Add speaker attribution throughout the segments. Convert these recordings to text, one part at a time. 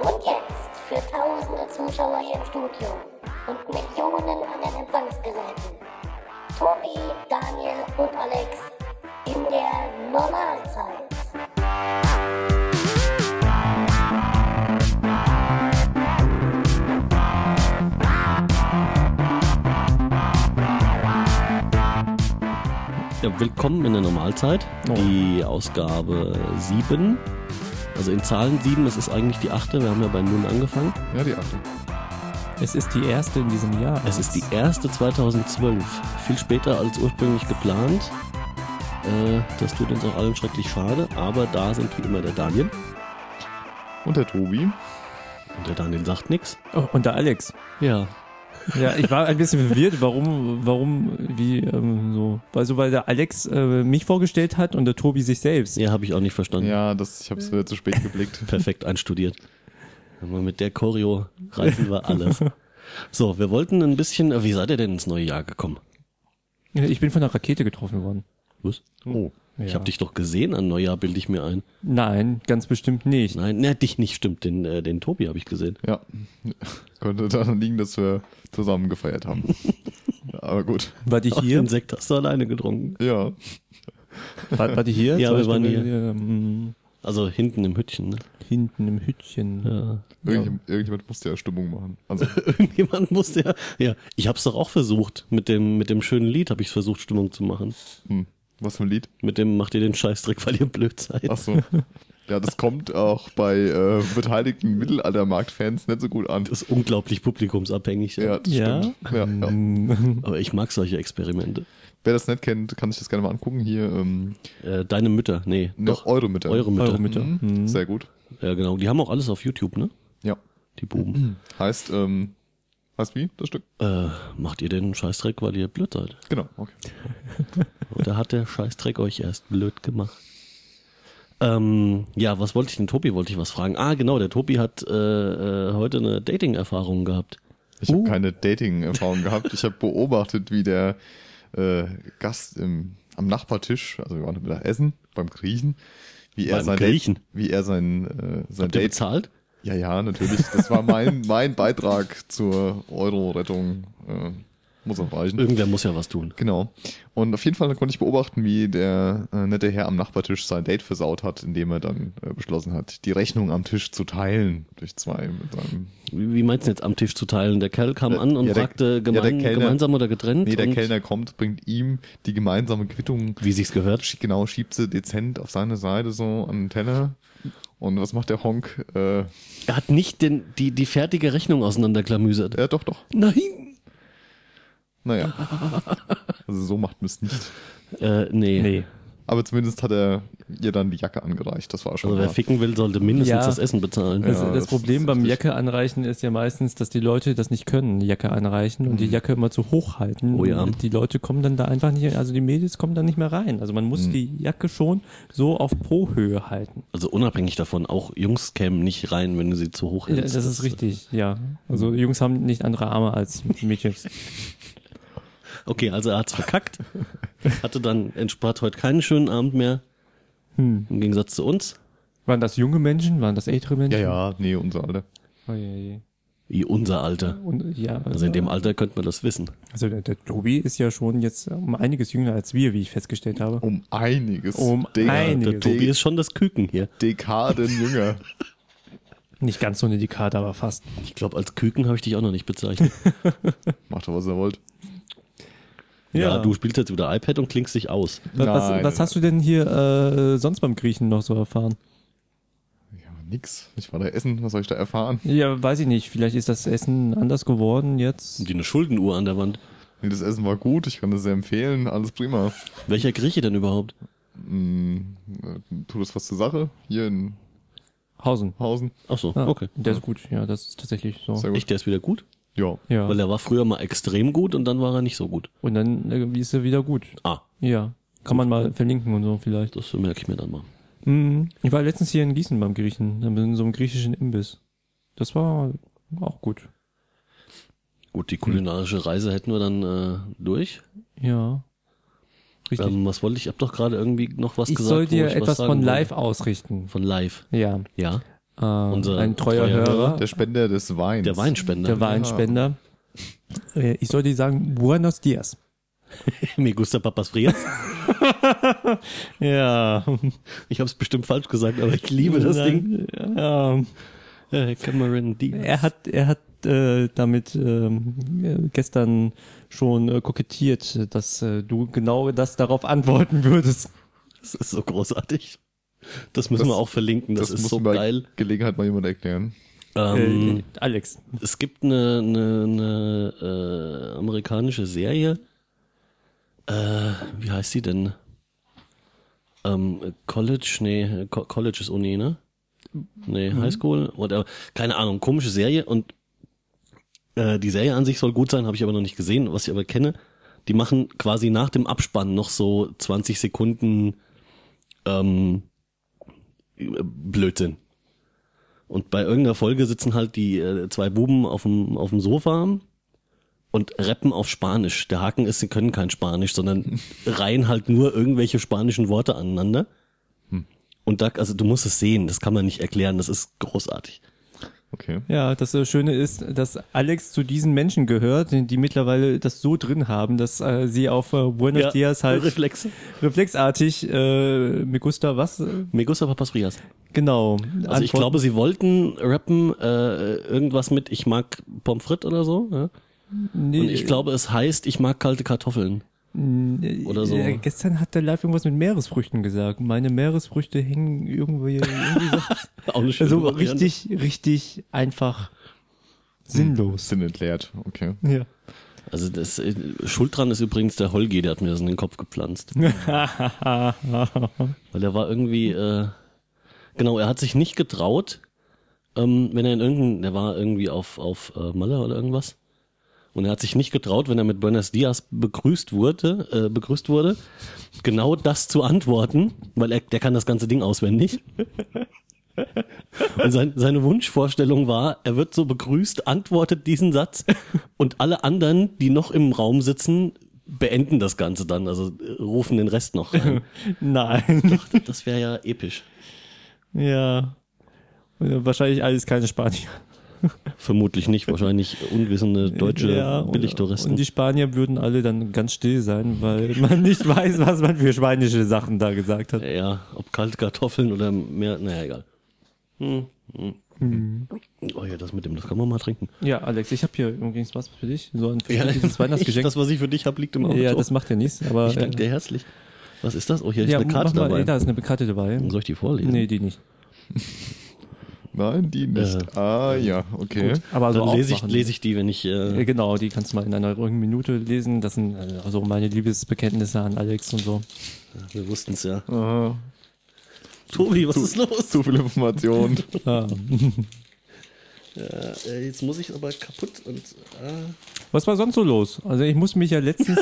Speaker 1: Und jetzt für tausende Zuschauer hier im Studio und Millionen an den Empfangsgeräten. Tobi, Daniel und Alex in der Normalzeit.
Speaker 2: Ja, willkommen in der Normalzeit.
Speaker 3: Oh.
Speaker 2: Die Ausgabe 7. Also in Zahlen 7, es ist eigentlich die achte. Wir haben ja bei 0 angefangen.
Speaker 3: Ja, die achte.
Speaker 4: Es ist die erste in diesem Jahr.
Speaker 2: Es ist die erste 2012. Viel später als ursprünglich geplant. Äh, das tut uns auch allen schrecklich schade. Aber da sind wie immer der Daniel.
Speaker 3: Und der Tobi.
Speaker 2: Und der Daniel sagt nichts.
Speaker 4: Oh, und der Alex.
Speaker 2: Ja.
Speaker 4: Ja, ich war ein bisschen verwirrt, warum, warum, wie, ähm, so. Weil so, weil der Alex äh, mich vorgestellt hat und der Tobi sich selbst.
Speaker 2: Ja, habe ich auch nicht verstanden.
Speaker 3: Ja, das, ich
Speaker 2: Hm.
Speaker 3: hab's wieder zu spät geblickt.
Speaker 2: Perfekt einstudiert. Wenn man mit der Choreo reißen wir alles. So, wir wollten ein bisschen. äh, Wie seid ihr denn ins neue Jahr gekommen?
Speaker 4: Ich bin von einer Rakete getroffen worden.
Speaker 2: Was? Oh. Ich
Speaker 4: Ja.
Speaker 2: habe dich doch gesehen an Neujahr, bilde ich mir ein.
Speaker 4: Nein, ganz bestimmt nicht.
Speaker 2: Nein, ne, dich nicht, stimmt. Den, äh, den Tobi habe ich gesehen.
Speaker 3: Ja. Könnte daran liegen, dass wir zusammen gefeiert haben. Aber gut.
Speaker 4: War die
Speaker 2: Ach,
Speaker 4: hier?
Speaker 2: Den Sekt hast du alleine getrunken.
Speaker 3: Ja.
Speaker 4: War, war die hier?
Speaker 2: Ja,
Speaker 4: Zum
Speaker 2: wir waren
Speaker 4: Beispiel,
Speaker 2: hier.
Speaker 4: ähm,
Speaker 2: Also hinten im Hütchen, ne?
Speaker 4: hinten im Hütchen.
Speaker 2: Ja.
Speaker 3: Irgendjemand, irgendjemand musste ja Stimmung machen. Also,
Speaker 2: Irgendjemand musste ja. Ja, ich hab's doch auch versucht. Mit dem, mit dem schönen Lied habe ich versucht, Stimmung zu machen.
Speaker 3: hm, was für ein Lied?
Speaker 2: Mit dem macht ihr den Scheißdreck, weil ihr blöd seid.
Speaker 3: Ach so. Ja, das kommt auch bei äh, beteiligten Mittelaltermarkt-Fans nicht so gut an.
Speaker 2: Das ist unglaublich publikumsabhängig.
Speaker 3: Ja, das
Speaker 4: Ja?
Speaker 3: stimmt. Ja, ja.
Speaker 4: Mm.
Speaker 2: Aber ich mag solche Experimente.
Speaker 3: Wer das nicht kennt, kann sich das gerne mal angucken. Hier, ähm,
Speaker 2: Äh, deine Mütter, nee,
Speaker 3: ne,
Speaker 2: doch.
Speaker 3: eure Mütter.
Speaker 2: Eure Mütter.
Speaker 4: Eure Mütter.
Speaker 3: Mhm. Sehr gut.
Speaker 2: Ja, genau. Die haben auch alles auf YouTube, ne?
Speaker 3: Ja.
Speaker 2: Die
Speaker 4: Mhm.
Speaker 2: Buben.
Speaker 3: Heißt, ähm, heißt wie, das Stück?
Speaker 2: Äh, macht ihr den Scheißdreck, weil ihr blöd seid?
Speaker 3: Genau, okay.
Speaker 2: Oder hat der Scheißdreck euch erst blöd gemacht? Ähm, ja, was wollte ich denn? Tobi wollte ich was fragen. Ah, genau, der Tobi hat äh, äh, heute eine Dating-Erfahrung gehabt.
Speaker 3: Ich
Speaker 2: Uh.
Speaker 3: habe keine Dating-Erfahrung gehabt. Ich habe beobachtet, wie der äh, Gast im, am Nachbartisch, also wir waren wieder essen beim Griechen, wie er
Speaker 2: Beim
Speaker 3: sein
Speaker 2: Griechen?
Speaker 3: wie er sein äh, sein
Speaker 2: Habt ihr
Speaker 3: Date.
Speaker 2: bezahlt?
Speaker 3: Ja, ja, natürlich. Das war mein mein Beitrag zur Euro-Rettung. Äh, muss auch reichen.
Speaker 2: Irgendwer muss ja was tun.
Speaker 3: Genau. Und auf jeden Fall konnte ich beobachten, wie der äh, nette Herr am Nachbartisch sein Date versaut hat, indem er dann äh, beschlossen hat, die Rechnung am Tisch zu teilen durch zwei mit seinem
Speaker 2: Wie, wie meinst du jetzt am Tisch zu teilen? Der Kerl kam an und
Speaker 3: Ja, der-
Speaker 2: fragte
Speaker 3: ja, der
Speaker 2: gemein,
Speaker 3: Kellner-
Speaker 2: gemeinsam oder getrennt.
Speaker 3: Nee, der
Speaker 2: und
Speaker 3: Kellner kommt, bringt ihm die gemeinsame Quittung.
Speaker 2: Wie sich's gehört.
Speaker 3: Schie- Genau, schiebt sie dezent auf seine Seite so an den Teller. Und was macht der Honk? Äh,
Speaker 2: Er hat nicht den, die, die fertige Rechnung auseinanderklamüsert.
Speaker 3: ja, doch, doch.
Speaker 2: Nein!
Speaker 3: Naja. Also so macht man es nicht.
Speaker 2: Äh, nee.
Speaker 4: Nee.
Speaker 3: Aber zumindest hat er ihr dann die Jacke angereicht. Das war schon
Speaker 2: Also wer
Speaker 3: mal-
Speaker 2: ficken will, sollte mindestens
Speaker 4: Ja. Also
Speaker 2: das Essen bezahlen.
Speaker 4: Das,
Speaker 3: Ja,
Speaker 4: das
Speaker 3: das
Speaker 4: Problem
Speaker 3: ist
Speaker 4: beim
Speaker 3: richtig.
Speaker 4: Jacke anreichen ist ja meistens, dass die Leute das nicht können, die Jacke anreichen und die Jacke immer zu hoch halten.
Speaker 2: Oh ja.
Speaker 4: Und Die Leute kommen dann da einfach nicht, also die Mädels kommen dann nicht mehr rein. Also man muss die Jacke schon so auf Po-Höhe halten.
Speaker 2: Also unabhängig davon, auch Jungs kämen nicht rein, wenn du sie zu hoch
Speaker 4: Ja,
Speaker 2: hältst.
Speaker 4: das ist richtig, ja. Also Jungs haben nicht andere Arme als Mädchen.
Speaker 2: Okay, also er hat's verkackt, hatte dann entspannt heute keinen schönen Abend mehr.
Speaker 4: Hm.
Speaker 2: Im Gegensatz zu uns.
Speaker 4: Waren das junge Menschen? Waren das ältere
Speaker 3: Ja,
Speaker 4: Menschen?
Speaker 3: ja, nee, unser Alter.
Speaker 4: Oh, je, je.
Speaker 2: Wie unser Alter.
Speaker 4: Und ja,
Speaker 2: Also in dem Alter könnte man das wissen.
Speaker 4: also der, der Tobi ist ja schon jetzt um einiges jünger als wir, wie ich festgestellt habe.
Speaker 3: Um einiges.
Speaker 4: Um einiges.
Speaker 2: Der Tobi ist schon das Küken hier.
Speaker 3: Dekaden jünger.
Speaker 4: Nicht ganz so eine Dekade, aber fast.
Speaker 2: Ich glaube, als Küken habe ich dich auch noch nicht bezeichnet.
Speaker 3: Macht doch, was er wollt.
Speaker 2: Ja. du spielst jetzt wieder iPad und klingst dich aus.
Speaker 4: Was, was,
Speaker 3: Nein.
Speaker 4: was hast du denn hier äh, sonst beim Griechen noch so erfahren?
Speaker 3: Ja, nix. Ich war da essen. Was soll ich da erfahren?
Speaker 4: Ja, weiß ich nicht. Vielleicht ist das Essen anders geworden jetzt.
Speaker 2: Die eine Schuldenuhr an der Wand.
Speaker 3: Nee, das Essen war gut. Ich kann das sehr empfehlen. Alles prima.
Speaker 2: Welcher Grieche denn überhaupt?
Speaker 3: Äh, Tut das was zur Sache. Hier in
Speaker 4: Hausen.
Speaker 3: Hausen.
Speaker 2: Ach so,
Speaker 4: Ah,
Speaker 2: okay.
Speaker 4: Der ist gut. Ja, das ist tatsächlich so.
Speaker 3: Sehr gut.
Speaker 2: Echt, der ist wieder gut?
Speaker 3: Ja.
Speaker 4: Ja.
Speaker 2: Weil er war früher mal extrem gut und dann war er nicht so gut.
Speaker 4: Und dann äh, ist er wieder gut.
Speaker 2: Ah,
Speaker 4: Ja. Kann man mal verlinken und so vielleicht.
Speaker 2: Das merke ich mir dann mal.
Speaker 4: Mhm. Ich war letztens hier in Gießen beim Griechen, in so einem griechischen Imbiss. Das war auch gut.
Speaker 2: Gut, die
Speaker 4: Hm.
Speaker 2: kulinarische Reise hätten wir dann äh, durch.
Speaker 4: Ja. Richtig.
Speaker 2: Ähm, was wollte ich? Ich habe doch gerade irgendwie noch was
Speaker 4: ich
Speaker 2: gesagt.
Speaker 4: soll
Speaker 2: wo
Speaker 4: dir
Speaker 2: ich was
Speaker 4: etwas
Speaker 2: sagen
Speaker 4: von
Speaker 2: wollte.
Speaker 4: live ausrichten.
Speaker 2: Von live,
Speaker 4: Ja.
Speaker 2: ja.
Speaker 4: Ähm,
Speaker 2: Unser
Speaker 4: ein treuer,
Speaker 2: treuer
Speaker 4: Hörer,
Speaker 3: Der Spender des Weins.
Speaker 2: Ah. Der Weinspender.
Speaker 4: der Weinspender. Äh, Ich soll dir sagen, Buenos Dias.
Speaker 2: Mir gusta Papas Frias.
Speaker 4: Ja.
Speaker 2: Ich habe es bestimmt falsch gesagt, aber ich liebe das Ding.
Speaker 4: Ja.
Speaker 2: Äh, Cameron Diaz.
Speaker 4: Er hat, er hat äh, damit ähm, äh, gestern schon äh, kokettiert, dass äh, du genau das darauf antworten würdest.
Speaker 2: Das ist so großartig. Das müssen
Speaker 3: Das-
Speaker 2: wir auch verlinken. Das, ist
Speaker 3: muss
Speaker 2: so
Speaker 3: bei
Speaker 2: geil.
Speaker 3: Gelegenheit mal jemand erklären.
Speaker 2: Ähm,
Speaker 4: Äh, Alex.
Speaker 2: Es gibt eine, eine, eine äh, amerikanische Serie. Äh, wie heißt die denn? Ähm, College? Nee, Co College ist Uni, ne? Nee, Highschool? Whatever. Keine Ahnung, komische Serie und äh, die Serie an sich soll gut sein, habe ich aber noch nicht gesehen. Was ich aber kenne, die machen quasi nach dem Abspann noch so 20 Sekunden ähm, Blödsinn. Und bei irgendeiner Folge sitzen halt die äh, zwei Buben auf dem, auf dem Sofa und rappen auf Spanisch. Der Haken ist, sie können kein Spanisch, sondern reihen halt nur irgendwelche spanischen Worte aneinander. Und da, also du musst es sehen, das kann man nicht erklären, das ist großartig.
Speaker 3: Okay.
Speaker 4: Ja, das äh, Schöne ist, dass Alex zu diesen Menschen gehört, die mittlerweile das so drin haben, dass äh, sie auf äh, Buenos Dias halt
Speaker 2: Reflexe.
Speaker 4: reflexartig äh, mit Gusta was äh,
Speaker 2: Me gusta Papas Frias.
Speaker 4: genau.
Speaker 2: Also ich glaube, sie wollten rappen äh, irgendwas mit Ich mag Pommes frites oder so. Ja?
Speaker 4: nee,
Speaker 2: Und ich glaube, es heißt Ich mag kalte Kartoffeln.
Speaker 4: äh,
Speaker 2: oder so.
Speaker 4: äh, gestern hat der live irgendwas mit Meeresfrüchten gesagt. Meine Meeresfrüchte hängen irgendwie, irgendwie so,
Speaker 2: Auch eine schöne
Speaker 4: also
Speaker 2: Variante.
Speaker 4: richtig richtig einfach sinnlos.
Speaker 3: Sinn entleert. Okay.
Speaker 4: Ja.
Speaker 2: Also das äh, Schuld dran ist übrigens der Holgi, der hat mir das in den Kopf gepflanzt. Weil er war irgendwie, äh, genau, er hat sich nicht getraut, ähm, wenn er in irgendeinem, der war irgendwie auf, auf äh, Malle oder irgendwas. Und er hat sich nicht getraut, wenn er mit Buenos Dias begrüßt wurde, äh, begrüßt wurde, genau das zu antworten, weil er, der kann das ganze Ding auswendig. Und sein, seine Wunschvorstellung war, er wird so begrüßt, antwortet diesen Satz und alle anderen, die noch im Raum sitzen, beenden das Ganze dann, also äh, rufen den Rest noch rein.
Speaker 4: Nein.
Speaker 2: Das wäre ja episch,
Speaker 4: ja. Und Wahrscheinlich alles keine Spanier.
Speaker 2: vermutlich nicht, wahrscheinlich unwissende deutsche
Speaker 4: und- äh,
Speaker 2: Billigtouristen.
Speaker 4: Und die Spanier würden alle dann ganz still sein, weil man nicht weiß, was man für schweinische Sachen da gesagt hat.
Speaker 2: ja, ob kalte Kartoffeln oder mehr, naja, egal. Hm, hm. Oh ja, das mit dem, das kann man mal trinken.
Speaker 4: Ja, Alex, ich habe hier übrigens was für dich. So ein dieses
Speaker 2: ich,
Speaker 4: Weihnachtsgeschenk.
Speaker 2: das, was ich für dich habe, liegt im Auto.
Speaker 4: ja, das macht ja nichts, aber.
Speaker 2: ich danke dir herzlich. Was ist das? Oh, hier
Speaker 4: äh,
Speaker 2: ist
Speaker 4: ja,
Speaker 2: eine Karte
Speaker 4: mach mal,
Speaker 2: dabei.
Speaker 4: Da ist eine Karte dabei.
Speaker 2: Soll ich die vorlesen?
Speaker 4: Nee, die nicht.
Speaker 3: Nein, die nicht. ah, ja, okay.
Speaker 4: Aber also
Speaker 2: Dann lese ich,
Speaker 4: aufmachen.
Speaker 2: lese ich die, wenn ich... Äh,
Speaker 4: Äh, Genau, die kannst du mal in einer ruhigen Minute lesen. Das sind äh, also meine Liebesbekenntnisse an Alex und so.
Speaker 2: wir wussten es ja.
Speaker 3: Aha.
Speaker 2: Tobi, was ist los?
Speaker 3: Ah. Zu viel Information.
Speaker 4: Ah.
Speaker 2: Äh, jetzt muss ich aber kaputt und... Äh,
Speaker 4: Was war sonst so los? Also ich muss mich ja letztens.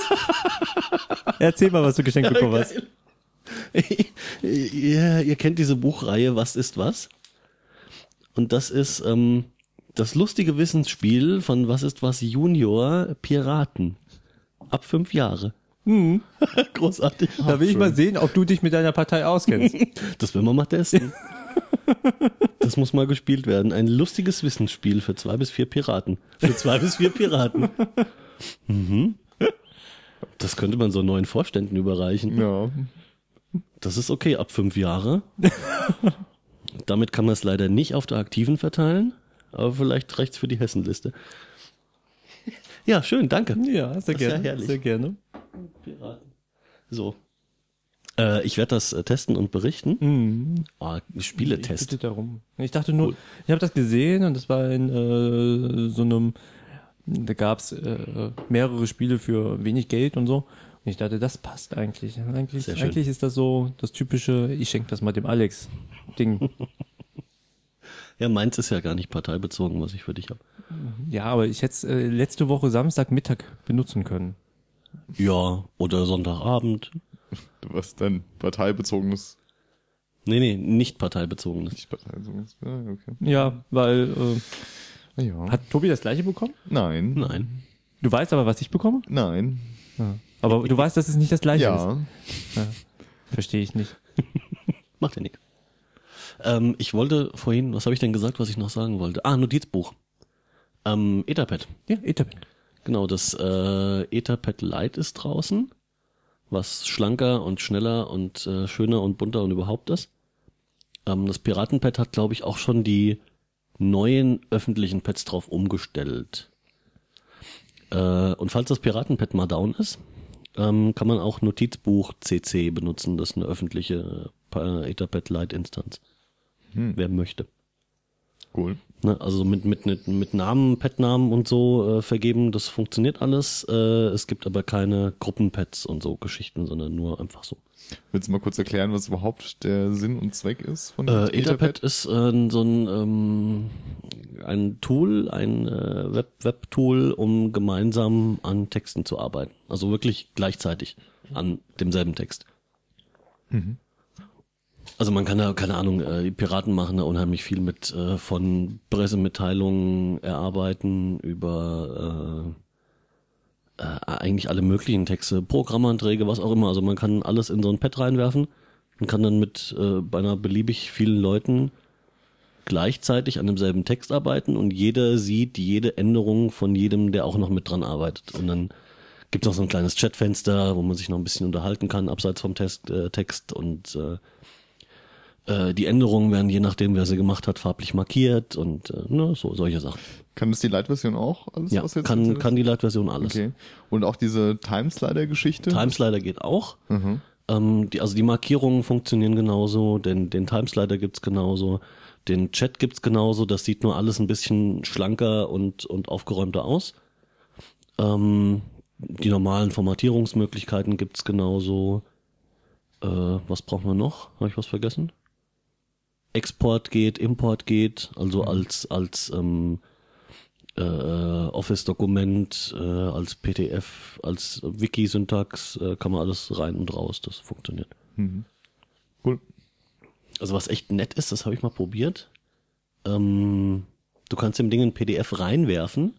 Speaker 4: Erzähl mal, was du geschenkt bekommen hast.
Speaker 2: ja, ihr kennt diese Buchreihe Was ist was? Und das ist ähm, das lustige Wissensspiel von Was ist was Junior Piraten. Ab fünf Jahre. Hm. Großartig.
Speaker 4: Da will ich mal sehen, ob du dich mit deiner Partei auskennst.
Speaker 2: Das will man mal testen. Das muss mal gespielt werden. Ein lustiges Wissensspiel für zwei bis vier Piraten. Für zwei bis vier Piraten. Mhm. Das könnte man so neuen Vorständen überreichen.
Speaker 3: Ja.
Speaker 2: Das ist okay, ab fünf Jahre. Damit kann man es leider nicht auf der aktiven verteilen, aber vielleicht rechts für die Hessenliste. Ja, schön, danke.
Speaker 4: ja, sehr
Speaker 2: Das ist ja
Speaker 4: gerne.
Speaker 2: herrlich.
Speaker 4: sehr gerne.
Speaker 2: So. Äh, ich werde das äh, testen und berichten.
Speaker 4: Hm.
Speaker 2: Ah,
Speaker 4: Mhm. Ich,
Speaker 2: Spieletest.
Speaker 4: bitte darum. ich dachte nur, ich habe das gesehen und das war in äh, so einem, da gab's äh, mehrere Spiele für wenig Geld und so. Und ich dachte, das passt eigentlich. Eigentlich,
Speaker 2: Sehr schön.
Speaker 4: eigentlich ist das so das typische, ich schenke das mal dem Alex Ding.
Speaker 2: Ja, meins ist ja gar nicht parteibezogen, was ich für dich habe.
Speaker 4: ja, aber ich hätte äh, letzte Woche Samstagmittag benutzen können.
Speaker 2: Ja, oder Sonntagabend.
Speaker 3: Was denn? Parteibezogenes?
Speaker 2: Nee, nee, nicht parteibezogenes.
Speaker 3: Nicht parteibezogenes? Ja, okay.
Speaker 4: Ja, weil äh,
Speaker 3: Ah, Ja.
Speaker 4: hat Tobi das gleiche bekommen?
Speaker 3: Nein.
Speaker 2: Nein.
Speaker 4: Du weißt aber, was ich bekomme?
Speaker 3: Nein.
Speaker 4: Aber du weißt, dass es nicht das
Speaker 2: Ah,
Speaker 4: gleiche ist.
Speaker 3: Ja.
Speaker 4: Verstehe ich nicht.
Speaker 2: Macht ja nichts. Ähm, ich wollte vorhin, was habe ich denn gesagt, was ich noch sagen wollte? Ah, Notizbuch. Ähm, Etherpad.
Speaker 4: Ja, Etherpad.
Speaker 2: Genau, das äh, Etherpad Lite ist draußen, was schlanker und schneller und äh, schöner und bunter und überhaupt ist. Ähm, das Piratenpad hat, glaube ich, auch schon die neuen öffentlichen Pads drauf umgestellt. Äh, und falls das Piratenpad mal down ist, ähm, kann man auch Notizbuch CC benutzen. Das ist eine öffentliche äh, Etherpad Lite Instanz. Wer möchte.
Speaker 3: Cool.
Speaker 2: Ne, also mit, mit, mit, mit Namen, Pet-Namen und so äh, vergeben, das funktioniert alles. Äh, es gibt aber keine Gruppenpads und so Geschichten, sondern nur einfach so.
Speaker 3: Willst du mal kurz erklären, was überhaupt der Sinn und Zweck ist von
Speaker 2: Äh, Etherpad ist äh, so ein, ähm, ein Tool, ein äh, Web- Web-Tool, um gemeinsam an Texten zu arbeiten. Also wirklich gleichzeitig an demselben Text. Also man kann da, keine Ahnung, äh, die Piraten machen da unheimlich viel mit äh, von Pressemitteilungen erarbeiten über äh, äh, eigentlich alle möglichen Texte, Programmanträge, was auch immer. Also man kann alles in so ein Pad reinwerfen und kann dann mit äh, beinahe beliebig vielen Leuten gleichzeitig an demselben Text arbeiten und jeder sieht jede Änderung von jedem, der auch noch mit dran arbeitet. Und dann gibt es noch so ein kleines Chatfenster, wo man sich noch ein bisschen unterhalten kann, abseits vom Test, äh, Text und äh, äh, die Änderungen werden je nachdem, wer sie gemacht hat, farblich markiert und äh, ne, so solche Sachen.
Speaker 3: Kann das die Light-Version auch alles,
Speaker 2: Ja,
Speaker 3: was jetzt
Speaker 2: kann,
Speaker 3: erzählt
Speaker 2: kann die Light-Version alles.
Speaker 3: Okay. Und auch diese Timeslider-Geschichte? Mhm.
Speaker 2: Timeslider geht auch. Ähm, die, also die Markierungen funktionieren genauso, den, den Timeslider gibt's genauso, den Chat gibt's genauso, das sieht nur alles ein bisschen schlanker und, und aufgeräumter aus. Ähm, die normalen Formatierungsmöglichkeiten gibt's genauso. Äh, was braucht man noch? Habe ich was vergessen? Export geht, Import geht, also als, als ähm, äh, Office-Dokument, äh, als PDF, als Wiki-Syntax äh, kann man alles rein und raus, das funktioniert.
Speaker 3: Mhm. Cool.
Speaker 2: Also was echt nett ist, das habe ich mal probiert. Ähm, du kannst dem Ding ein PDF reinwerfen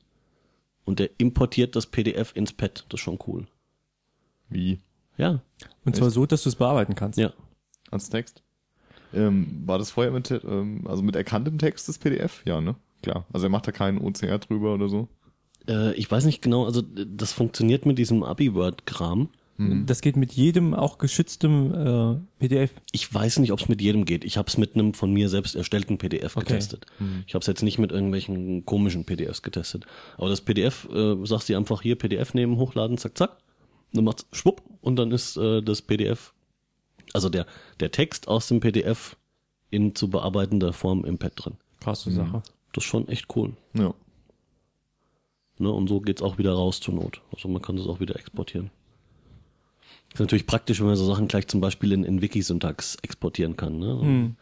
Speaker 2: und der importiert das PDF ins Pad. Das ist schon cool.
Speaker 3: Wie?
Speaker 2: Ja,
Speaker 4: Und zwar so, dass du es bearbeiten kannst.
Speaker 2: ja.
Speaker 3: Als Text? Ähm, war das vorher mit, Te- ähm, also mit erkanntem Text das PDF? Ja, ne? Klar. Also er macht da keinen OCR drüber oder so.
Speaker 2: Äh, ich weiß nicht genau, also d- das funktioniert mit diesem Abi-Word-Kram.
Speaker 4: Das geht mit jedem auch geschütztem äh, PDF.
Speaker 2: Ich weiß nicht, ob es mit jedem geht. Ich habe es mit einem von mir selbst erstellten PDF
Speaker 4: Okay.
Speaker 2: getestet. Ich habe es jetzt nicht mit irgendwelchen komischen PDFs getestet. Aber das PDF, äh, sagst du einfach hier PDF nehmen, hochladen, zack, zack. Dann macht's schwupp und dann ist äh, das PDF, also der, der Text aus dem PDF in zu bearbeitender Form im Pad drin.
Speaker 4: Krasse Sache.
Speaker 2: Das ist schon echt cool.
Speaker 3: Ja.
Speaker 2: Ne? Und so geht's auch wieder raus zur Not. Also man kann das auch wieder exportieren. Ist natürlich praktisch, wenn man so Sachen gleich zum Beispiel in, in Wiki-Syntax exportieren kann. Ne?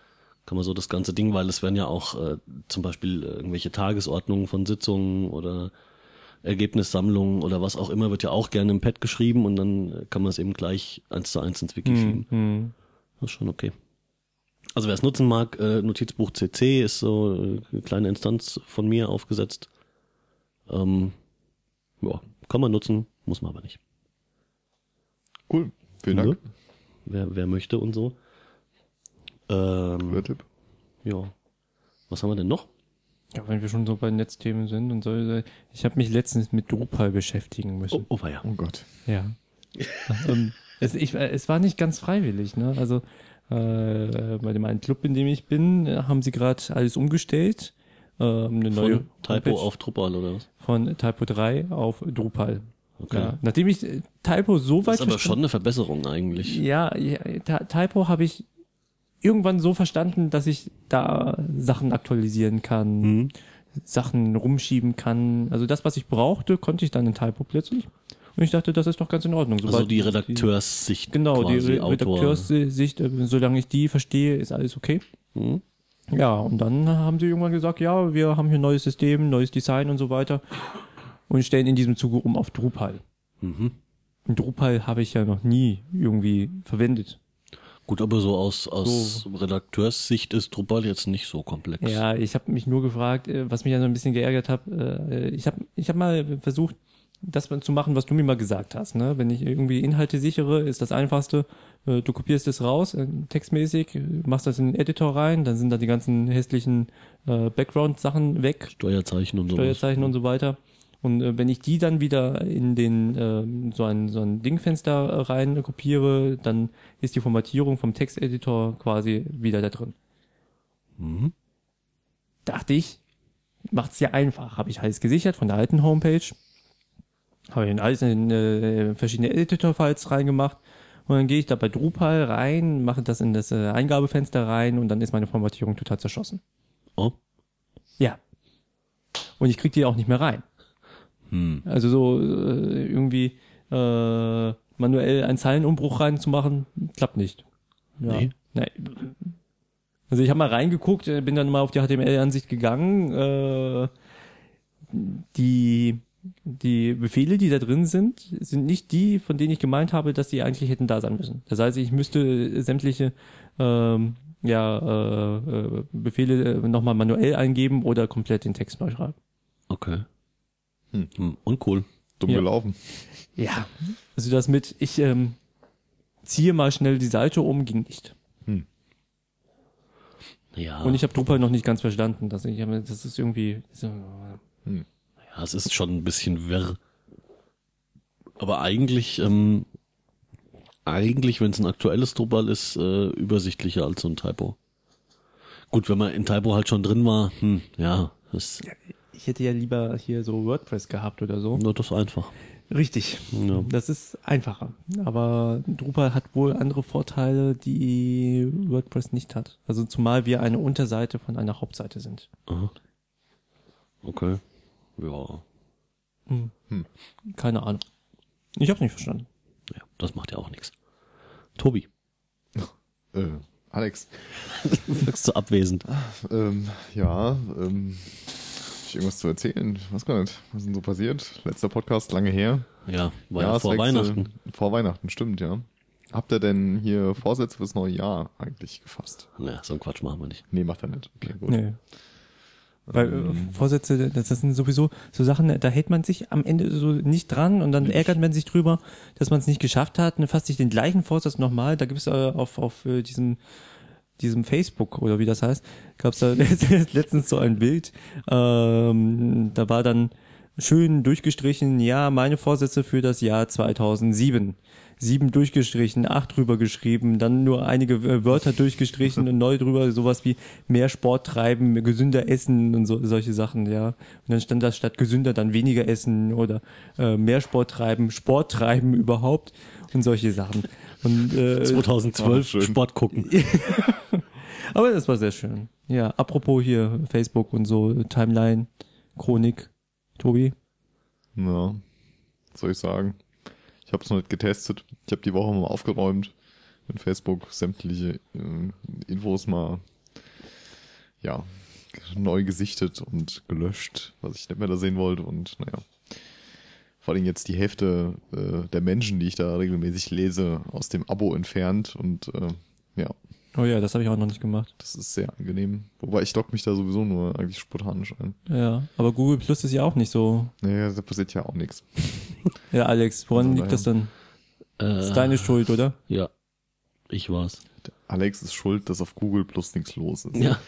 Speaker 2: Kann man so das ganze Ding, weil es werden ja auch äh, zum Beispiel äh, irgendwelche Tagesordnungen von Sitzungen oder Ergebnissammlungen oder was auch immer wird ja auch gerne im Pad geschrieben und dann äh, kann man es eben gleich eins zu eins ins Wiki schieben.
Speaker 4: Mhm.
Speaker 2: Das ist schon okay. Also wer es nutzen mag, äh, Notizbuch CC ist so äh, eine kleine Instanz von mir aufgesetzt. Ähm, ja, kann man nutzen, muss man aber nicht.
Speaker 3: Cool. Vielen Dank.
Speaker 2: Ne? Wer, wer möchte und so. Ähm,
Speaker 3: Guter Tipp.
Speaker 2: ja. Was haben wir denn noch?
Speaker 4: Ja, wenn wir schon so bei Netzthemen sind und so. äh, Ich habe mich letztens mit Drupal beschäftigen müssen.
Speaker 2: Oh, oh ja.
Speaker 3: Oh Gott.
Speaker 4: Ja. ähm, es, ich, äh, es war nicht ganz freiwillig, ne? Also äh, bei dem einen Club, in dem ich bin, äh, haben sie gerade alles umgestellt. Ähm, eine neue
Speaker 2: Von Typo
Speaker 4: Homepage
Speaker 2: auf Drupal oder was?
Speaker 4: von Typo 3 auf Drupal.
Speaker 2: Okay.
Speaker 4: Ja, nachdem ich äh, Typo so
Speaker 2: Das
Speaker 4: weit
Speaker 2: ist aber
Speaker 4: verstanden-
Speaker 2: schon eine Verbesserung eigentlich.
Speaker 4: Ja, ja Ty- Typo habe ich irgendwann so verstanden, dass ich da Sachen aktualisieren kann,
Speaker 2: Mhm.
Speaker 4: Sachen rumschieben kann. Also das, was ich brauchte, konnte ich dann in Typo plötzlich. Und ich dachte, das ist doch ganz in Ordnung.
Speaker 2: Also
Speaker 4: Sobald
Speaker 2: die Redakteurssicht
Speaker 4: Genau, die
Speaker 2: quasi,
Speaker 4: Re-
Speaker 2: Autor.
Speaker 4: Redakteurssicht, äh, solange ich die verstehe, ist alles okay.
Speaker 2: Mhm.
Speaker 4: Ja, und dann haben sie irgendwann gesagt, ja, wir haben hier ein neues
Speaker 2: Mhm.
Speaker 4: System, neues Design und so weiter und stellen in diesem Zuge um auf Drupal. Und Drupal habe ich ja noch nie irgendwie verwendet.
Speaker 2: Gut, aber so aus, aus Redakteurssicht ist Drupal jetzt nicht so komplex.
Speaker 4: Ja, ich habe mich nur gefragt, äh, was mich ja so ein bisschen geärgert hat. äh, Ich habe ich hab mal versucht, das zu machen, was du mir mal gesagt hast. Ne? Wenn ich irgendwie Inhalte sichere, ist das einfachste. äh, Du kopierst es raus, äh, textmäßig, äh, machst das in den Editor rein, dann sind da die ganzen hässlichen äh, Background-Sachen weg.
Speaker 2: Steuerzeichen und so.
Speaker 4: Steuerzeichen und so weiter. Und äh, wenn ich die dann wieder in den äh, so ein so ein Dingfenster äh, rein kopiere, dann ist die Formatierung vom Texteditor quasi wieder da drin.
Speaker 2: Mhm.
Speaker 4: Dachte ich, macht's ja einfach. Habe ich alles gesichert von der alten Homepage, habe ich dann alles in äh, verschiedene Editor-Files reingemacht und dann gehe ich da bei Drupal rein, mache das in das äh, Eingabefenster rein und dann ist meine Formatierung total zerschossen.
Speaker 2: Oh,
Speaker 4: Ja. Und ich krieg die auch nicht mehr rein.
Speaker 2: hm.
Speaker 4: Also so äh, irgendwie äh, manuell einen Zeilenumbruch reinzumachen, klappt nicht. Ja.
Speaker 2: Nee.
Speaker 4: Nee. Also ich habe mal reingeguckt, äh, bin dann mal auf die HTML-Ansicht gegangen. Äh, die, die Befehle, die da drin sind, sind nicht die, von denen ich gemeint habe, dass die eigentlich hätten da sein müssen. Das heißt, ich müsste äh, sämtliche ähm, ja, äh, äh, Befehle nochmal manuell eingeben oder komplett den Text neu schreiben.
Speaker 2: okay. Hm, uncool.
Speaker 3: Dumm
Speaker 4: Ja.
Speaker 3: gelaufen.
Speaker 4: Ja, also das mit, ich ähm, ziehe mal schnell die Seite um, ging nicht.
Speaker 2: Ja,
Speaker 4: Und ich habe Drupal noch nicht ganz verstanden. Das, ich, hab- das ist irgendwie. So,
Speaker 2: ja, es ist schon ein bisschen wirr. Aber eigentlich, ähm, eigentlich, wenn es ein aktuelles Drupal ist, äh, übersichtlicher als so ein Typo. Gut, wenn man in Typo halt schon drin war, hm, ja, ist
Speaker 4: ich hätte ja lieber hier so WordPress gehabt oder so.
Speaker 2: nur das einfach.
Speaker 4: Richtig.
Speaker 2: Ja.
Speaker 4: Das ist einfacher. Aber Drupal hat wohl andere Vorteile, die WordPress nicht hat. Also zumal wir eine Unterseite von einer Hauptseite sind.
Speaker 2: Aha. Okay. Ja.
Speaker 4: Keine Ahnung. Ich habe nicht verstanden.
Speaker 2: ja, das macht ja auch nichts. Tobi,
Speaker 3: Äh, Alex.
Speaker 2: wirkst so abwesend.
Speaker 3: Ähm, ja, ähm, hab ich irgendwas zu erzählen? Ich weiß gar nicht, was ist denn so passiert? Letzter Podcast, lange her.
Speaker 2: Ja, war ja,
Speaker 3: Ja, es
Speaker 2: vor
Speaker 3: wächst,
Speaker 2: Weihnachten.
Speaker 3: Äh, vor Weihnachten, stimmt, ja. Habt ihr denn hier Vorsätze fürs neue Jahr eigentlich gefasst?
Speaker 2: Ja, so einen Quatsch machen wir nicht.
Speaker 3: Nee, macht er nicht. Okay, gut.
Speaker 4: Nee. Weil äh, Vorsätze, das, das sind sowieso so Sachen, da hält man sich am Ende so nicht dran und dann ärgert man sich drüber, dass man es nicht geschafft hat. Und dann fasst sich den gleichen Vorsatz nochmal. Da gibt's äh, auf, auf äh, diesem, diesem Facebook oder wie das heißt, gab's da letztens so ein Bild. Ähm, da war dann schön durchgestrichen, ja, meine Vorsätze für das Jahr 2007. Sieben durchgestrichen, acht drüber geschrieben, dann nur einige äh, Wörter durchgestrichen und neu drüber, sowas wie mehr Sport treiben, gesünder essen und so, solche Sachen, ja. Und dann stand da statt gesünder dann weniger essen oder äh, mehr Sport treiben, Sport treiben überhaupt und solche Sachen. Und, äh,
Speaker 2: 2012
Speaker 3: Ah, schön.
Speaker 2: Sport gucken.
Speaker 4: aber das war sehr schön. Ja, apropos hier Facebook und so, Timeline, Chronik, Tobi.
Speaker 3: Ja, was soll ich sagen? Ich habe es noch nicht getestet. Ich habe die Woche mal aufgeräumt in Facebook sämtliche äh, Infos mal ja neu gesichtet und gelöscht, was ich nicht mehr da sehen wollte und naja. Vor allem jetzt die Hälfte äh, der Menschen, die ich da regelmäßig lese, aus dem Abo entfernt und äh, ja,
Speaker 4: Oh ja, das habe ich auch noch nicht gemacht.
Speaker 3: das ist sehr angenehm. Wobei ich logge mich da sowieso nur eigentlich spontanisch ein.
Speaker 4: Ja, aber Google Plus ist ja auch nicht so.
Speaker 3: Naja, da passiert ja auch nichts.
Speaker 4: Ja, Alex, woran
Speaker 3: Also
Speaker 4: liegt das denn?
Speaker 2: Äh,
Speaker 4: Ist deine Schuld, oder?
Speaker 2: ja, ich war's.
Speaker 3: Alex ist schuld, dass auf Google Plus nichts los ist.
Speaker 2: Ja.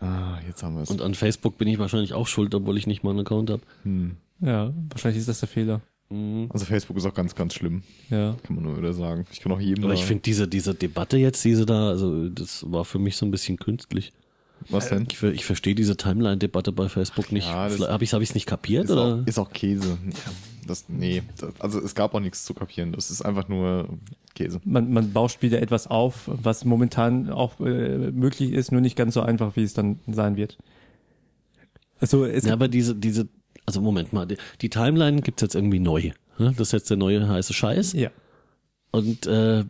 Speaker 3: Ah, jetzt haben wir es.
Speaker 2: Und an Facebook bin ich wahrscheinlich auch schuld, obwohl ich nicht mal einen Account habe.
Speaker 4: Ja, wahrscheinlich ist das der Fehler.
Speaker 3: Also Facebook ist auch ganz, ganz schlimm.
Speaker 4: Ja.
Speaker 3: Kann man nur wieder sagen. Ich kann auch jedem
Speaker 2: Aber
Speaker 3: da-
Speaker 2: ich finde diese, diese Debatte jetzt, diese da, also das war für mich so ein bisschen künstlich.
Speaker 3: was denn?
Speaker 2: äh, Ich, ver- ich verstehe diese Timeline-Debatte bei Facebook nicht.
Speaker 3: Ja, das-
Speaker 2: Habe ich es nicht kapiert?
Speaker 3: Ist
Speaker 2: Oder?
Speaker 3: auch, ist auch Käse. Ja, das, nee, das, also es gab auch nichts zu kapieren. Das ist einfach nur Käse.
Speaker 4: Man, man bauscht wieder etwas auf, was momentan auch äh, möglich ist, nur nicht ganz so einfach, wie es dann sein wird. Also es
Speaker 2: Ja, aber diese, diese, also Moment mal, die, die Timeline gibt's jetzt irgendwie neu. ne? Das ist jetzt der neue heiße Scheiß.
Speaker 4: ja.
Speaker 2: Und äh,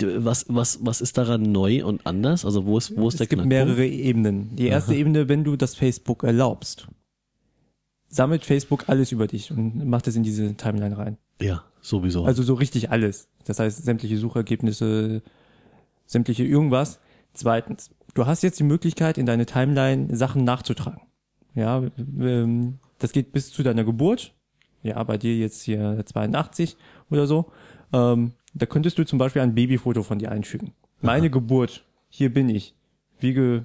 Speaker 2: d- was, was, was ist daran neu und anders? Also wo ist, wo ist
Speaker 4: Es
Speaker 2: der
Speaker 4: gibt
Speaker 2: Knackpunkt?
Speaker 4: mehrere Ebenen. Die erste Ebene, wenn du das Facebook erlaubst, sammelt Facebook alles über dich und macht es in diese Timeline rein.
Speaker 2: Ja, sowieso.
Speaker 4: Also so richtig alles. Das heißt, sämtliche Suchergebnisse, sämtliche irgendwas. Zweitens, du hast jetzt die Möglichkeit, in deine Timeline Sachen nachzutragen. Ja, ähm, das geht bis zu deiner Geburt. Ja, bei dir jetzt hier 82 oder so. Ähm, da könntest du zum Beispiel ein Babyfoto von dir einfügen. Meine Geburt, hier bin ich. Wiege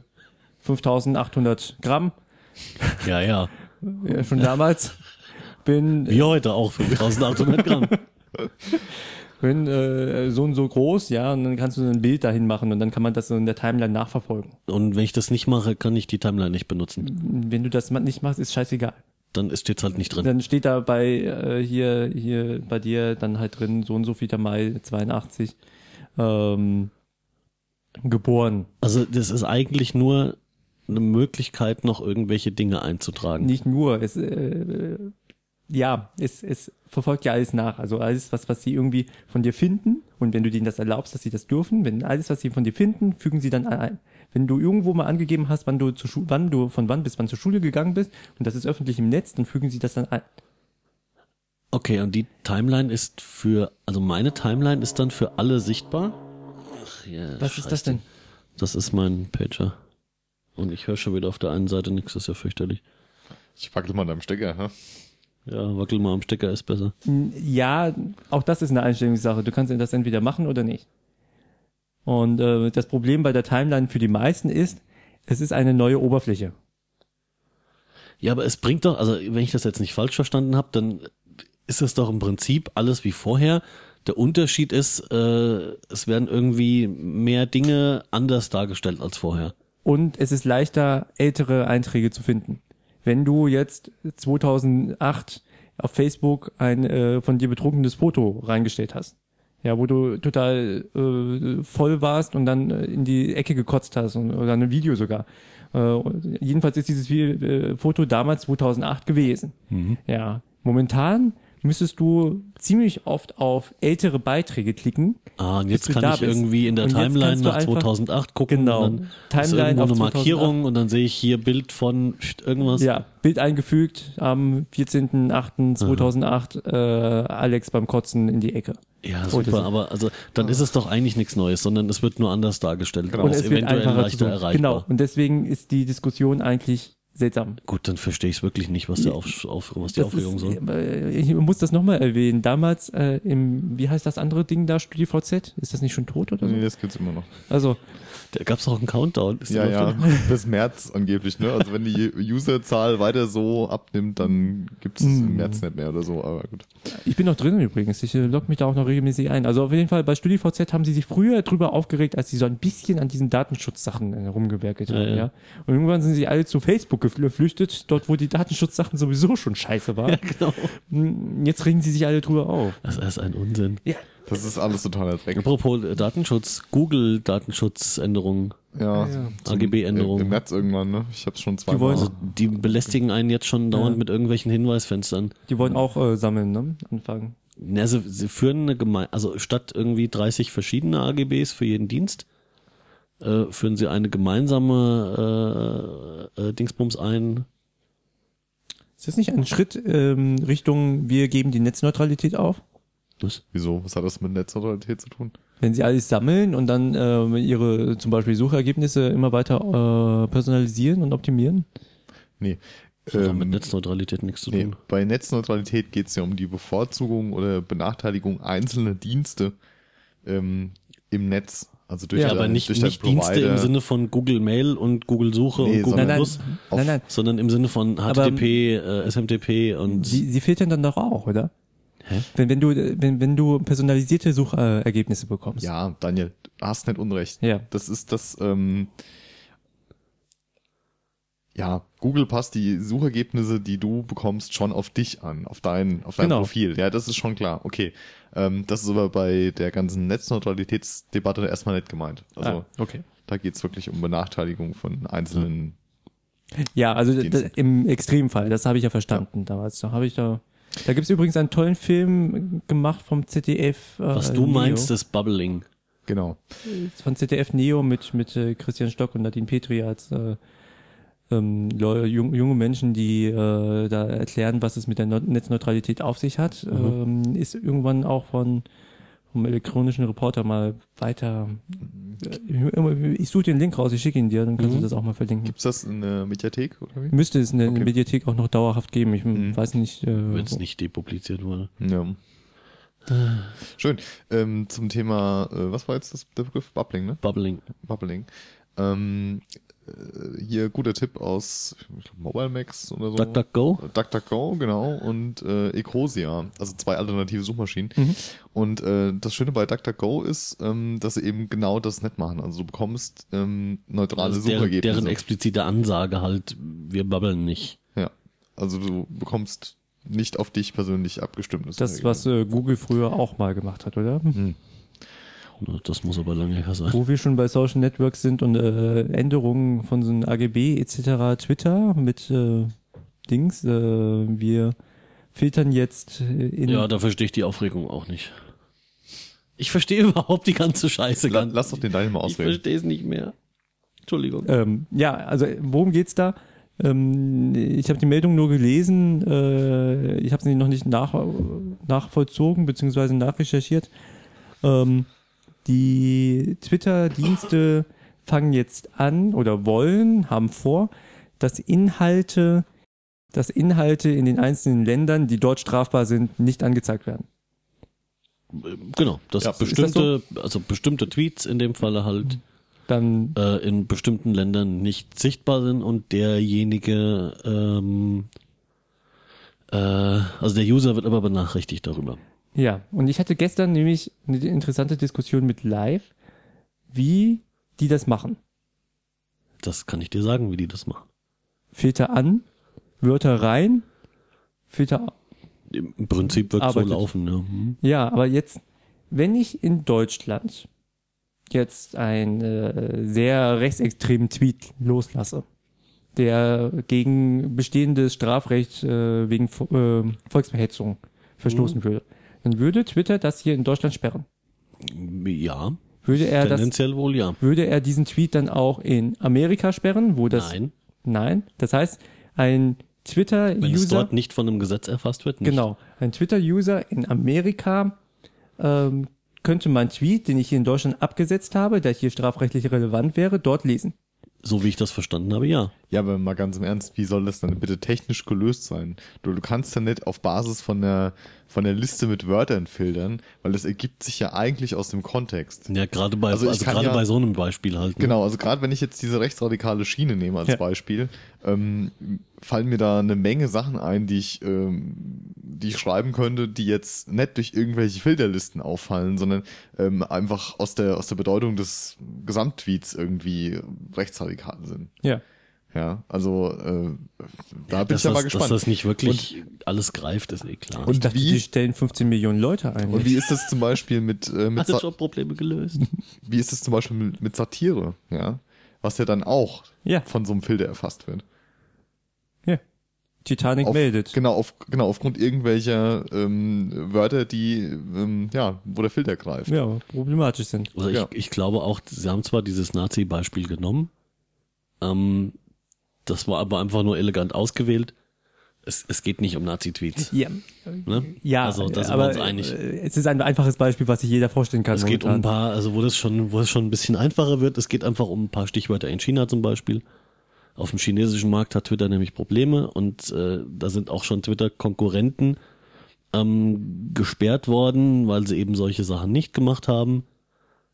Speaker 4: 5800 Gramm,
Speaker 2: ja, ja.
Speaker 4: ja, schon damals. Bin
Speaker 2: Wie heute auch 5800 Gramm.
Speaker 4: bin äh, so und so groß, ja, und dann kannst du ein Bild dahin machen und dann kann man das so in der Timeline nachverfolgen.
Speaker 2: Und wenn ich das nicht mache, kann ich die Timeline nicht benutzen.
Speaker 4: Wenn du das ma- nicht machst, ist scheißegal.
Speaker 2: Dann ist jetzt halt nicht drin.
Speaker 4: Dann steht da bei äh, hier hier bei dir dann halt drin so und so viel Mai 82 ähm, geboren.
Speaker 2: Also das ist eigentlich nur eine Möglichkeit, noch irgendwelche Dinge einzutragen.
Speaker 4: Nicht nur es äh, ja, es, es verfolgt ja alles nach. Also alles, was, was sie irgendwie von dir finden. Und wenn du denen das erlaubst, dass sie das dürfen, wenn alles, was sie von dir finden, fügen sie dann ein. Wenn du irgendwo mal angegeben hast, wann du, zur Schu wann du von wann bis wann zur Schule gegangen bist, und das ist öffentlich im Netz, dann fügen sie das dann ein.
Speaker 2: Okay, und die Timeline ist für, also meine Timeline ist dann für alle sichtbar. Ach, ja,
Speaker 4: Was ist das
Speaker 2: scheiße.
Speaker 4: denn?
Speaker 2: Das ist mein Pager. Und ich höre schon wieder auf der einen Seite nichts, das ist ja fürchterlich.
Speaker 3: Ich wackel mal an deinem Stecker, hä?
Speaker 2: Ja, wackel mal am Stecker ist besser.
Speaker 4: Ja, auch das ist eine Einstellungssache. Du kannst das entweder machen oder nicht. Und äh, das Problem bei der Timeline für die meisten ist, es ist eine neue Oberfläche.
Speaker 2: Ja, aber es bringt doch, also wenn ich das jetzt nicht falsch verstanden habe, dann ist das doch im Prinzip alles wie vorher. Der Unterschied ist, äh, es werden irgendwie mehr Dinge anders dargestellt als vorher.
Speaker 4: und es ist leichter, ältere Einträge zu finden. Wenn du jetzt 2008 auf Facebook ein äh, von dir betrunkenes Foto reingestellt hast, ja, wo du total äh, voll warst und dann äh, in die Ecke gekotzt hast und, oder ein Video sogar. Äh, jedenfalls ist dieses Vi- äh, Foto damals 2008 gewesen. Ja, momentan müsstest du ziemlich oft auf ältere Beiträge klicken,
Speaker 2: Ah, und
Speaker 4: Bis
Speaker 2: jetzt
Speaker 4: du
Speaker 2: kann
Speaker 4: da
Speaker 2: ich
Speaker 4: bist.
Speaker 2: irgendwie in der
Speaker 4: Und jetzt
Speaker 2: Timeline
Speaker 4: kannst du
Speaker 2: nach
Speaker 4: einfach-
Speaker 2: 2008 gucken.
Speaker 4: Genau.
Speaker 2: Und dann ist
Speaker 4: Timeline
Speaker 2: irgendwo
Speaker 4: auf
Speaker 2: eine
Speaker 4: 2008.
Speaker 2: Markierung und dann sehe ich hier Bild von pst, irgendwas.
Speaker 4: Ja, Bild eingefügt am 14.08.2008, äh, Alex beim Kotzen in die Ecke.
Speaker 2: ja
Speaker 4: Oh, das
Speaker 2: super.
Speaker 4: ist-
Speaker 2: aber also dann ist es doch eigentlich nichts Neues, sondern es wird nur anders dargestellt.
Speaker 3: Genau.
Speaker 2: Und
Speaker 3: Und
Speaker 2: es eventuell leichter erreichbar.
Speaker 4: Genau, und deswegen ist die Diskussion eigentlich seltsam.
Speaker 2: Gut, dann verstehe ich es wirklich nicht, was, der auf, auf, was die
Speaker 4: Das
Speaker 2: Aufregung
Speaker 4: ist,
Speaker 2: soll.
Speaker 4: äh, ich muss das nochmal erwähnen. Damals äh, im, wie heißt das andere Ding da, StudiVZ? Ist das nicht schon tot oder so?
Speaker 3: Nee, das gibt's immer noch.
Speaker 4: Also,
Speaker 2: Da gab es auch einen Countdown. Ist
Speaker 3: Ja,
Speaker 2: der noch
Speaker 3: ja.
Speaker 2: drin?
Speaker 3: Bis März angeblich, ne? Also wenn die Userzahl weiter so abnimmt, dann gibt's es
Speaker 2: Hm.
Speaker 3: im März nicht mehr oder so, aber gut.
Speaker 4: ich bin noch drin übrigens. Ich äh, logge mich da auch noch regelmäßig ein. Also auf jeden Fall, bei StudiVZ haben sie sich früher drüber aufgeregt, als sie so ein bisschen an diesen Datenschutzsachen äh, rumgewerkelt haben.
Speaker 2: ja.
Speaker 4: Ja, Und irgendwann sind sie alle zu Facebook geflüchtet, dort wo die Datenschutzsachen sowieso schon scheiße waren. Hm,
Speaker 2: Genau.
Speaker 4: Jetzt regen sie sich alle drüber auf.
Speaker 2: Das ist ein Unsinn.
Speaker 4: Ja,
Speaker 3: Das ist alles totaler Dreck.
Speaker 2: Apropos äh, Datenschutz, Google Datenschutzänderungen,
Speaker 3: Ja. Im, Im
Speaker 2: AGB-Änderungen.
Speaker 3: März irgendwann, ne? Ich hab's schon
Speaker 4: wollen
Speaker 3: zweimal.
Speaker 4: so-
Speaker 2: Also die belästigen einen jetzt schon dauernd
Speaker 4: Ja.
Speaker 2: mit irgendwelchen Hinweisfenstern.
Speaker 4: Die wollen auch äh, sammeln, ne? Anfangen.
Speaker 2: Na, sie, sie führen eine Geme also statt irgendwie 30 verschiedene AGBs für jeden Dienst, äh, führen sie eine gemeinsame äh, äh, Dingsbums ein.
Speaker 4: Ist das nicht ein Schritt ähm, Richtung, wir geben die Netzneutralität auf?
Speaker 2: Was?
Speaker 3: Wieso? Was hat das mit Netzneutralität zu tun?
Speaker 4: Wenn sie alles sammeln und dann ähm, ihre zum Beispiel Suchergebnisse immer weiter äh, personalisieren und optimieren?
Speaker 3: Nee.
Speaker 2: Das hat doch mit
Speaker 3: Ähm,
Speaker 2: Netzneutralität nichts zu
Speaker 3: Nee,
Speaker 2: tun.
Speaker 3: bei Netzneutralität geht es ja um die Bevorzugung oder Benachteiligung einzelner Dienste ähm, im Netz. Also durch
Speaker 4: Ja,
Speaker 3: deinen-
Speaker 2: Aber nicht,
Speaker 3: durch deinen
Speaker 2: nicht Dienste im
Speaker 3: Provider.
Speaker 2: Sinne von Google Mail und Google Suche und
Speaker 3: Nee,
Speaker 2: Google
Speaker 3: sondern-
Speaker 4: Nein, nein,
Speaker 2: Plus,
Speaker 3: Auf-
Speaker 4: nein, nein.
Speaker 2: sondern im Sinne von
Speaker 4: Aber-
Speaker 2: HTTP, äh, SMTP und
Speaker 4: Sie, sie filtern dann doch auch, oder? Hä? Wenn, wenn du wenn, wenn du personalisierte Suchergebnisse bekommst.
Speaker 3: Ja, Daniel, du hast nicht Unrecht.
Speaker 4: Ja.
Speaker 3: Das ist das, ähm, ja, Google passt die Suchergebnisse, die du bekommst, schon auf dich an, auf dein, auf dein
Speaker 4: Genau.
Speaker 3: Profil. Ja, das ist schon klar. Okay. Ähm, das ist aber bei der ganzen Netzneutralitätsdebatte erstmal nicht gemeint. Also
Speaker 4: Ah, okay.
Speaker 3: da geht's wirklich um Benachteiligung von einzelnen
Speaker 4: Ja, also d-
Speaker 3: Dienst.
Speaker 4: im Extremfall, das habe ich ja verstanden damals. Da habe ich da. Da gibt's übrigens einen tollen Film gemacht vom ZDF. Äh,
Speaker 2: was du meinst,
Speaker 4: Neo,
Speaker 2: ist Bubbling.
Speaker 3: Genau.
Speaker 4: von ZDF Neo mit mit äh, Christian Stock und Nadine Petri als äh, ähm, Leu- jung, junge Menschen, die äh, da erklären, was es mit der Neu- Netzneutralität auf sich hat, ähm, ist irgendwann auch von vom elektronischen Reporter mal weiter. Äh, Ich suche den Link raus, ich schicke ihn dir, dann kannst du das auch mal verlinken.
Speaker 3: Gibt's das in der Mediathek oder wie?
Speaker 4: Müsste es in der
Speaker 3: Okay.
Speaker 4: Mediathek auch noch dauerhaft geben. Ich weiß nicht. Äh,
Speaker 2: wenn es nicht depubliziert wurde.
Speaker 3: Ja. Ah. Schön. Ähm, zum Thema, äh, was war jetzt das, der Begriff? Bubbling, ne?
Speaker 2: Bubbling.
Speaker 3: Bubbling. Ähm, äh, hier guter Tipp aus ich glaub, Mobile Max oder so.
Speaker 2: DuckDuckGo?
Speaker 3: DuckDuckGo, genau, und äh, Ecosia, also zwei alternative Suchmaschinen. Und äh, das Schöne bei DuckDuckGo ist, ähm, dass sie eben genau das nicht machen. Also du bekommst ähm, neutrale
Speaker 2: Also deren,
Speaker 3: Suchergebnisse.
Speaker 2: deren explizite Ansage halt, wir babbeln nicht.
Speaker 3: ja. Also du bekommst nicht auf dich persönlich abgestimmtes
Speaker 4: das, was äh, Google früher auch mal gemacht hat, oder?
Speaker 2: Na, Das muss aber lange her sein.
Speaker 4: Wo wir schon bei Social Networks sind und äh, Änderungen von so einem AGB etc. Twitter mit äh, Dings. Äh, wir filtern jetzt äh, in
Speaker 2: Ja, da verstehe ich die Aufregung auch nicht. Ich verstehe überhaupt die ganze Scheiße
Speaker 3: La
Speaker 2: gar nicht.
Speaker 3: lass doch den Daniel mal
Speaker 2: Ich
Speaker 3: ausreden.
Speaker 2: verstehe es nicht mehr. Entschuldigung.
Speaker 4: Ähm, ja, also worum geht's da? Ähm, ich habe die Meldung nur gelesen, äh, ich habe sie noch nicht nach, nachvollzogen bzw. nachrecherchiert. Ähm, die Twitter-Dienste fangen jetzt an oder wollen, haben vor, dass Inhalte, dass Inhalte in den einzelnen Ländern, die dort strafbar sind, nicht angezeigt werden.
Speaker 2: Genau, dass
Speaker 3: Ja, ist das
Speaker 2: bestimmte, also bestimmte Tweets in dem Falle halt
Speaker 4: Dann
Speaker 2: äh, in bestimmten Ländern nicht sichtbar sind und derjenige, ähm, äh, also der User wird aber benachrichtigt darüber.
Speaker 4: Ja, und ich hatte gestern nämlich eine interessante Diskussion mit Live, wie die das machen.
Speaker 2: Das kann ich dir sagen, wie die das machen.
Speaker 4: Filter an, Wörter rein, Filter.
Speaker 2: Im im Prinzip wird so
Speaker 4: Arbeitet.
Speaker 2: laufen. Ja. Hm.
Speaker 4: Ja, aber jetzt, wenn ich in Deutschland jetzt einen äh, sehr rechtsextremen Tweet loslasse, der gegen bestehendes Strafrecht äh, wegen Vo- äh, Volksverhetzung verstoßen
Speaker 2: Mhm.
Speaker 4: würde, dann würde Twitter das hier in Deutschland sperren.
Speaker 2: Ja,
Speaker 4: Würde er das
Speaker 2: tendenziell wohl ja.
Speaker 4: Würde er diesen Tweet dann auch in Amerika sperren, wo das
Speaker 2: Nein,
Speaker 4: Nein? Das heißt, ein Twitter
Speaker 2: wenn es
Speaker 4: User
Speaker 2: dort nicht von einem Gesetz erfasst wird, nicht.
Speaker 4: genau, ein Twitter User in Amerika ähm, könnte mein Tweet, den ich hier in Deutschland abgesetzt habe, der hier strafrechtlich relevant wäre, dort lesen.
Speaker 2: So wie ich das verstanden habe, ja.
Speaker 3: Ja, aber mal ganz im Ernst, wie soll das dann bitte technisch gelöst sein? Du, du kannst ja nicht auf Basis von der, von der Liste mit Wörtern filtern, weil das ergibt sich ja eigentlich aus dem Kontext.
Speaker 2: Ja, gerade bei,
Speaker 3: Also
Speaker 2: also
Speaker 3: ich kann
Speaker 2: gerade
Speaker 3: ja-
Speaker 2: bei so einem Beispiel halt. ne?
Speaker 3: Genau, also gerade wenn ich jetzt diese rechtsradikale Schiene nehme als
Speaker 4: Ja.
Speaker 3: Beispiel, ähm, fallen mir da eine Menge Sachen ein, die ich, ähm, die ich schreiben könnte, die jetzt nicht durch irgendwelche Filterlisten auffallen, sondern ähm, einfach aus der, aus der Bedeutung des Gesamttweets irgendwie rechtsradikal sind.
Speaker 4: Ja.
Speaker 3: Ja, also äh, da bin
Speaker 2: Dass
Speaker 3: ich ja
Speaker 2: das,
Speaker 3: mal gespannt.
Speaker 2: dass das nicht wirklich alles greift, ist eh klar.
Speaker 3: Und
Speaker 4: Ich dachte,
Speaker 3: wie-
Speaker 4: die stellen 15 Millionen Leute ein.
Speaker 3: Und wie ist das zum Beispiel mit, äh, mit
Speaker 2: Hat jetzt
Speaker 3: Sa-
Speaker 2: schon Probleme gelöst.
Speaker 3: wie ist das zum Beispiel mit, mit Satire, ja? Was ja dann auch
Speaker 4: Ja.
Speaker 3: von so einem Filter erfasst wird.
Speaker 4: ja. Titanic
Speaker 3: Auf,
Speaker 4: meldet.
Speaker 3: Genau, auf, genau, aufgrund irgendwelcher ähm, Wörter, die, ähm, ja, wo der Filter greift.
Speaker 4: Ja, problematisch sind.
Speaker 2: Also
Speaker 3: Ja.
Speaker 2: ich, ich glaube auch, sie haben zwar dieses Nazi-Beispiel genommen, ähm, das war aber einfach nur elegant ausgewählt. Es, es geht nicht um Nazi-Tweets.
Speaker 4: Ja,
Speaker 2: Ne?
Speaker 4: ja
Speaker 2: also da sind
Speaker 4: aber
Speaker 2: wir uns einig.
Speaker 4: äh, es ist ein einfaches Beispiel, was sich jeder vorstellen kann.
Speaker 2: Es geht um ein
Speaker 4: momentan.
Speaker 2: paar, also wo das schon, wo es schon ein bisschen einfacher wird, es geht einfach um ein paar Stichwörter in China zum Beispiel. Auf dem chinesischen Markt hat Twitter nämlich Probleme und äh, da sind auch schon Twitter-Konkurrenten ähm, gesperrt worden, weil sie eben solche Sachen nicht gemacht haben.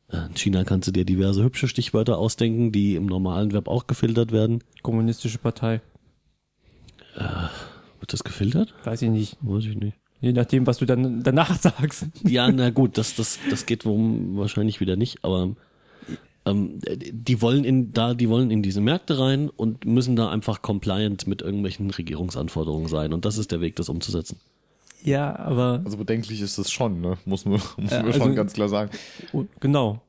Speaker 2: Äh, In China kannst du dir diverse hübsche Stichwörter ausdenken, die im normalen Web auch gefiltert werden.
Speaker 4: Kommunistische Partei.
Speaker 2: Wird das gefiltert?
Speaker 4: Weiß ich nicht.
Speaker 2: Weiß ich nicht.
Speaker 4: Je nachdem, was du dann danach sagst.
Speaker 2: Ja, na gut, das, das, das geht worum wahrscheinlich wieder nicht, aber ähm, die wollen in da, die wollen in diese Märkte rein und müssen da einfach compliant mit irgendwelchen Regierungsanforderungen sein. Und das ist der Weg, das umzusetzen.
Speaker 4: Ja, aber
Speaker 3: Also bedenklich ist das schon, ne? Muss man, muss man
Speaker 4: also-
Speaker 3: schon ganz klar sagen.
Speaker 4: oh, genau.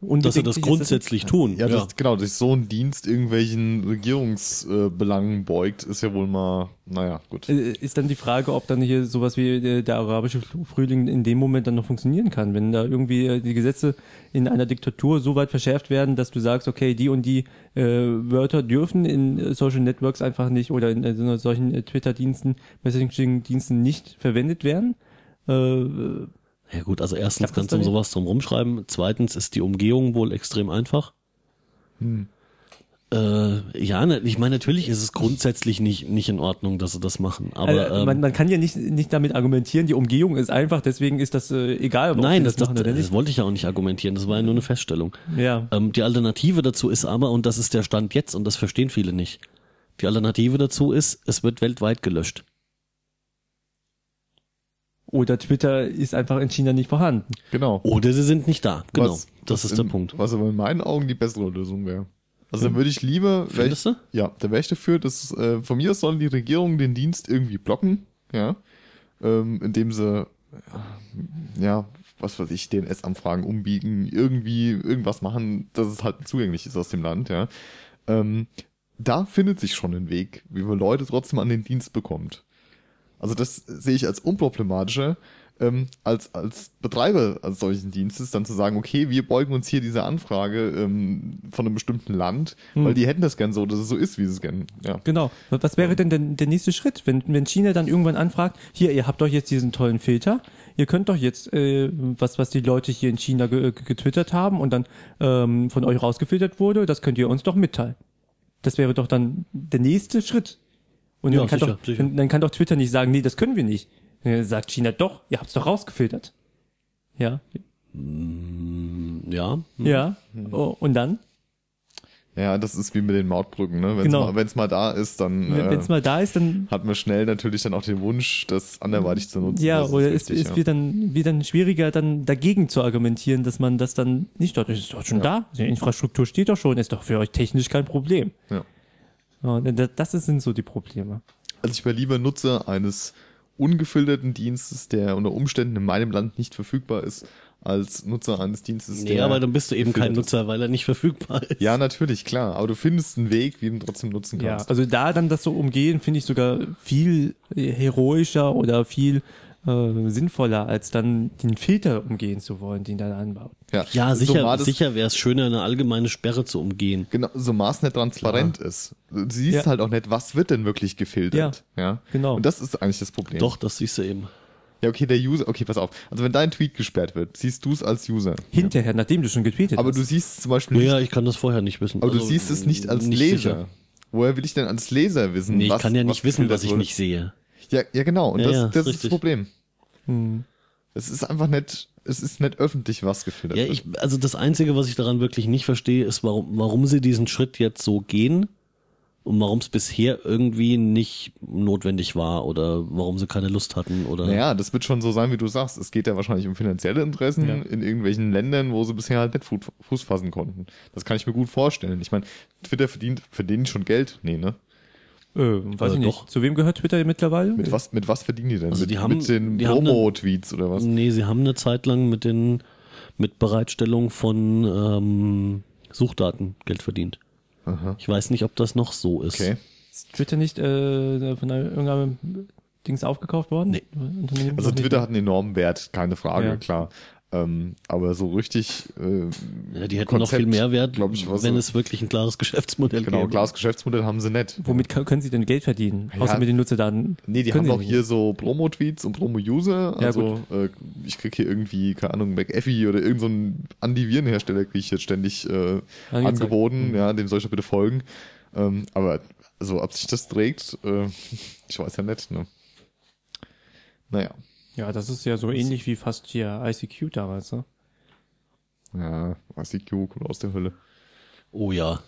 Speaker 4: unbedingt
Speaker 2: dass sie das
Speaker 4: nicht
Speaker 2: grundsätzlich tun.
Speaker 3: Ja, Das, genau, dass so ein Dienst irgendwelchen Regierungsbelangen beugt, ist ja wohl mal, naja, gut.
Speaker 4: Äh, Ist dann die Frage, ob dann hier sowas wie äh, der arabische Fl- Frühling in dem Moment dann noch funktionieren kann, wenn da irgendwie äh, die Gesetze in einer Diktatur so weit verschärft werden, dass du sagst, okay, die und die äh, Wörter dürfen in äh, Social Networks einfach nicht oder in äh, so- solchen äh, Twitter-Diensten, Messaging-Diensten nicht verwendet werden. Äh,
Speaker 2: Ja gut, also erstens
Speaker 4: Klappt das
Speaker 2: kannst du um
Speaker 4: dann
Speaker 2: sowas drum rumschreiben. Zweitens ist die Umgehung wohl extrem einfach.
Speaker 4: Hm.
Speaker 2: Äh, ja, ne, ich meine, natürlich ist es grundsätzlich nicht, nicht in Ordnung, dass sie das machen. Aber
Speaker 4: äh,
Speaker 2: ähm,
Speaker 4: man, man kann ja nicht, nicht damit argumentieren, die Umgehung ist einfach, deswegen ist das äh, egal, ob
Speaker 2: nein,
Speaker 4: sie
Speaker 2: das,
Speaker 4: das,
Speaker 2: das,
Speaker 4: machen
Speaker 2: das,
Speaker 4: oder nicht.
Speaker 2: wollte ich ja auch nicht argumentieren. Das war ja nur eine Feststellung.
Speaker 4: Ja.
Speaker 2: Ähm, die Alternative dazu ist aber, und das ist der Stand jetzt, und das verstehen viele nicht, die Alternative dazu ist, es wird weltweit gelöscht.
Speaker 4: Oder Twitter ist einfach in China nicht vorhanden.
Speaker 3: Genau.
Speaker 2: Oder sie sind nicht da. Genau,
Speaker 3: Was-
Speaker 2: das
Speaker 3: was
Speaker 2: ist der
Speaker 3: in,
Speaker 2: Punkt. Hm.
Speaker 3: Was aber in meinen Augen die bessere Lösung wäre. Also dann würde ich lieber. wär
Speaker 2: Findest
Speaker 3: ich,
Speaker 2: du?
Speaker 3: Ja, da wäre ich dafür, dass äh, von mir aus sollen die Regierungen den Dienst irgendwie blocken, ja. Ähm, indem sie ja, was weiß ich, DNS-Anfragen umbiegen, irgendwie irgendwas machen, dass es halt zugänglich ist aus dem Land, ja. Ähm, da findet sich schon ein Weg, wie man Leute trotzdem an den Dienst bekommt. Also das sehe ich als unproblematischer, ähm, als, als Betreiber als solchen Dienstes dann zu sagen, okay, wir beugen uns hier dieser Anfrage ähm, von einem bestimmten Land,
Speaker 4: Hm.
Speaker 3: weil die hätten das gern so, dass es so ist, wie sie es gern. Ja.
Speaker 4: Genau. Wa- Was wäre denn der, der nächste Schritt, wenn, wenn China dann irgendwann anfragt, hier, ihr habt doch jetzt diesen tollen Filter, ihr könnt doch jetzt, äh, was, was die Leute hier in China ge ge- getwittert haben und dann ähm, von euch rausgefiltert wurde, das könnt ihr uns doch mitteilen. Das wäre doch dann der nächste Schritt. Und
Speaker 2: Ja,
Speaker 4: dann, kann
Speaker 2: sicher,
Speaker 4: doch,
Speaker 2: sicher.
Speaker 4: Dann, dann kann doch Twitter nicht sagen, nee, das können wir nicht. Äh, sagt China, doch, ihr habt's doch rausgefiltert. Ja,
Speaker 2: Ja,
Speaker 4: ja. Oh, und dann,
Speaker 3: ja, das ist wie mit den Mautbrücken, ne? Wenn es
Speaker 4: Genau.
Speaker 3: mal, wenn's mal da ist, dann. äh,
Speaker 4: wenn wenn's mal da ist, dann
Speaker 3: hat man schnell natürlich dann auch den Wunsch, das anderweitig zu nutzen.
Speaker 4: Ja,
Speaker 3: Das
Speaker 4: oder es
Speaker 3: richtig,
Speaker 4: ist, wird, dann, wird dann schwieriger, dann dagegen zu argumentieren, dass man das dann nicht dort ist. Ist doch schon da. Die Infrastruktur steht doch schon, ist doch für euch technisch kein Problem.
Speaker 3: ja.
Speaker 4: Ja, und da- das sind so die Probleme.
Speaker 3: Also ich wäre lieber Nutzer eines ungefilterten Dienstes, der unter Umständen in meinem Land nicht verfügbar ist, als Nutzer eines Dienstes,
Speaker 2: nee,
Speaker 3: der...
Speaker 2: aber dann bist du eben kein
Speaker 3: gefiltert
Speaker 2: Nutzer, weil er nicht verfügbar ist.
Speaker 3: ist. Ja, natürlich, klar. Aber du findest einen Weg, wie du ihn trotzdem nutzen
Speaker 4: Ja,
Speaker 3: kannst.
Speaker 4: also da dann das so umgehen, finde ich sogar viel äh, heroischer oder viel äh, sinnvoller, als dann den Filter umgehen zu wollen, den dann anbaut.
Speaker 3: Ja,
Speaker 2: Ja,
Speaker 3: So
Speaker 2: sicher,
Speaker 3: war das-
Speaker 2: sicher wäre es schöner, eine allgemeine Sperre zu umgehen.
Speaker 3: Genau, so maßnet transparent ist. Du siehst
Speaker 4: Ja.
Speaker 3: halt auch nicht, was wird denn wirklich gefiltert. Ja,
Speaker 4: genau.
Speaker 3: Und das ist eigentlich das Problem.
Speaker 2: Doch, das siehst du eben.
Speaker 3: Ja, okay, der User, okay, pass auf. Also wenn dein Tweet gesperrt wird, siehst du es als User.
Speaker 4: Hinterher, nachdem du schon getweetet
Speaker 3: Aber
Speaker 4: hast.
Speaker 3: du siehst zum Beispiel nicht
Speaker 2: Naja, ich kann das vorher nicht wissen.
Speaker 3: Aber du
Speaker 2: Also,
Speaker 3: siehst es nicht als
Speaker 2: nicht
Speaker 3: Leser.
Speaker 2: sicher.
Speaker 3: Woher will ich denn als Leser wissen?
Speaker 2: Nee, ich
Speaker 3: was-
Speaker 2: kann ja nicht wissen, was
Speaker 3: gefiltert
Speaker 2: ich
Speaker 3: wurde?
Speaker 2: nicht sehe.
Speaker 3: Ja, ja genau. Und
Speaker 2: Ja,
Speaker 3: das,
Speaker 2: ja,
Speaker 3: das ist
Speaker 2: richtig. Hm.
Speaker 3: das Problem. Es ist einfach nicht, es ist nicht öffentlich, was gefiltert
Speaker 2: Ja,
Speaker 3: wird.
Speaker 2: ich, also das Einzige, was ich daran wirklich nicht verstehe, ist, warum, warum sie diesen Schritt jetzt so gehen und warum es bisher irgendwie nicht notwendig war oder warum sie keine Lust hatten oder.
Speaker 3: Naja, das wird schon so sein, wie du sagst. Es geht ja wahrscheinlich um finanzielle Interessen in irgendwelchen Ländern, wo sie bisher halt nicht Fu- Fuß fassen konnten. Das kann ich mir gut vorstellen. Ich meine, Twitter verdient, verdient schon Geld. Nee, ne?
Speaker 4: äh, weiß
Speaker 2: Äh,
Speaker 4: ich nicht.
Speaker 2: doch.
Speaker 4: Zu wem gehört Twitter mittlerweile?
Speaker 3: Mit was, mit was verdienen die denn?
Speaker 2: Also
Speaker 3: mit,
Speaker 2: die haben-
Speaker 3: mit den
Speaker 2: die haben
Speaker 3: Promo-Tweets oder was?
Speaker 2: Nee, sie haben eine Zeit lang mit den mit Bereitstellung von ähm, Suchdaten Geld verdient. Ich weiß nicht, ob das noch so ist.
Speaker 3: Okay.
Speaker 4: Ist Twitter nicht äh, von einer- irgendeinem Dings aufgekauft worden?
Speaker 2: Nee.
Speaker 4: Unternehmen?
Speaker 3: Also
Speaker 4: Noch nicht.
Speaker 3: Twitter hat einen enormen Wert, keine Frage,
Speaker 4: Ja.
Speaker 3: klar. Ähm, aber so richtig. Äh,
Speaker 2: Ja, die hätten noch
Speaker 3: Konzept,
Speaker 2: viel mehr Wert,
Speaker 3: glaub ich, was
Speaker 2: wenn
Speaker 3: so-
Speaker 2: es wirklich ein klares Geschäftsmodell
Speaker 3: Genau,
Speaker 2: gäbe.
Speaker 3: klares Geschäftsmodell haben sie nicht.
Speaker 4: Womit ka- können sie denn Geld verdienen?
Speaker 3: Ja.
Speaker 4: Außer mit den Nutzerdaten.
Speaker 3: Nee, die
Speaker 4: Können
Speaker 3: haben
Speaker 4: sie
Speaker 3: auch
Speaker 4: nicht.
Speaker 3: hier so Promo-Tweets und Promo-User.
Speaker 4: Ja,
Speaker 3: Also äh, ich krieg hier irgendwie, keine Ahnung, McAfee oder irgendeinen so einen Antivirenhersteller kriege ich jetzt ständig äh,
Speaker 4: Angezeigt.
Speaker 3: angeboten.
Speaker 4: Mhm.
Speaker 3: Ja, dem soll ich doch bitte folgen. Ähm, aber also, ob sich das trägt, äh, ich weiß ja nicht. Ne? Naja.
Speaker 4: Ja, das ist ja so ähnlich wie fast hier ICQ damals, ne?
Speaker 3: Ja, ICQ kommt aus der Hölle.
Speaker 2: Oh ja,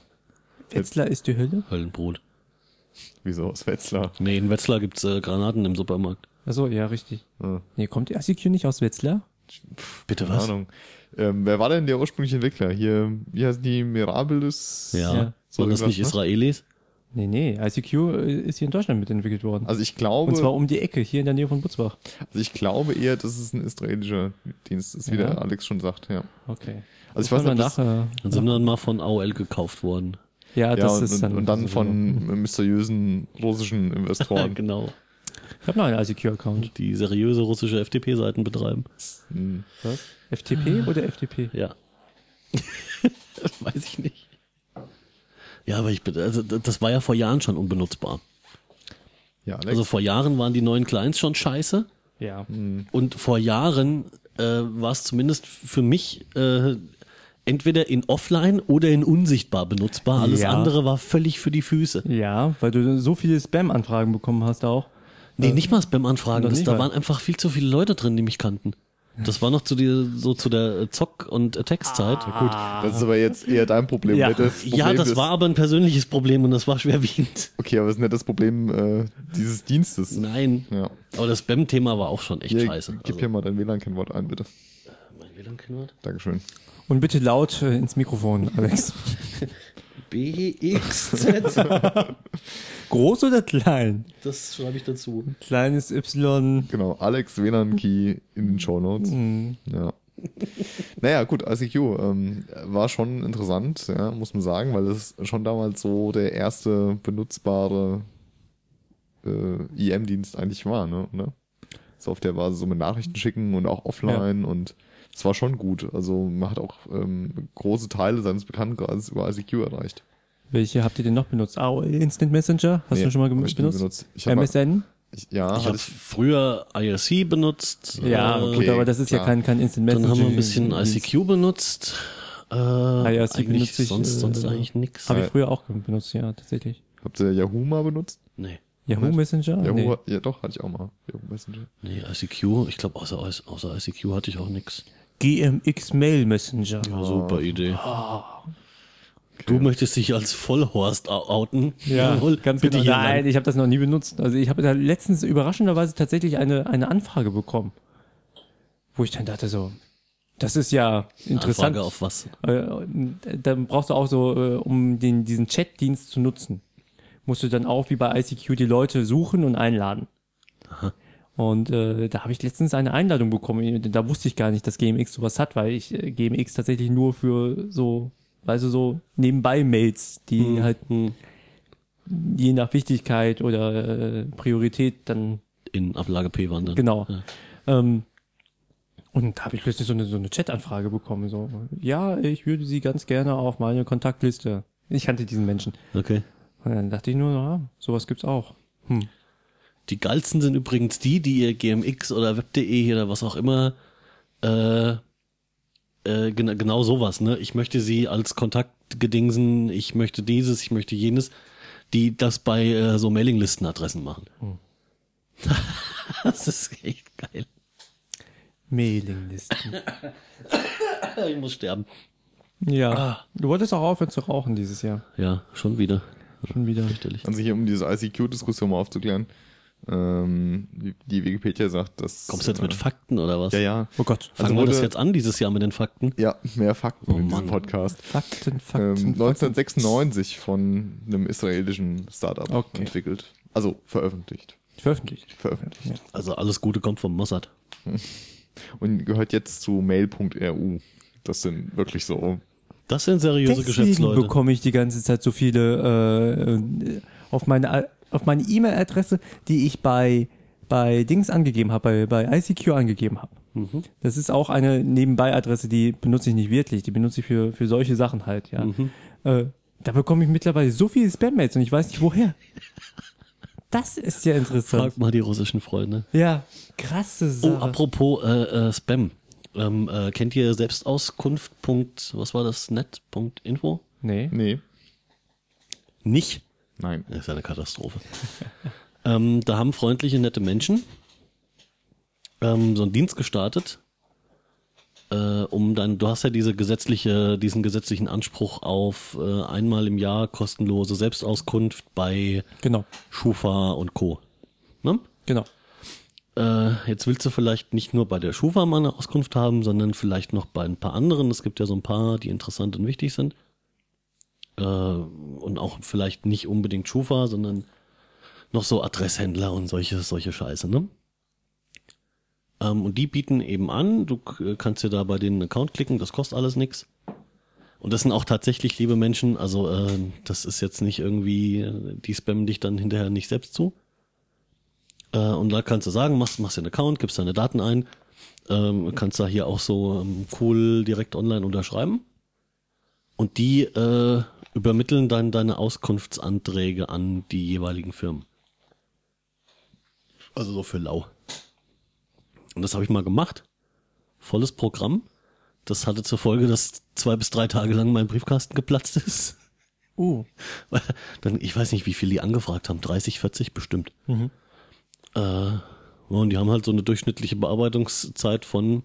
Speaker 4: Wetzlar ist die Hölle?
Speaker 2: Höllenbrot.
Speaker 3: Wieso? Aus Wetzlar.
Speaker 2: Nee, in Wetzlar gibt's äh, Granaten im Supermarkt.
Speaker 4: Achso, ja, richtig.
Speaker 3: Ja.
Speaker 4: Nee, kommt die ICQ nicht aus Wetzlar?
Speaker 2: Bitte
Speaker 3: Keine Ahnung. Ähm, wer war denn der ursprüngliche Entwickler? Hier, wie heißen die? Mirabilis?
Speaker 2: Ja.
Speaker 4: Ja.
Speaker 3: So
Speaker 2: Waren das
Speaker 3: irgendwas,
Speaker 2: nicht
Speaker 3: ne?
Speaker 2: Israelis?
Speaker 4: Nee, nee, ICQ äh, ist hier in Deutschland mitentwickelt worden.
Speaker 3: Also ich glaube,
Speaker 4: Und zwar um die Ecke, hier in der Nähe von Butzbach.
Speaker 3: also ich glaube eher, dass es ein israelischer Dienst ist, wie
Speaker 4: Ja.
Speaker 3: der Alex schon sagt, ja.
Speaker 4: Okay.
Speaker 3: Also ich
Speaker 4: Muss
Speaker 3: weiß
Speaker 4: man
Speaker 3: nicht, ob das-
Speaker 4: nachher.
Speaker 2: Dann sind wir dann mal von AOL gekauft worden. Ah,
Speaker 4: Ja,
Speaker 3: ja,
Speaker 4: das
Speaker 3: und,
Speaker 4: ist dann.
Speaker 3: und dann von mysteriösen russischen
Speaker 2: Ja,
Speaker 3: Investoren.
Speaker 2: genau.
Speaker 4: Ich habe noch einen ICQ-Account.
Speaker 2: Die seriöse russische FDP-Seiten betreiben.
Speaker 3: Hm.
Speaker 4: FTP oder FDP?
Speaker 2: Ja. das weiß ich nicht. Ja, aber ich bitte, also d- das war ja vor Jahren schon unbenutzbar.
Speaker 3: Ja, Alex.
Speaker 2: Also vor Jahren waren die neuen Clients schon scheiße.
Speaker 4: Ja.
Speaker 2: Und vor Jahren äh, war es zumindest für mich äh, entweder in offline oder in unsichtbar benutzbar. Alles
Speaker 4: Ja.
Speaker 2: andere war völlig für die Füße.
Speaker 4: Ja, weil du so viele Spam-Anfragen bekommen hast auch.
Speaker 2: Nee, nicht mal Spam-Anfragen.
Speaker 4: Ähm, Noch
Speaker 2: Das-
Speaker 4: nicht
Speaker 2: Da
Speaker 4: mal.
Speaker 2: waren einfach viel zu viele Leute drin, die mich kannten. Das war noch zu der, so zu der äh, Zock- und äh, Textzeit.
Speaker 3: Das ist aber jetzt eher dein Problem.
Speaker 4: Ja.
Speaker 3: nicht Das Problem
Speaker 2: ah. ja, das
Speaker 3: des-
Speaker 2: war aber ein persönliches Problem und das war schwerwiegend.
Speaker 3: Okay, aber es ist nicht das Problem äh, dieses Dienstes.
Speaker 2: Nein.
Speaker 3: Ja.
Speaker 2: Aber das Spam-Thema war auch schon echt
Speaker 3: Hier,
Speaker 2: scheiße. Also,
Speaker 3: Gib hier mal dein WLAN-Kennwort ein, bitte.
Speaker 2: mein WLAN-Kennwort?
Speaker 3: Dankeschön.
Speaker 4: Und bitte laut äh, ins Mikrofon, Alex.
Speaker 2: BXZ.
Speaker 4: Groß oder klein?
Speaker 2: das schreibe ich dazu.
Speaker 4: Kleines Y.
Speaker 3: Genau, Alex WLAN-Key in den Show Notes.
Speaker 4: Mhm.
Speaker 3: Ja. Naja, gut, ICQ ähm, war schon interessant, ja, muss man sagen, weil es schon damals so der erste benutzbare äh, IM-Dienst eigentlich war, ne? ne? So auf der Basis so mit Nachrichten schicken und auch offline und es war schon gut. Also man hat auch ähm, große Teile seines Bekanntenkreises über ICQ erreicht.
Speaker 4: Welche habt ihr denn noch benutzt? AOL Instant Messenger? Hast
Speaker 3: Nee,
Speaker 4: du schon mal
Speaker 3: hab
Speaker 4: gem-
Speaker 3: ich nie
Speaker 4: benutzt?
Speaker 3: benutzt. Ich hab mal-
Speaker 4: MSN?
Speaker 3: Ich, ja,
Speaker 2: Ich
Speaker 3: hatte
Speaker 2: habe
Speaker 3: ich,
Speaker 2: früher IRC benutzt.
Speaker 4: Ja,
Speaker 2: Äh,
Speaker 4: gut,
Speaker 3: okay,
Speaker 4: aber das ist ja
Speaker 3: klar.
Speaker 4: kein, kein Instant Messenger.
Speaker 2: Dann haben wir ein bisschen ICQ benutzt. Äh,
Speaker 4: IRC
Speaker 2: eigentlich
Speaker 4: benutze ich,
Speaker 2: sonst,
Speaker 4: äh,
Speaker 2: sonst eigentlich nix.
Speaker 4: Habe ich früher auch ge- benutzt, ja, tatsächlich.
Speaker 3: habt ihr Yahoo mal benutzt?
Speaker 2: Nee,
Speaker 4: Yahoo Messenger?
Speaker 3: Yahoo,
Speaker 4: Nee.
Speaker 3: ja doch, hatte ich auch mal. Yahoo Messenger.
Speaker 2: nee, ICQ, ich glaube außer, außer ICQ hatte ich auch nix.
Speaker 4: GMX Mail Messenger.
Speaker 2: Ja,
Speaker 4: Ah.
Speaker 2: super Idee. Du möchtest dich als Vollhorst au- outen?
Speaker 4: Ja,
Speaker 2: Jawohl,
Speaker 4: ganz
Speaker 2: bitte
Speaker 4: genau.
Speaker 2: hier
Speaker 4: Nein,
Speaker 2: rein.
Speaker 4: ich habe das noch nie benutzt. Also ich habe da letztens überraschenderweise tatsächlich eine, eine Anfrage bekommen, wo ich dann dachte so, das ist ja interessant.
Speaker 2: Anfrage auf was?
Speaker 4: Äh, dann brauchst du auch so, äh, um den, diesen Chatdienst zu nutzen, musst du dann auch wie bei ICQ die Leute suchen und einladen. Und äh, da habe ich letztens eine Einladung bekommen. Da wusste ich gar nicht, dass GMX sowas hat, weil ich äh, GMX tatsächlich nur für so, weißt du, so nebenbei Mails, die halt je nach Wichtigkeit oder äh, Priorität dann
Speaker 2: In Ablage P wandern.
Speaker 4: Genau. Ähm, und da habe ich plötzlich so eine, so eine Chat-Anfrage bekommen. So, ja, ich würde sie ganz gerne auf meine Kontaktliste. Ich kannte diesen Menschen.
Speaker 2: Okay.
Speaker 4: Und dann dachte ich nur, ja, sowas gibt's auch.
Speaker 2: Die geilsten sind übrigens die, die ihr GMX oder Web.de E oder was auch immer, äh, äh, gena genau sowas, ne? Ich möchte sie als Kontakt gedingsen, ich möchte dieses, ich möchte jenes, die das bei äh, so Mailinglistenadressen machen.
Speaker 4: Hm.
Speaker 2: das ist echt geil.
Speaker 4: Mailinglisten.
Speaker 2: Ich muss sterben.
Speaker 4: ja.
Speaker 2: Ah.
Speaker 4: Du wolltest auch aufhören zu rauchen dieses Jahr.
Speaker 2: Ja, schon wieder.
Speaker 4: Schon wieder.
Speaker 2: Fürchterlich.
Speaker 3: Also hier, um diese ICQ-Diskussion mal aufzuklären, ähm, die, die Wikipedia sagt, dass...
Speaker 2: Kommst du jetzt mit
Speaker 3: äh,
Speaker 2: Fakten oder was?
Speaker 3: Ja, ja.
Speaker 4: Oh Gott.
Speaker 2: Fangen
Speaker 3: Also
Speaker 2: wir das
Speaker 3: wurde-
Speaker 2: jetzt an dieses Jahr mit den Fakten?
Speaker 3: Ja, mehr Fakten in diesem
Speaker 2: Mann.
Speaker 3: Podcast.
Speaker 4: Fakten,
Speaker 3: Ähm,
Speaker 4: Fakten.
Speaker 3: 1996 von einem israelischen Startup
Speaker 4: Okay.
Speaker 3: entwickelt. Also veröffentlicht.
Speaker 4: Veröffentlicht.
Speaker 3: Veröffentlicht.
Speaker 2: Also alles Gute kommt vom Mossad.
Speaker 3: Und gehört jetzt zu mail.ru. Das sind wirklich so.
Speaker 2: Das sind seriöse
Speaker 4: Deswegen
Speaker 2: Geschäftsleute.
Speaker 4: bekomme ich die ganze Zeit so viele äh, äh, auf meine auf meine E-Mail-Adresse, die ich bei bei Dings angegeben habe, bei, bei ICQ angegeben habe.
Speaker 2: Mhm.
Speaker 4: Das ist auch eine Nebenbei-Adresse, die benutze ich nicht wirklich, die benutze ich für für solche Sachen halt. Ja,
Speaker 2: Mhm.
Speaker 4: äh, da bekomme ich mittlerweile so viele Spam-Mails und ich weiß nicht woher. Das ist ja interessant.
Speaker 2: Frag mal die russischen Freunde.
Speaker 4: Ja, krasse Sache.
Speaker 2: Oh, apropos äh, äh, Spam. Ähm, äh, kennt ihr Selbstauskunft. Punkt, was war das? Net. Punkt Info?
Speaker 4: nee.
Speaker 3: Nee.
Speaker 2: Nicht.
Speaker 3: Nein.
Speaker 2: Das ist eine Katastrophe. ähm, da haben freundliche, nette Menschen ähm, so einen Dienst gestartet, äh, um dann, du hast ja diese gesetzliche, diesen gesetzlichen Anspruch auf äh, einmal im Jahr kostenlose Selbstauskunft bei
Speaker 4: Genau,
Speaker 2: Schufa und Co. Ne?
Speaker 4: genau.
Speaker 2: äh, jetzt willst du vielleicht nicht nur bei der Schufa mal eine Auskunft haben, sondern vielleicht noch bei ein paar anderen. Es gibt ja so ein paar, die interessant und wichtig sind. Äh, und auch vielleicht nicht unbedingt Schufa, sondern noch so Adresshändler und solche, solche Scheiße, ne? Ähm, und die bieten eben an, du k- kannst dir da bei den Account klicken, das kostet alles nix. Und das sind auch tatsächlich liebe Menschen, also äh, das ist jetzt nicht irgendwie, äh, die spammen dich dann hinterher nicht selbst zu. Äh, und da kannst du sagen, machst, machst dir einen Account, gibst deine Daten ein, ähm, kannst da hier auch so ähm, cool direkt online unterschreiben. Und die äh, übermitteln dann deine Auskunftsanträge an die jeweiligen Firmen. Also so für lau. Und das habe ich mal gemacht. Volles Programm. Das hatte zur Folge, dass zwei bis drei Tage lang mein Briefkasten geplatzt ist.
Speaker 4: Uh,
Speaker 2: Weil dann, ich weiß nicht, wie viel die angefragt haben. 30, 40 bestimmt. Äh, und die haben halt so eine durchschnittliche Bearbeitungszeit von,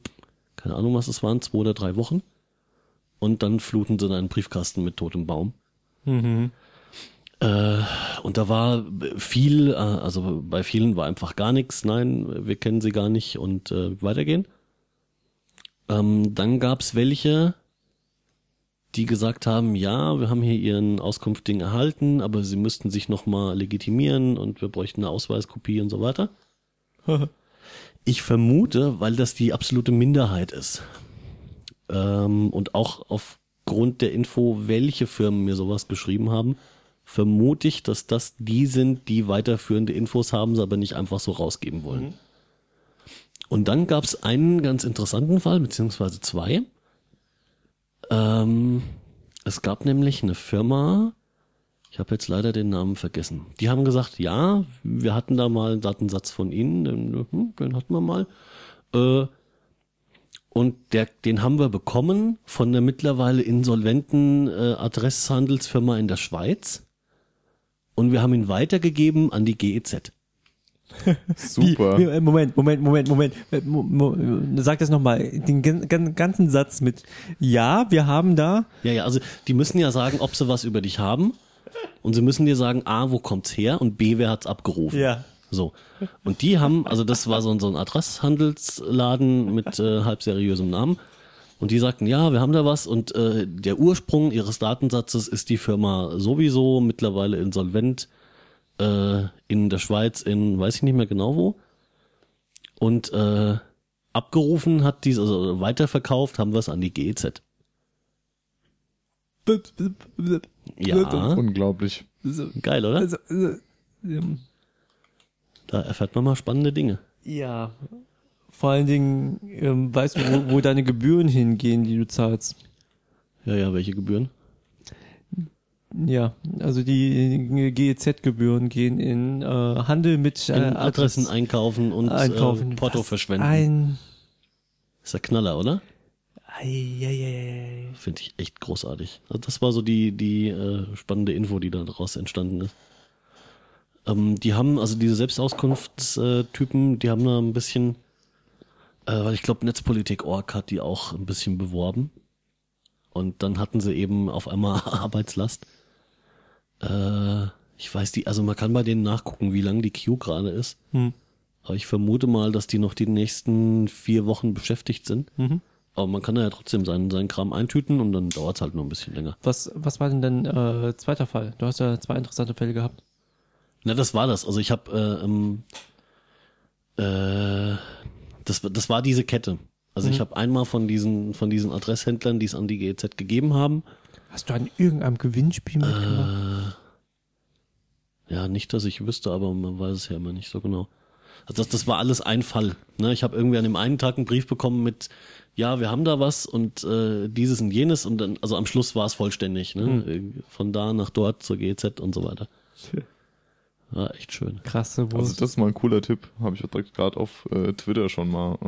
Speaker 2: keine Ahnung, was es waren, zwei oder drei Wochen. Und dann fluten sie deinen Briefkasten mit totem Baum. Äh, und da war viel, äh, also bei vielen war einfach gar nichts. Nein, wir kennen sie gar nicht und äh, weitergehen. Ähm, dann gab's welche, die gesagt haben, ja, wir haben hier ihren Auskunftding erhalten, aber sie müssten sich nochmal legitimieren und wir bräuchten eine Ausweiskopie und so weiter. ich vermute, weil das die absolute Minderheit ist. Ähm, und auch aufgrund der Info, welche Firmen mir sowas geschrieben haben, vermute ich, dass das die sind, die weiterführende Infos haben, sie aber nicht einfach so rausgeben wollen. Und dann gab's einen ganz interessanten Fall, beziehungsweise zwei. Ähm, es gab nämlich eine Firma, ich habe jetzt leider den Namen vergessen. Die haben gesagt, ja, wir hatten da mal einen Datensatz von Ihnen, den, hm, den hatten wir mal. Äh, und der, den haben wir bekommen von der mittlerweile insolventen äh, Adresshandelsfirma in der Schweiz. Und wir haben ihn weitergegeben an die E GEZ.
Speaker 3: Super.
Speaker 4: Wie, äh, wie, Moment, Moment, Moment, Moment. Äh, Mo, Mo, sag das nochmal. Den gan- gan- ganzen Satz mit Ja, wir haben da.
Speaker 2: Ja, ja, also die müssen ja sagen, ob sie was über dich haben. Und sie müssen dir sagen, A, wo kommt's her und B, wer hat's abgerufen.
Speaker 4: Ja.
Speaker 2: So. Und die haben, also das war so ein, so ein Adresshandelsladen mit äh, halb seriösem Namen. Und die sagten, ja, wir haben da was. Und äh, der Ursprung ihres Datensatzes ist die Firma sowieso mittlerweile insolvent äh, in der Schweiz, in weiß ich nicht mehr genau wo. Und äh, abgerufen hat dies, also weiterverkauft, haben wir es an die GEZ. Ja,
Speaker 3: Ah? Unglaublich.
Speaker 2: geil, oder?
Speaker 4: Also- ähm,
Speaker 2: Da erfährt man mal spannende Dinge.
Speaker 4: Ja. Vor allen Dingen ähm, weißt du, wo, wo deine Gebühren hingehen, die du zahlst.
Speaker 2: Ja, ja, welche Gebühren?
Speaker 4: Ja, also die GEZ-Gebühren gehen in äh, Handel mit äh,
Speaker 2: In Adressen
Speaker 4: Adress-
Speaker 2: einkaufen und
Speaker 4: einkaufen.
Speaker 2: äh, Porto
Speaker 4: Was
Speaker 2: verschwenden.
Speaker 4: Ein.
Speaker 2: Ist der Knaller, oder?
Speaker 4: Eieiei.
Speaker 2: Finde ich echt großartig. Also das war so die, die äh, spannende Info, die da daraus entstanden ist. Ähm, die haben, also diese Selbstauskunftstypen, die haben da ein bisschen, äh, weil ich glaube, Netzpolitik.org hat die auch ein bisschen beworben. Und dann hatten sie eben auf einmal Arbeitslast. Äh, ich weiß die, also man kann bei denen nachgucken, wie lang die Queue gerade ist.
Speaker 4: Hm.
Speaker 2: Aber ich vermute mal, dass die noch die nächsten vier Wochen beschäftigt sind. Aber man kann da ja trotzdem seinen, seinen Kram eintüten und dann dauert's halt nur ein bisschen länger.
Speaker 4: Was, was war denn dein äh, zweiter Fall? Du hast ja zwei interessante Fälle gehabt.
Speaker 2: Na, das war das. Also ich habe, äh, ähm, äh, das, das war diese Kette. Also ich habe einmal von diesen, von diesen Adresshändlern, die es an die GEZ gegeben haben,
Speaker 4: Hast du an irgendeinem Gewinnspiel mitgemacht?
Speaker 2: Ja, nicht, dass ich wüsste, aber man weiß es ja immer nicht so genau. Also das, das war alles ein Fall. Ne? Ich habe irgendwie an dem einen Tag einen Brief bekommen mit, ja, wir haben da was und äh, dieses und jenes und dann, also am Schluss war es vollständig, ne? Äh, Von da nach dort zur GZ und so weiter. War echt schön.
Speaker 4: Krasse
Speaker 3: Also
Speaker 4: Wurst.
Speaker 3: das ist mal ein cooler Tipp. Habe ich auch direkt gerade auf äh, Twitter schon mal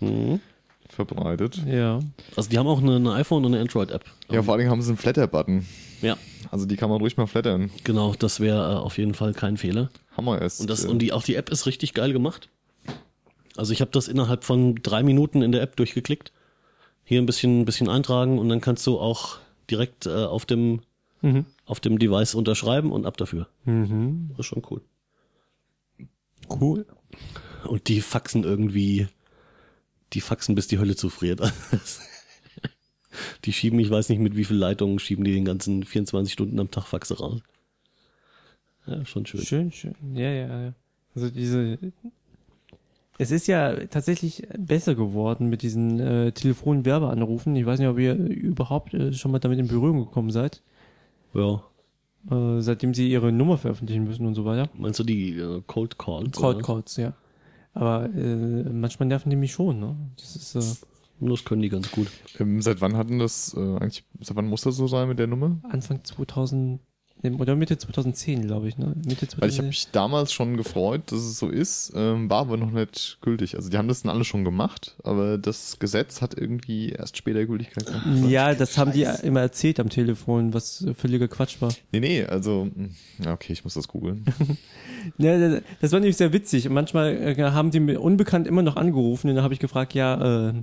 Speaker 3: ähm, verbreitet.
Speaker 4: ja.
Speaker 2: Also die haben auch eine, eine iPhone und eine Android-App.
Speaker 3: Ja, vor allem haben sie einen Flatter-Button.
Speaker 2: Ja,
Speaker 3: Also die kann man ruhig mal flattern.
Speaker 2: genau, das wäre äh, auf jeden Fall kein Fehler.
Speaker 3: Hammer ist.
Speaker 2: Und, das,
Speaker 3: äh,
Speaker 2: und die, auch die App ist richtig geil gemacht. Also ich habe das innerhalb von drei Minuten in der App durchgeklickt. Hier ein bisschen, ein bisschen eintragen und dann kannst du auch direkt äh, auf dem
Speaker 4: Mhm.
Speaker 2: auf dem Device unterschreiben und ab dafür. Das ist schon cool.
Speaker 4: Cool.
Speaker 2: Und die faxen irgendwie, die faxen bis die Hölle zufriert. die schieben, ich weiß nicht mit wie viel Leitungen, schieben die den ganzen 24 Stunden am Tag Faxe raus. Ja, schon schön.
Speaker 4: Schön, schön. Ja, ja, ja. Also diese Es ist ja tatsächlich besser geworden mit diesen äh, Telefonwerbeanrufen. Ich weiß nicht, ob ihr überhaupt äh, schon mal damit in Berührung gekommen seid,
Speaker 2: Ja.
Speaker 4: äh, seitdem sie ihre Nummer veröffentlichen müssen und so weiter.
Speaker 2: Meinst du die äh, Cold Calls?
Speaker 4: Cold
Speaker 2: oder?
Speaker 4: Calls, ja. Aber äh, manchmal nerven die mich schon, ne? Das ist äh,
Speaker 2: Das können die ganz gut.
Speaker 3: Ähm, seit wann hatten das, äh, eigentlich, seit wann muss das so sein mit der Nummer?
Speaker 4: Anfang 2000 nee, oder Mitte 2010, glaube ich, ne? Mitte
Speaker 3: Weil ich habe
Speaker 4: 2010.
Speaker 3: mich damals schon gefreut, dass es so ist, ähm, war aber noch nicht gültig. Also die haben das dann alle schon gemacht, aber das Gesetz hat irgendwie erst später Gültigkeit gehabt.
Speaker 4: ja, das haben Also die immer erzählt am Telefon, was äh, völliger Quatsch war.
Speaker 3: Nee, nee, also, mh, ja, okay, ich muss das googeln.
Speaker 4: Ja, das war nämlich sehr witzig. Und manchmal äh, haben die mir unbekannt immer noch angerufen und dann habe ich gefragt, ja, äh,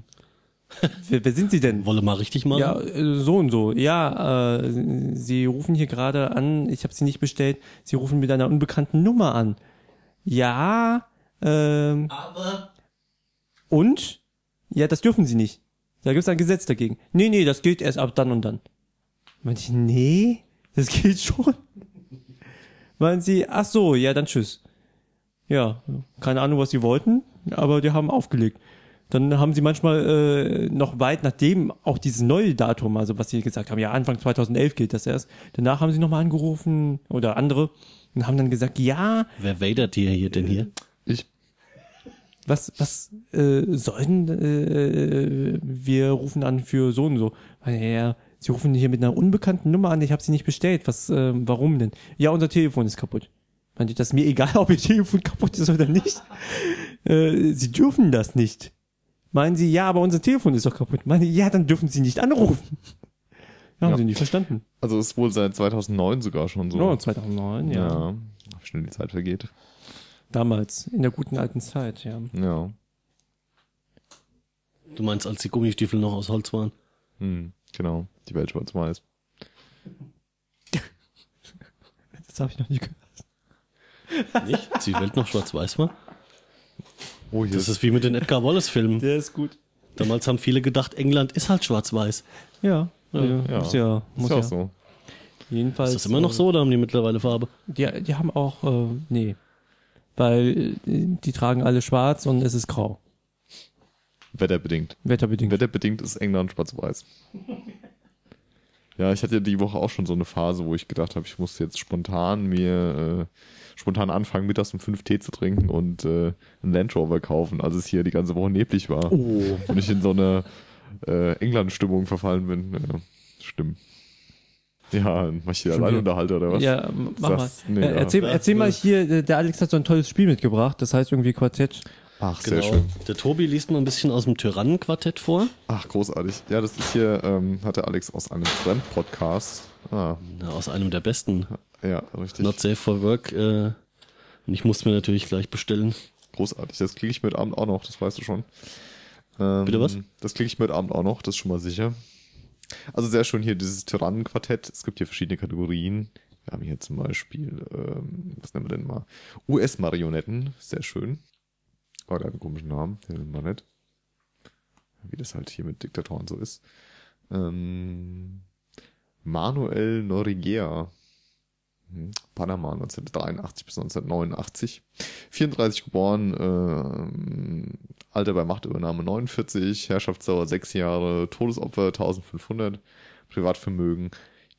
Speaker 4: wer, wer sind Sie denn?
Speaker 2: Wolle mal richtig machen?
Speaker 4: Ja, äh, so und so. Ja, äh, Sie rufen hier gerade an, ich habe Sie nicht bestellt, Sie rufen mit einer unbekannten Nummer an. Ja, ähm. Aber. Und? Ja, das dürfen Sie nicht. Da gibt's ein Gesetz dagegen. Nee, nee, das gilt erst ab dann und dann. Meinte ich, nee, das gilt schon. Meinen Sie, ach so, ja, dann tschüss. Ja, keine Ahnung, was sie wollten, aber die haben aufgelegt. Dann haben sie manchmal äh, noch weit nachdem auch dieses neue Datum, also was sie gesagt haben, ja, Anfang 2011 gilt das erst. Danach haben sie nochmal angerufen oder andere und haben dann gesagt, ja,
Speaker 2: Wer wadert dir hier denn hier?
Speaker 3: Ich,
Speaker 4: was, was äh, sollen äh, wir rufen an für so und so? Ja, ja, sie rufen hier mit einer unbekannten Nummer an, ich habe sie nicht bestellt. Was, äh, warum denn? Ja, unser Telefon ist kaputt. Meinte ich, das ist mir egal, ob ihr Telefon kaputt ist oder nicht. Äh, sie dürfen das nicht. Meinen sie, ja, aber unser Telefon ist doch kaputt. Meinen sie, ja, dann dürfen sie nicht anrufen. Ja, haben
Speaker 3: Ja.
Speaker 4: sie nicht verstanden.
Speaker 3: also ist wohl seit 2009 sogar schon so.
Speaker 4: Oh, 2009, ja.
Speaker 3: ja. Wie schnell die Zeit vergeht.
Speaker 4: Damals, in der guten alten Zeit, ja.
Speaker 3: Ja.
Speaker 2: Du meinst, als die Gummistiefel noch aus Holz waren?
Speaker 3: Hm, genau. Die Welt schwarz-weiß.
Speaker 4: Das habe ich noch nie gehört.
Speaker 2: Nicht? Als die Welt noch schwarz-weiß war?
Speaker 3: Oh, hier
Speaker 2: Das ist wie mit den Edgar Wallace-Filmen.
Speaker 4: Der ist gut.
Speaker 2: Damals haben viele gedacht, England ist halt schwarz-weiß.
Speaker 4: Ja, ja,
Speaker 3: ja.
Speaker 4: muss ja. Muss
Speaker 3: ist ja
Speaker 4: ja.
Speaker 3: auch so.
Speaker 4: Jedenfalls. äh,
Speaker 2: Ist das immer noch so oder haben die mittlerweile Farbe?
Speaker 4: Die, die haben auch, äh, nee. Weil äh, die tragen alle schwarz und es ist grau.
Speaker 3: Wetterbedingt.
Speaker 4: Wetterbedingt.
Speaker 3: Wetterbedingt ist England schwarz-weiß. ja, ich hatte die Woche auch schon so eine Phase, wo ich gedacht habe, ich muss jetzt spontan mir äh, spontan anfangen, mittags um 5 Tee zu trinken und äh, einen Land Rover kaufen, als es hier die ganze Woche neblig war
Speaker 2: Oh.
Speaker 3: und ich in so eine äh, England-Stimmung verfallen bin. Ja, stimmt. Ja, dann mach ich hier allein
Speaker 4: wieder.
Speaker 3: unterhalte oder was?
Speaker 4: ja, m- mach mal.
Speaker 3: Sagst- nee, ja.
Speaker 4: äh, erzähl erzähl mal hier, äh, der Alex hat so ein tolles Spiel mitgebracht, das heißt irgendwie Quartett.
Speaker 3: Ach, sehr
Speaker 2: Genau.
Speaker 3: schön.
Speaker 2: Der Tobi liest mal ein bisschen aus dem Tyrannenquartett vor.
Speaker 3: Ach, großartig. Ja, das ist hier, ähm, hatte Alex aus einem Fremd-Podcast. Ah,
Speaker 2: Na, aus einem der besten.
Speaker 3: ja, richtig.
Speaker 2: Not safe for work. Äh, und ich musste mir natürlich gleich bestellen.
Speaker 3: Großartig. Das klicke ich mit Abend auch noch, das weißt du schon. Ähm,
Speaker 2: Bitte was?
Speaker 3: Das klicke ich mit Abend auch noch, das ist schon mal sicher. Also sehr schön hier dieses Tyrannenquartett. Es gibt hier verschiedene Kategorien. Wir haben hier zum Beispiel, ähm, was nennen wir denn mal? US-Marionetten, sehr schön. Aber der hat einen komischen Namen, den nennen wir nicht. Wie das halt hier mit Diktatoren so ist. Ähm, Manuel Noriega, hm, Panama 1983 bis 1989. 34 geboren, ähm, Alter bei Machtübernahme 49, Herrschaftsdauer 6 Jahre, Todesopfer 1500, Privatvermögen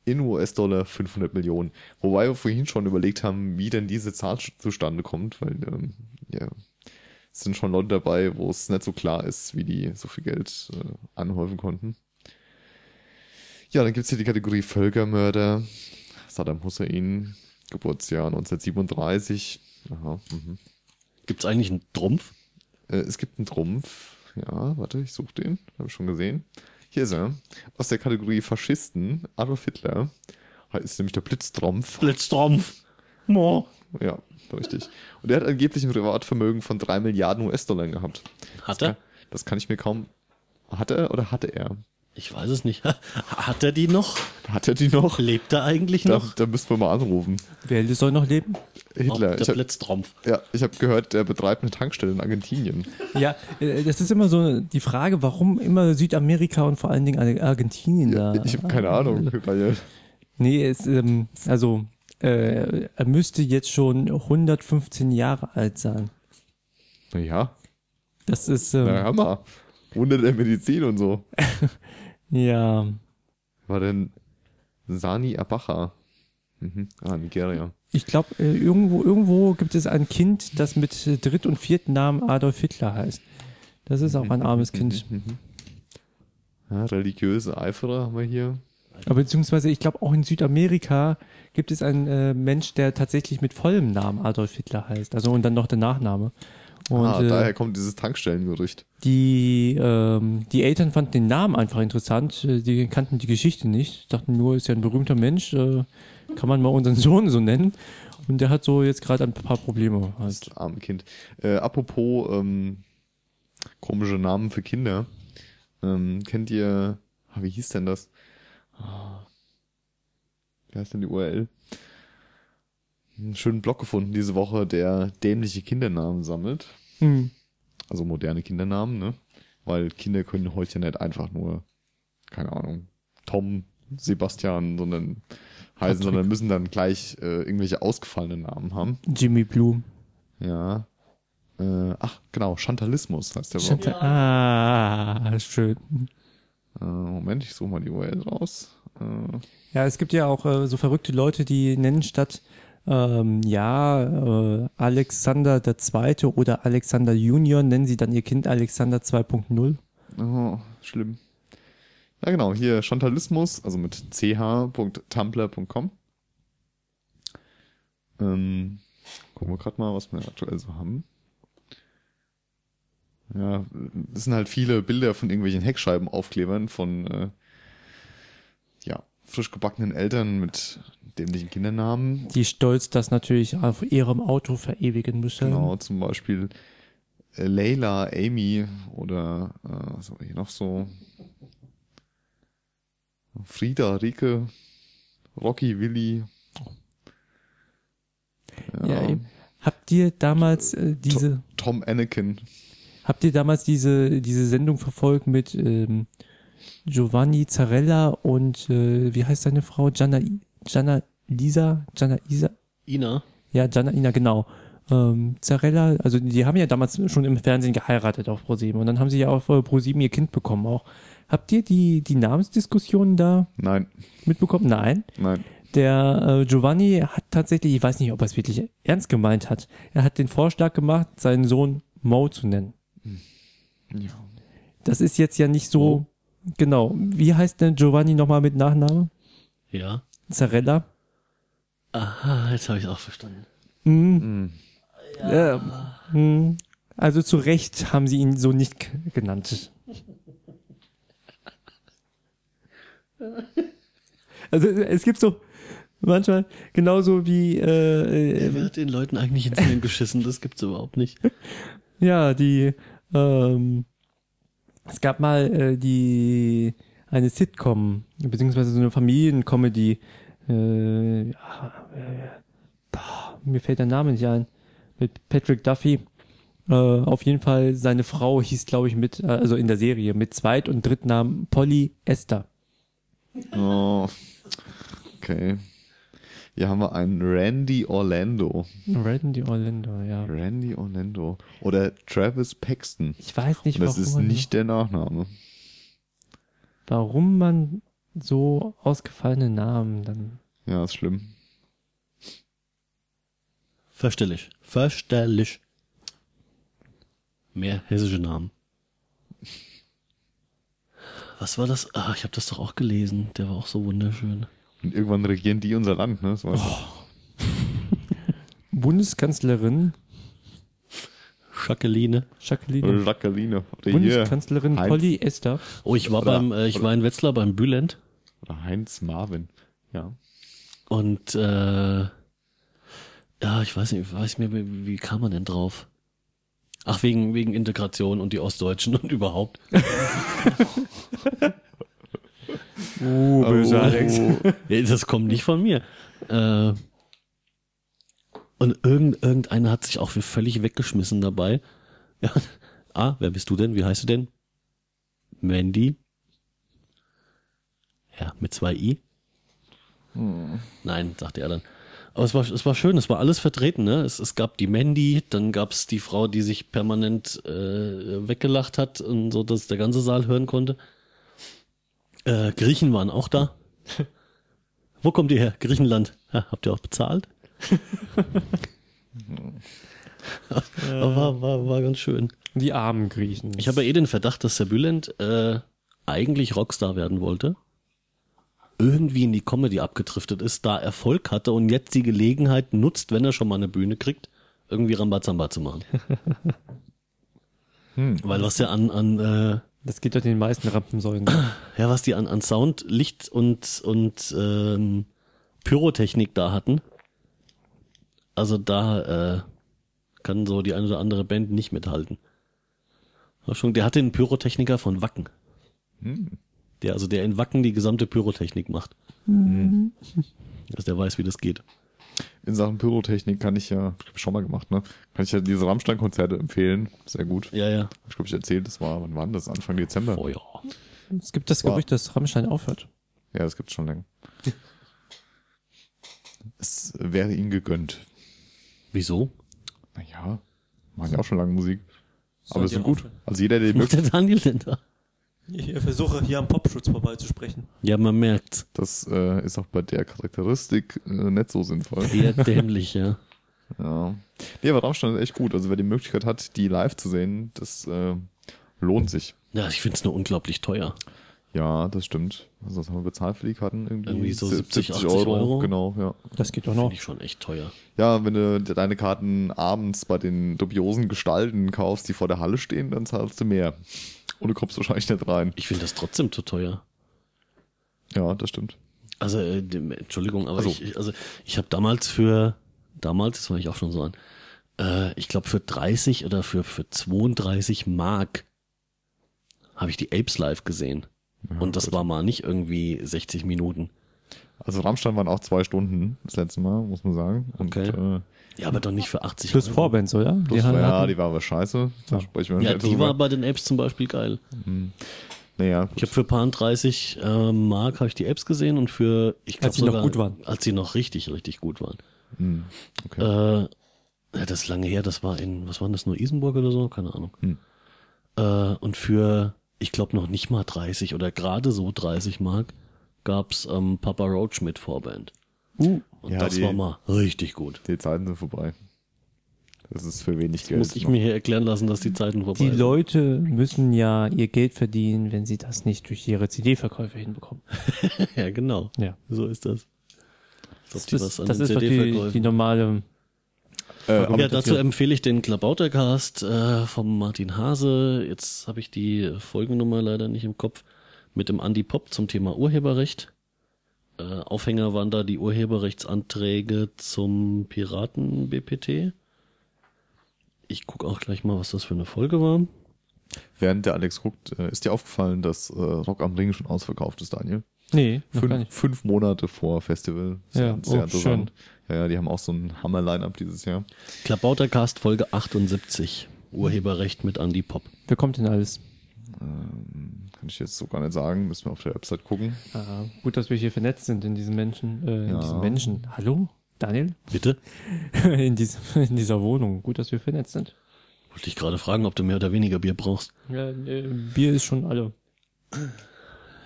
Speaker 3: in US-Dollar 500 Millionen. Wobei wir vorhin schon überlegt haben, wie denn diese Zahl sch- zustande kommt, weil ähm, ja, es sind schon Leute dabei, wo es nicht so klar ist, wie die so viel Geld äh, anhäufen konnten. Ja, dann gibt's hier die Kategorie Völkermörder. Saddam Hussein, Geburtsjahr 1937. Aha, mhm.
Speaker 2: Gibt's eigentlich einen Trumpf?
Speaker 3: Äh, es gibt einen Trumpf. Ja, warte, ich suche den. Habe ich schon gesehen. Hier ist er. Aus der Kategorie Faschisten, Adolf Hitler. Heißt nämlich der Blitztrumpf.
Speaker 2: Blitztrumpf. Mo.
Speaker 3: Ja, richtig. Und er hat angeblich ein Privatvermögen von 3 Milliarden US-Dollar gehabt.
Speaker 2: Hat
Speaker 3: Das
Speaker 2: er?
Speaker 3: kann, das kann ich mir kaum. Hat er oder hatte er?
Speaker 2: Ich weiß es nicht. Hat er die noch?
Speaker 3: Hat er die noch?
Speaker 2: Lebt er eigentlich
Speaker 3: Da,
Speaker 2: noch?
Speaker 3: da müssen wir mal anrufen.
Speaker 4: Wer soll noch leben?
Speaker 3: Hitler.
Speaker 2: Der
Speaker 3: Ich hab,
Speaker 2: Blitztrumpf.
Speaker 3: ja, ich habe gehört, er betreibt eine Tankstelle in Argentinien.
Speaker 4: Ja, äh, das ist immer so die Frage, warum immer Südamerika und vor allen Dingen Ar- Argentinien
Speaker 2: Ah.
Speaker 4: da.
Speaker 3: Ich habe keine Ahnung. Weil,
Speaker 4: Nee, es, ähm, also äh, er müsste jetzt schon 115 Jahre alt sein.
Speaker 3: naja,
Speaker 4: Das ist, ähm,
Speaker 3: Na, Hammer. Wunder der Medizin und so.
Speaker 4: ja.
Speaker 3: War denn Sani Abacha? Mhm. Ah, Nigeria.
Speaker 4: Ich glaube, äh, irgendwo, irgendwo gibt es ein Kind, das mit äh, Dritt- und vierten Namen Adolf Hitler heißt. Das ist auch ein armes Kind.
Speaker 3: Ja, religiöse Eiferer haben wir hier.
Speaker 4: Aber beziehungsweise, ich glaube, auch in Südamerika gibt es einen äh, Mensch, der tatsächlich mit vollem Namen Adolf Hitler heißt. Also und dann noch der Nachname. Und
Speaker 3: ah,
Speaker 4: äh,
Speaker 3: daher kommt dieses Tankstellengerücht.
Speaker 4: die, ähm, die Eltern fanden den Namen einfach interessant. Äh, Die kannten die Geschichte nicht. Dachten nur, ist ja ein berühmter Mensch. Äh, kann man mal unseren Sohn so nennen. Und der hat so jetzt gerade ein paar Probleme. Halt.
Speaker 3: Das arme Kind. Äh, apropos ähm, komische Namen für Kinder. Ähm, kennt ihr, ah, wie hieß denn das? Ah. Wie heißt denn die URL? Einen schönen Blog gefunden diese Woche, der dämliche Kindernamen sammelt.
Speaker 4: Hm.
Speaker 3: Also moderne Kindernamen, ne? Weil Kinder können heute ja nicht einfach nur, keine Ahnung, Tom, Sebastian, sondern heißen, sondern müssen dann gleich äh, irgendwelche ausgefallenen Namen haben.
Speaker 4: Jimmy Blue.
Speaker 3: Ja. Äh, ach, genau, Chantalismus heißt der Blog.
Speaker 4: Chantal. Ah, schön.
Speaker 3: Äh, Moment, ich suche mal die URL raus. Äh,
Speaker 4: Ja, es gibt ja auch äh, so verrückte Leute, die nennen statt ähm, ja äh, Alexander der Zweite oder Alexander Junior nennen sie dann ihr Kind Alexander 2.0.
Speaker 3: oh, schlimm. Ja, genau, hier Chantalismus, also mit ch.tumblr.com. Ähm, gucken wir gerade mal, was wir aktuell so haben. Ja, es sind halt viele Bilder von irgendwelchen Heckscheibenaufklebern von äh, ja, frisch gebackenen Eltern mit dämlichen Kindernamen.
Speaker 4: Die stolz das natürlich auf ihrem Auto verewigen müssen.
Speaker 3: Genau, zum Beispiel äh, Layla, Amy oder äh, was haben wir hier noch so? Frieda, Rike, Rocky, Willi.
Speaker 4: Ja, eben. Habt ihr damals äh, diese
Speaker 3: Tom Anakin.
Speaker 4: habt ihr damals diese diese Sendung verfolgt mit ähm, Giovanni Zarella und äh, wie heißt seine Frau Gianna Gianna Lisa Gianna Isa
Speaker 2: Ina.
Speaker 4: Ja, Janaina, genau. Ähm, Zarella, also die haben ja damals schon im Fernsehen geheiratet auf ProSieben und dann haben sie ja auf äh, ProSieben ihr Kind bekommen auch. Habt ihr die, die Namensdiskussion da
Speaker 3: Nein,
Speaker 4: mitbekommen? Nein.
Speaker 3: nein.
Speaker 4: Der äh, Giovanni hat tatsächlich, ich weiß nicht, ob er es wirklich ernst gemeint hat, er hat den Vorschlag gemacht, seinen Sohn Mo zu nennen.
Speaker 3: Ja.
Speaker 4: Das ist jetzt ja nicht so, genau. Wie heißt denn Giovanni nochmal mit Nachname?
Speaker 2: Ja.
Speaker 4: Zarella?
Speaker 2: Aha, jetzt habe ich auch verstanden.
Speaker 4: Ja. hm. Also zu Recht haben sie ihn so nicht k- genannt. Also es gibt so manchmal genauso wie äh, äh,
Speaker 2: Wer hat den Leuten eigentlich ins Hirn geschissen? Das gibt's überhaupt nicht.
Speaker 4: ja die ähm, es gab mal äh, die eine Sitcom beziehungsweise so eine Familiencomedy äh, ja, äh, boah, mir fällt der Name nicht ein mit Patrick Duffy. Äh, auf jeden Fall, seine Frau hieß, glaube ich, mit, äh, also in der Serie, mit Zweit- und Drittnamen Polly Esther.
Speaker 3: Oh. Okay. Hier haben wir einen Randy Orlando.
Speaker 4: Randy Orlando, ja.
Speaker 3: Randy Orlando. Oder Travis Paxton.
Speaker 4: Ich ne? weiß nicht,
Speaker 3: Und das
Speaker 4: warum,
Speaker 3: ist
Speaker 4: man,
Speaker 3: nicht der Nachname.
Speaker 4: warum man so ausgefallene Namen dann.
Speaker 3: Ja, ist schlimm.
Speaker 2: Verstellig. Verstellig. Mehr hessische Namen. Was war das? Ah, ich habe das doch auch gelesen. Der war auch so wunderschön.
Speaker 3: Und irgendwann regieren die unser Land, ne? Das weiß
Speaker 4: Bundeskanzlerin
Speaker 2: Jacqueline.
Speaker 3: Äh,
Speaker 4: Jacqueline.
Speaker 3: Jacqueline. Oder hier.
Speaker 4: Bundeskanzlerin
Speaker 3: Heinz.
Speaker 4: Polly Esther.
Speaker 2: Oh, ich war
Speaker 3: Oder-
Speaker 2: beim, äh, ich war in Wetzlar beim Bülent
Speaker 3: Oder Heinz Marvin. Ja.
Speaker 2: und äh, ja, ich weiß nicht, weiß mir, wie wie kam man denn drauf? Ach, wegen, wegen Integration und die Ostdeutschen und überhaupt.
Speaker 4: Uh,
Speaker 3: Oh, oh,
Speaker 2: Nee, Das kommt nicht von mir. Äh, und irgend, irgendeiner hat sich auch für völlig weggeschmissen dabei. Ja. Ah, wer bist du denn? Wie heißt du denn? Mandy. Ja, mit zwei I. Nein, sagte er dann. Aber es war, es war schön, es war alles vertreten. Ne? Es, es gab die Mandy, dann gab es die Frau, die sich permanent äh, weggelacht hat und so, dass der ganze Saal hören konnte. Äh, Griechen waren auch da. Wo kommt ihr her? Griechenland. Ja, habt ihr auch bezahlt? Aber war, war, war ganz schön.
Speaker 4: Die armen Griechen.
Speaker 2: Ich habe ja eh den Verdacht, dass Sir Bülent äh, eigentlich Rockstar werden wollte, irgendwie in die Comedy abgedriftet ist, da Erfolg hatte und jetzt die Gelegenheit nutzt, wenn er schon mal eine Bühne kriegt, irgendwie Rambazamba zu machen. Weil was ja an, an äh,
Speaker 4: das geht doch den meisten Rampensäulen. so.
Speaker 2: ja, was die an, an Sound, Licht und, und ähm, Pyrotechnik da hatten. Also da äh, kann so die eine oder andere Band nicht mithalten. War Schon, der hatte einen Pyrotechniker von Wacken. Der, also der in Wacken die gesamte Pyrotechnik macht.
Speaker 5: Mhm.
Speaker 2: Also der weiß, wie das geht.
Speaker 3: In Sachen Pyrotechnik kann ich ja, ich glaub, schon mal gemacht, ne? Kann ich ja diese Rammstein-Konzerte empfehlen. Sehr gut.
Speaker 2: Ja, ja. Oh,
Speaker 3: Hab ich glaube, ich erzählt, das war, wann war denn das? Anfang Dezember.
Speaker 2: Feuer.
Speaker 4: Es gibt das
Speaker 3: Wow.
Speaker 4: Gerücht, dass Rammstein aufhört.
Speaker 3: Ja, das gibt's schon länger. es wäre ihm gegönnt.
Speaker 2: Wieso?
Speaker 3: Naja, machen ja auch schon lange Musik.
Speaker 5: Sollen
Speaker 3: Aber es
Speaker 5: die
Speaker 3: sind gut.
Speaker 5: aufhören?
Speaker 3: Also jeder, der die
Speaker 2: Macht
Speaker 3: möchte,
Speaker 2: der Daniel denn da?
Speaker 5: Ich versuche hier am Popschutz vorbeizusprechen.
Speaker 2: Ja, man merkt's.
Speaker 3: das äh, ist auch bei der Charakteristik äh, nicht so sinnvoll.
Speaker 2: Eher dämlich, ja.
Speaker 3: Ja. Nee, aber Rammstein ist echt gut. Also wer die Möglichkeit hat, die live zu sehen, das äh, lohnt sich.
Speaker 2: Ja, ich find's nur unglaublich teuer.
Speaker 3: Ja, das stimmt. Also was haben wir bezahlt für die Karten? Irgendwie,
Speaker 2: Irgendwie so 70, 80 Euro.
Speaker 3: Genau, ja.
Speaker 4: Das geht doch
Speaker 2: Finde
Speaker 4: noch.
Speaker 2: ich schon echt teuer.
Speaker 3: Ja, wenn du de- deine Karten abends bei den dubiosen Gestalten kaufst, die vor der Halle stehen, dann zahlst du mehr. Und du kommst wahrscheinlich nicht rein.
Speaker 2: Ich finde das trotzdem zu teuer.
Speaker 3: Ja, das stimmt.
Speaker 2: Also, äh, dem- Entschuldigung, aber
Speaker 3: Also.
Speaker 2: ich, ich- also ich habe damals für, damals, das war ich auch schon so an, äh, ich glaube für 30 oder für, für 32 Mark habe ich die Apes live gesehen. Und das war mal nicht irgendwie 60 Minuten.
Speaker 3: Also Rammstein waren auch zwei Stunden das letzte Mal, muss man sagen. Und,
Speaker 2: Okay.
Speaker 3: Äh,
Speaker 2: Ja, aber doch nicht für 80
Speaker 4: Plus
Speaker 2: Euro.
Speaker 4: Vorbands, oder? Die
Speaker 3: plus,
Speaker 4: hatten-
Speaker 3: ja, die war aber scheiße. Da
Speaker 4: Ja.
Speaker 3: sprechen wir
Speaker 2: Ja, also
Speaker 3: später
Speaker 2: die
Speaker 3: drüber. Hm.
Speaker 2: war bei den Apes zum Beispiel geil.
Speaker 3: Naja, gut.
Speaker 2: Ich habe für paar und 30 äh, Mark habe ich die Apps gesehen und für ich glaube
Speaker 4: Als sie noch
Speaker 2: sogar,
Speaker 4: gut waren.
Speaker 2: als sie noch richtig richtig gut waren.
Speaker 3: Hm.
Speaker 2: Äh, ja, das ist lange her, das war in was war denn das nur Isenburg oder so, keine Ahnung.
Speaker 3: Hm.
Speaker 2: Äh, und für ich glaube noch nicht mal 30 oder gerade so 30 Mark gab's ähm, Papa Roach mit Vorband.
Speaker 4: Uh,
Speaker 2: Und
Speaker 3: Ja,
Speaker 2: das
Speaker 3: die-
Speaker 2: war mal richtig gut.
Speaker 3: Die Zeiten sind vorbei. Das ist für wenig Geld.
Speaker 2: Muss ich
Speaker 3: noch.
Speaker 2: mir hier erklären lassen, dass die Zeiten vorbei
Speaker 4: die
Speaker 2: sind.
Speaker 4: Leute müssen ja ihr Geld verdienen, wenn sie das nicht durch ihre CD-Verkäufe hinbekommen.
Speaker 2: Ja, genau.
Speaker 4: Ja.
Speaker 2: So ist das. Als ob die was
Speaker 4: Das ist,
Speaker 2: an
Speaker 4: das
Speaker 2: den
Speaker 4: ist doch die,
Speaker 2: CD-Verkäufen-
Speaker 4: die normale
Speaker 3: Äh, aber
Speaker 2: Ja, dazu empfehle ich den Klabautercast äh, vom Martin Hase. Jetzt habe ich die Folgennummer leider nicht im Kopf. Mit dem Andy Pop zum Thema Urheberrecht. Äh, Aufhänger waren da die Urheberrechtsanträge zum Piraten-BPT. Ich guck auch gleich mal, was das für eine Folge war.
Speaker 3: während der Alex guckt, äh, ist dir aufgefallen, dass äh, Rock am Ring schon ausverkauft ist, Daniel?
Speaker 4: Nee, noch gar
Speaker 3: Fünf,
Speaker 4: nicht.
Speaker 3: fünf Monate vor Festival.
Speaker 4: Ja, oh,
Speaker 3: Ja, ja, die haben auch so ein Hammer-Line-Up dieses Jahr.
Speaker 2: Klabautercast Folge 78. Urheberrecht mit Andy Pop.
Speaker 4: Wer kommt denn alles?
Speaker 3: Ähm, Kann ich jetzt so gar nicht sagen. Müssen wir auf der Website gucken.
Speaker 4: Ah, gut, dass wir hier vernetzt sind in diesen Menschen. Äh, in
Speaker 3: Ja.
Speaker 4: diesen Menschen. Hallo? Daniel?
Speaker 2: Bitte?
Speaker 4: in, diesem, in dieser Wohnung. Gut, dass wir vernetzt sind.
Speaker 2: Wollte ich gerade fragen, ob du mehr oder weniger Bier brauchst.
Speaker 4: Ja, äh, Bier ist schon alle.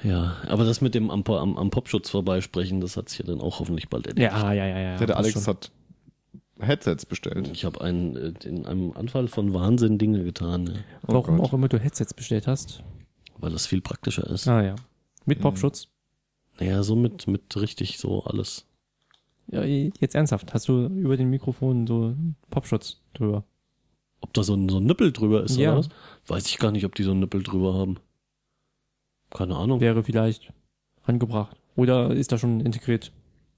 Speaker 2: Ja, aber das mit dem am, Po- am, am Popschutz vorbeisprechen, das hat sich ja dann auch hoffentlich bald erledigt.
Speaker 4: Ja, ja, ja, ja.
Speaker 3: Ja, der
Speaker 4: passt
Speaker 3: Alex
Speaker 4: schon.
Speaker 3: hat Headsets bestellt.
Speaker 2: Ich habe einen äh, in einem Anfall von Wahnsinn Dinge getan, ja,
Speaker 3: Oh
Speaker 4: Warum
Speaker 3: Gott.
Speaker 4: auch immer du Headsets bestellt hast.
Speaker 2: weil das viel praktischer ist.
Speaker 4: Ah ja. Mit Popschutz.
Speaker 2: Naja, so mit, mit richtig so alles.
Speaker 4: Ja, jetzt ernsthaft. Hast du über den Mikrofon so Popschutz drüber?
Speaker 2: Ob da so ein, so ein Nippel drüber ist
Speaker 4: Ja.
Speaker 2: oder was? Weiß ich gar nicht, ob die so einen Nippel drüber haben. Keine Ahnung.
Speaker 4: Wäre vielleicht angebracht. Oder ist da schon integriert?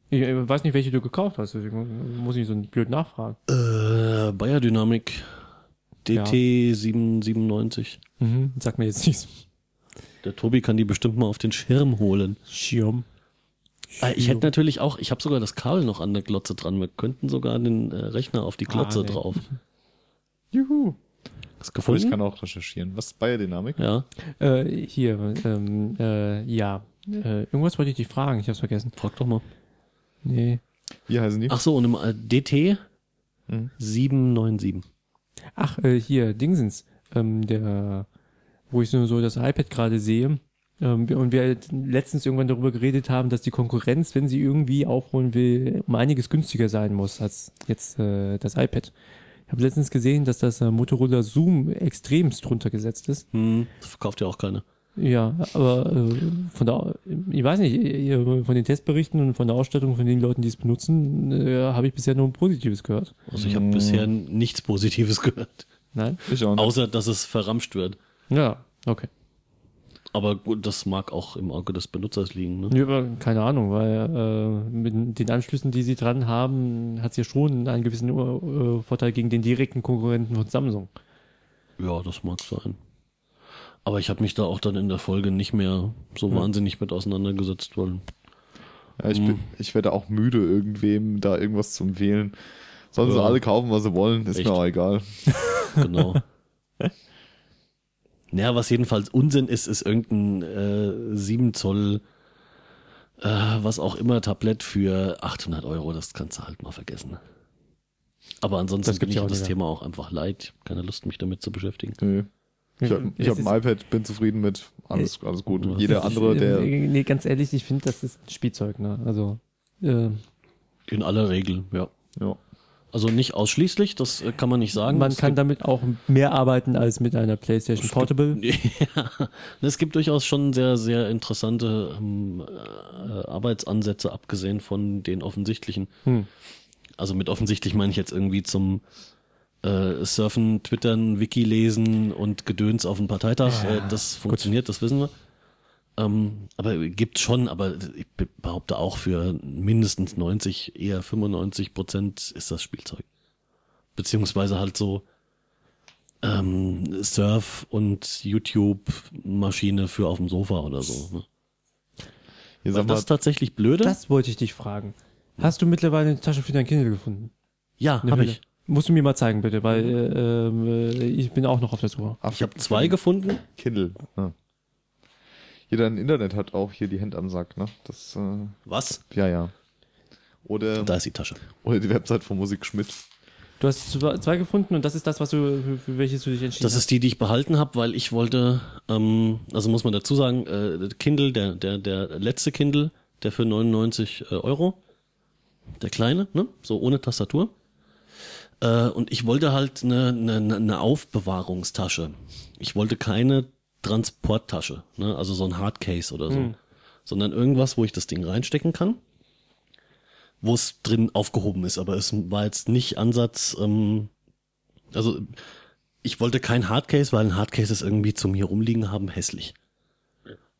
Speaker 4: Ich äh, weiß nicht, welche du gekauft hast. Deswegen muss ich so blöd nachfragen.
Speaker 2: Äh, Bayer Dynamic DT 797.
Speaker 4: Mhm. Sag mir jetzt nichts.
Speaker 2: Der Tobi kann die bestimmt mal auf den Schirm holen.
Speaker 4: Schirm.
Speaker 2: Äh, ich hätte natürlich auch, ich habe sogar das Kabel noch an der Glotze dran. Wir könnten sogar den äh, Rechner auf die Glotze
Speaker 4: Ah, nee.
Speaker 2: drauf.
Speaker 4: Juhu.
Speaker 2: Hast du
Speaker 3: Aber
Speaker 2: gefunden?
Speaker 3: ich kann auch recherchieren. Was? Biodynamik?
Speaker 2: ja,
Speaker 4: Äh, hier, ähm, äh, ja. Äh, irgendwas wollte ich dich fragen, ich hab's vergessen.
Speaker 2: frag doch mal.
Speaker 4: Nee.
Speaker 3: Wie heißen die?
Speaker 2: Ach so, und im äh, DT
Speaker 3: Mhm.
Speaker 2: 797.
Speaker 4: Ach, äh, hier, Dingsens, ähm, der, wo ich nur so das iPad gerade sehe. Ähm, wir- und wir letztens irgendwann darüber geredet haben, dass die Konkurrenz, wenn sie irgendwie aufholen will, um einiges günstiger sein muss als jetzt äh, das iPad. Ich habe letztens gesehen, dass das äh, Motorola Zoom extremst drunter gesetzt ist.
Speaker 2: Hm, das verkauft ja auch keiner.
Speaker 4: Ja, aber äh, von der, ich weiß nicht, äh, von den Testberichten und von der Ausstattung von den Leuten, die es benutzen, äh, habe ich bisher nur ein Positives gehört.
Speaker 2: Also ich habe bisher nichts Positives gehört.
Speaker 4: Nein?
Speaker 3: Ich auch nicht.
Speaker 2: Außer, dass es verramscht wird.
Speaker 4: Ja, okay.
Speaker 2: Aber gut, das mag auch im Auge des Benutzers liegen. Ne?
Speaker 4: Ja, aber keine Ahnung, weil äh, mit den Anschlüssen, die sie dran haben, hat es ja schon einen gewissen äh, Vorteil gegen den direkten Konkurrenten von Samsung.
Speaker 2: Ja, das mag sein. Aber ich habe mich da auch dann in der Folge nicht mehr so wahnsinnig mit auseinandergesetzt, weil
Speaker 3: Ja, ich,
Speaker 2: Mhm.
Speaker 3: bin, ich werde auch müde, irgendwem da irgendwas zu empfehlen. Sollen sie
Speaker 2: Ja.
Speaker 3: alle kaufen, was sie wollen, ist
Speaker 2: Echt.
Speaker 3: mir auch egal.
Speaker 2: genau. naja, was jedenfalls Unsinn ist, ist irgendein äh, 7 Zoll, äh, was auch immer, Tablett für 800 Euro. Das kannst du halt mal vergessen. Aber ansonsten
Speaker 4: Das
Speaker 2: bin
Speaker 4: gibt's
Speaker 2: ich
Speaker 4: ja auch
Speaker 2: das
Speaker 4: nicht mehr.
Speaker 2: Thema auch einfach leid. Ich hab keine Lust, mich damit zu beschäftigen.
Speaker 3: Nö. Ich
Speaker 2: Mhm.
Speaker 3: habe
Speaker 4: Es
Speaker 3: ich hab ein
Speaker 4: ist-
Speaker 3: iPad, bin zufrieden mit. Alles, alles gut.
Speaker 2: Das
Speaker 3: Jeder
Speaker 4: Das ist,
Speaker 3: andere,
Speaker 4: ähm,
Speaker 3: der.
Speaker 4: Nee, ganz ehrlich, ich finde, das ist ein Spielzeug, ne? Also, äh,
Speaker 2: In aller Regel, ja.
Speaker 3: Ja.
Speaker 2: Also nicht ausschließlich, das äh, kann man nicht sagen.
Speaker 4: man
Speaker 2: Es
Speaker 4: kann
Speaker 2: gibt-
Speaker 4: damit auch mehr arbeiten als mit einer PlayStation Portable.
Speaker 2: Ja, Ne, es gibt durchaus schon sehr, sehr interessante ähm, äh, Arbeitsansätze, abgesehen von den offensichtlichen.
Speaker 4: Hm.
Speaker 2: Also mit offensichtlich meine ich jetzt irgendwie zum äh, Surfen, Twittern, Wiki lesen und Gedöns auf den Parteitag. äh, das funktioniert, das wissen wir. Ähm, aber gibt schon, aber ich be- behaupte auch für mindestens 90, eher 95 Prozent ist das Spielzeug. Beziehungsweise halt so ähm, Surf und YouTube-Maschine für auf dem Sofa oder so. Ne?
Speaker 3: Ihr
Speaker 2: Weil
Speaker 3: sagt
Speaker 2: das
Speaker 3: mal,
Speaker 2: ist tatsächlich blöde.
Speaker 4: Das wollte ich dich fragen. Hast du mittlerweile eine Tasche für dein Kindle gefunden?
Speaker 2: ja,
Speaker 4: Eine
Speaker 2: habe
Speaker 4: Hülle.
Speaker 2: ich.
Speaker 4: Musst du mir mal zeigen, bitte, weil äh, ähm, äh, ich bin auch noch auf der Suche.
Speaker 2: Ich habe zwei gefunden.
Speaker 3: Kindle. Ja. Jeder im Internet hat auch hier die Hand am Sack, ne? Das, äh,
Speaker 2: Was?
Speaker 3: ja, ja. Oder,
Speaker 2: Da ist die Tasche.
Speaker 3: oder die Website von Musik Schmidt.
Speaker 4: Du hast zwei zwei gefunden und das ist das, was du, für, für welches du dich entschieden
Speaker 2: Das
Speaker 4: hast.
Speaker 2: ist die, die ich behalten habe, weil ich wollte, ähm, also muss man dazu sagen, äh, Kindle, der, der, der letzte Kindle, der für 99 äh, Euro, der kleine, ne? so ohne Tastatur. Äh, und ich wollte halt eine, eine, eine Aufbewahrungstasche. Ich wollte keine Transporttasche, ne? also so ein Hardcase oder so, sondern irgendwas, wo ich das Ding reinstecken kann, wo es drin aufgehoben ist. Aber es war jetzt nicht Ansatz, ähm, also ich wollte kein Hardcase, weil ein Hardcase ist irgendwie zum hier rumliegen haben hässlich.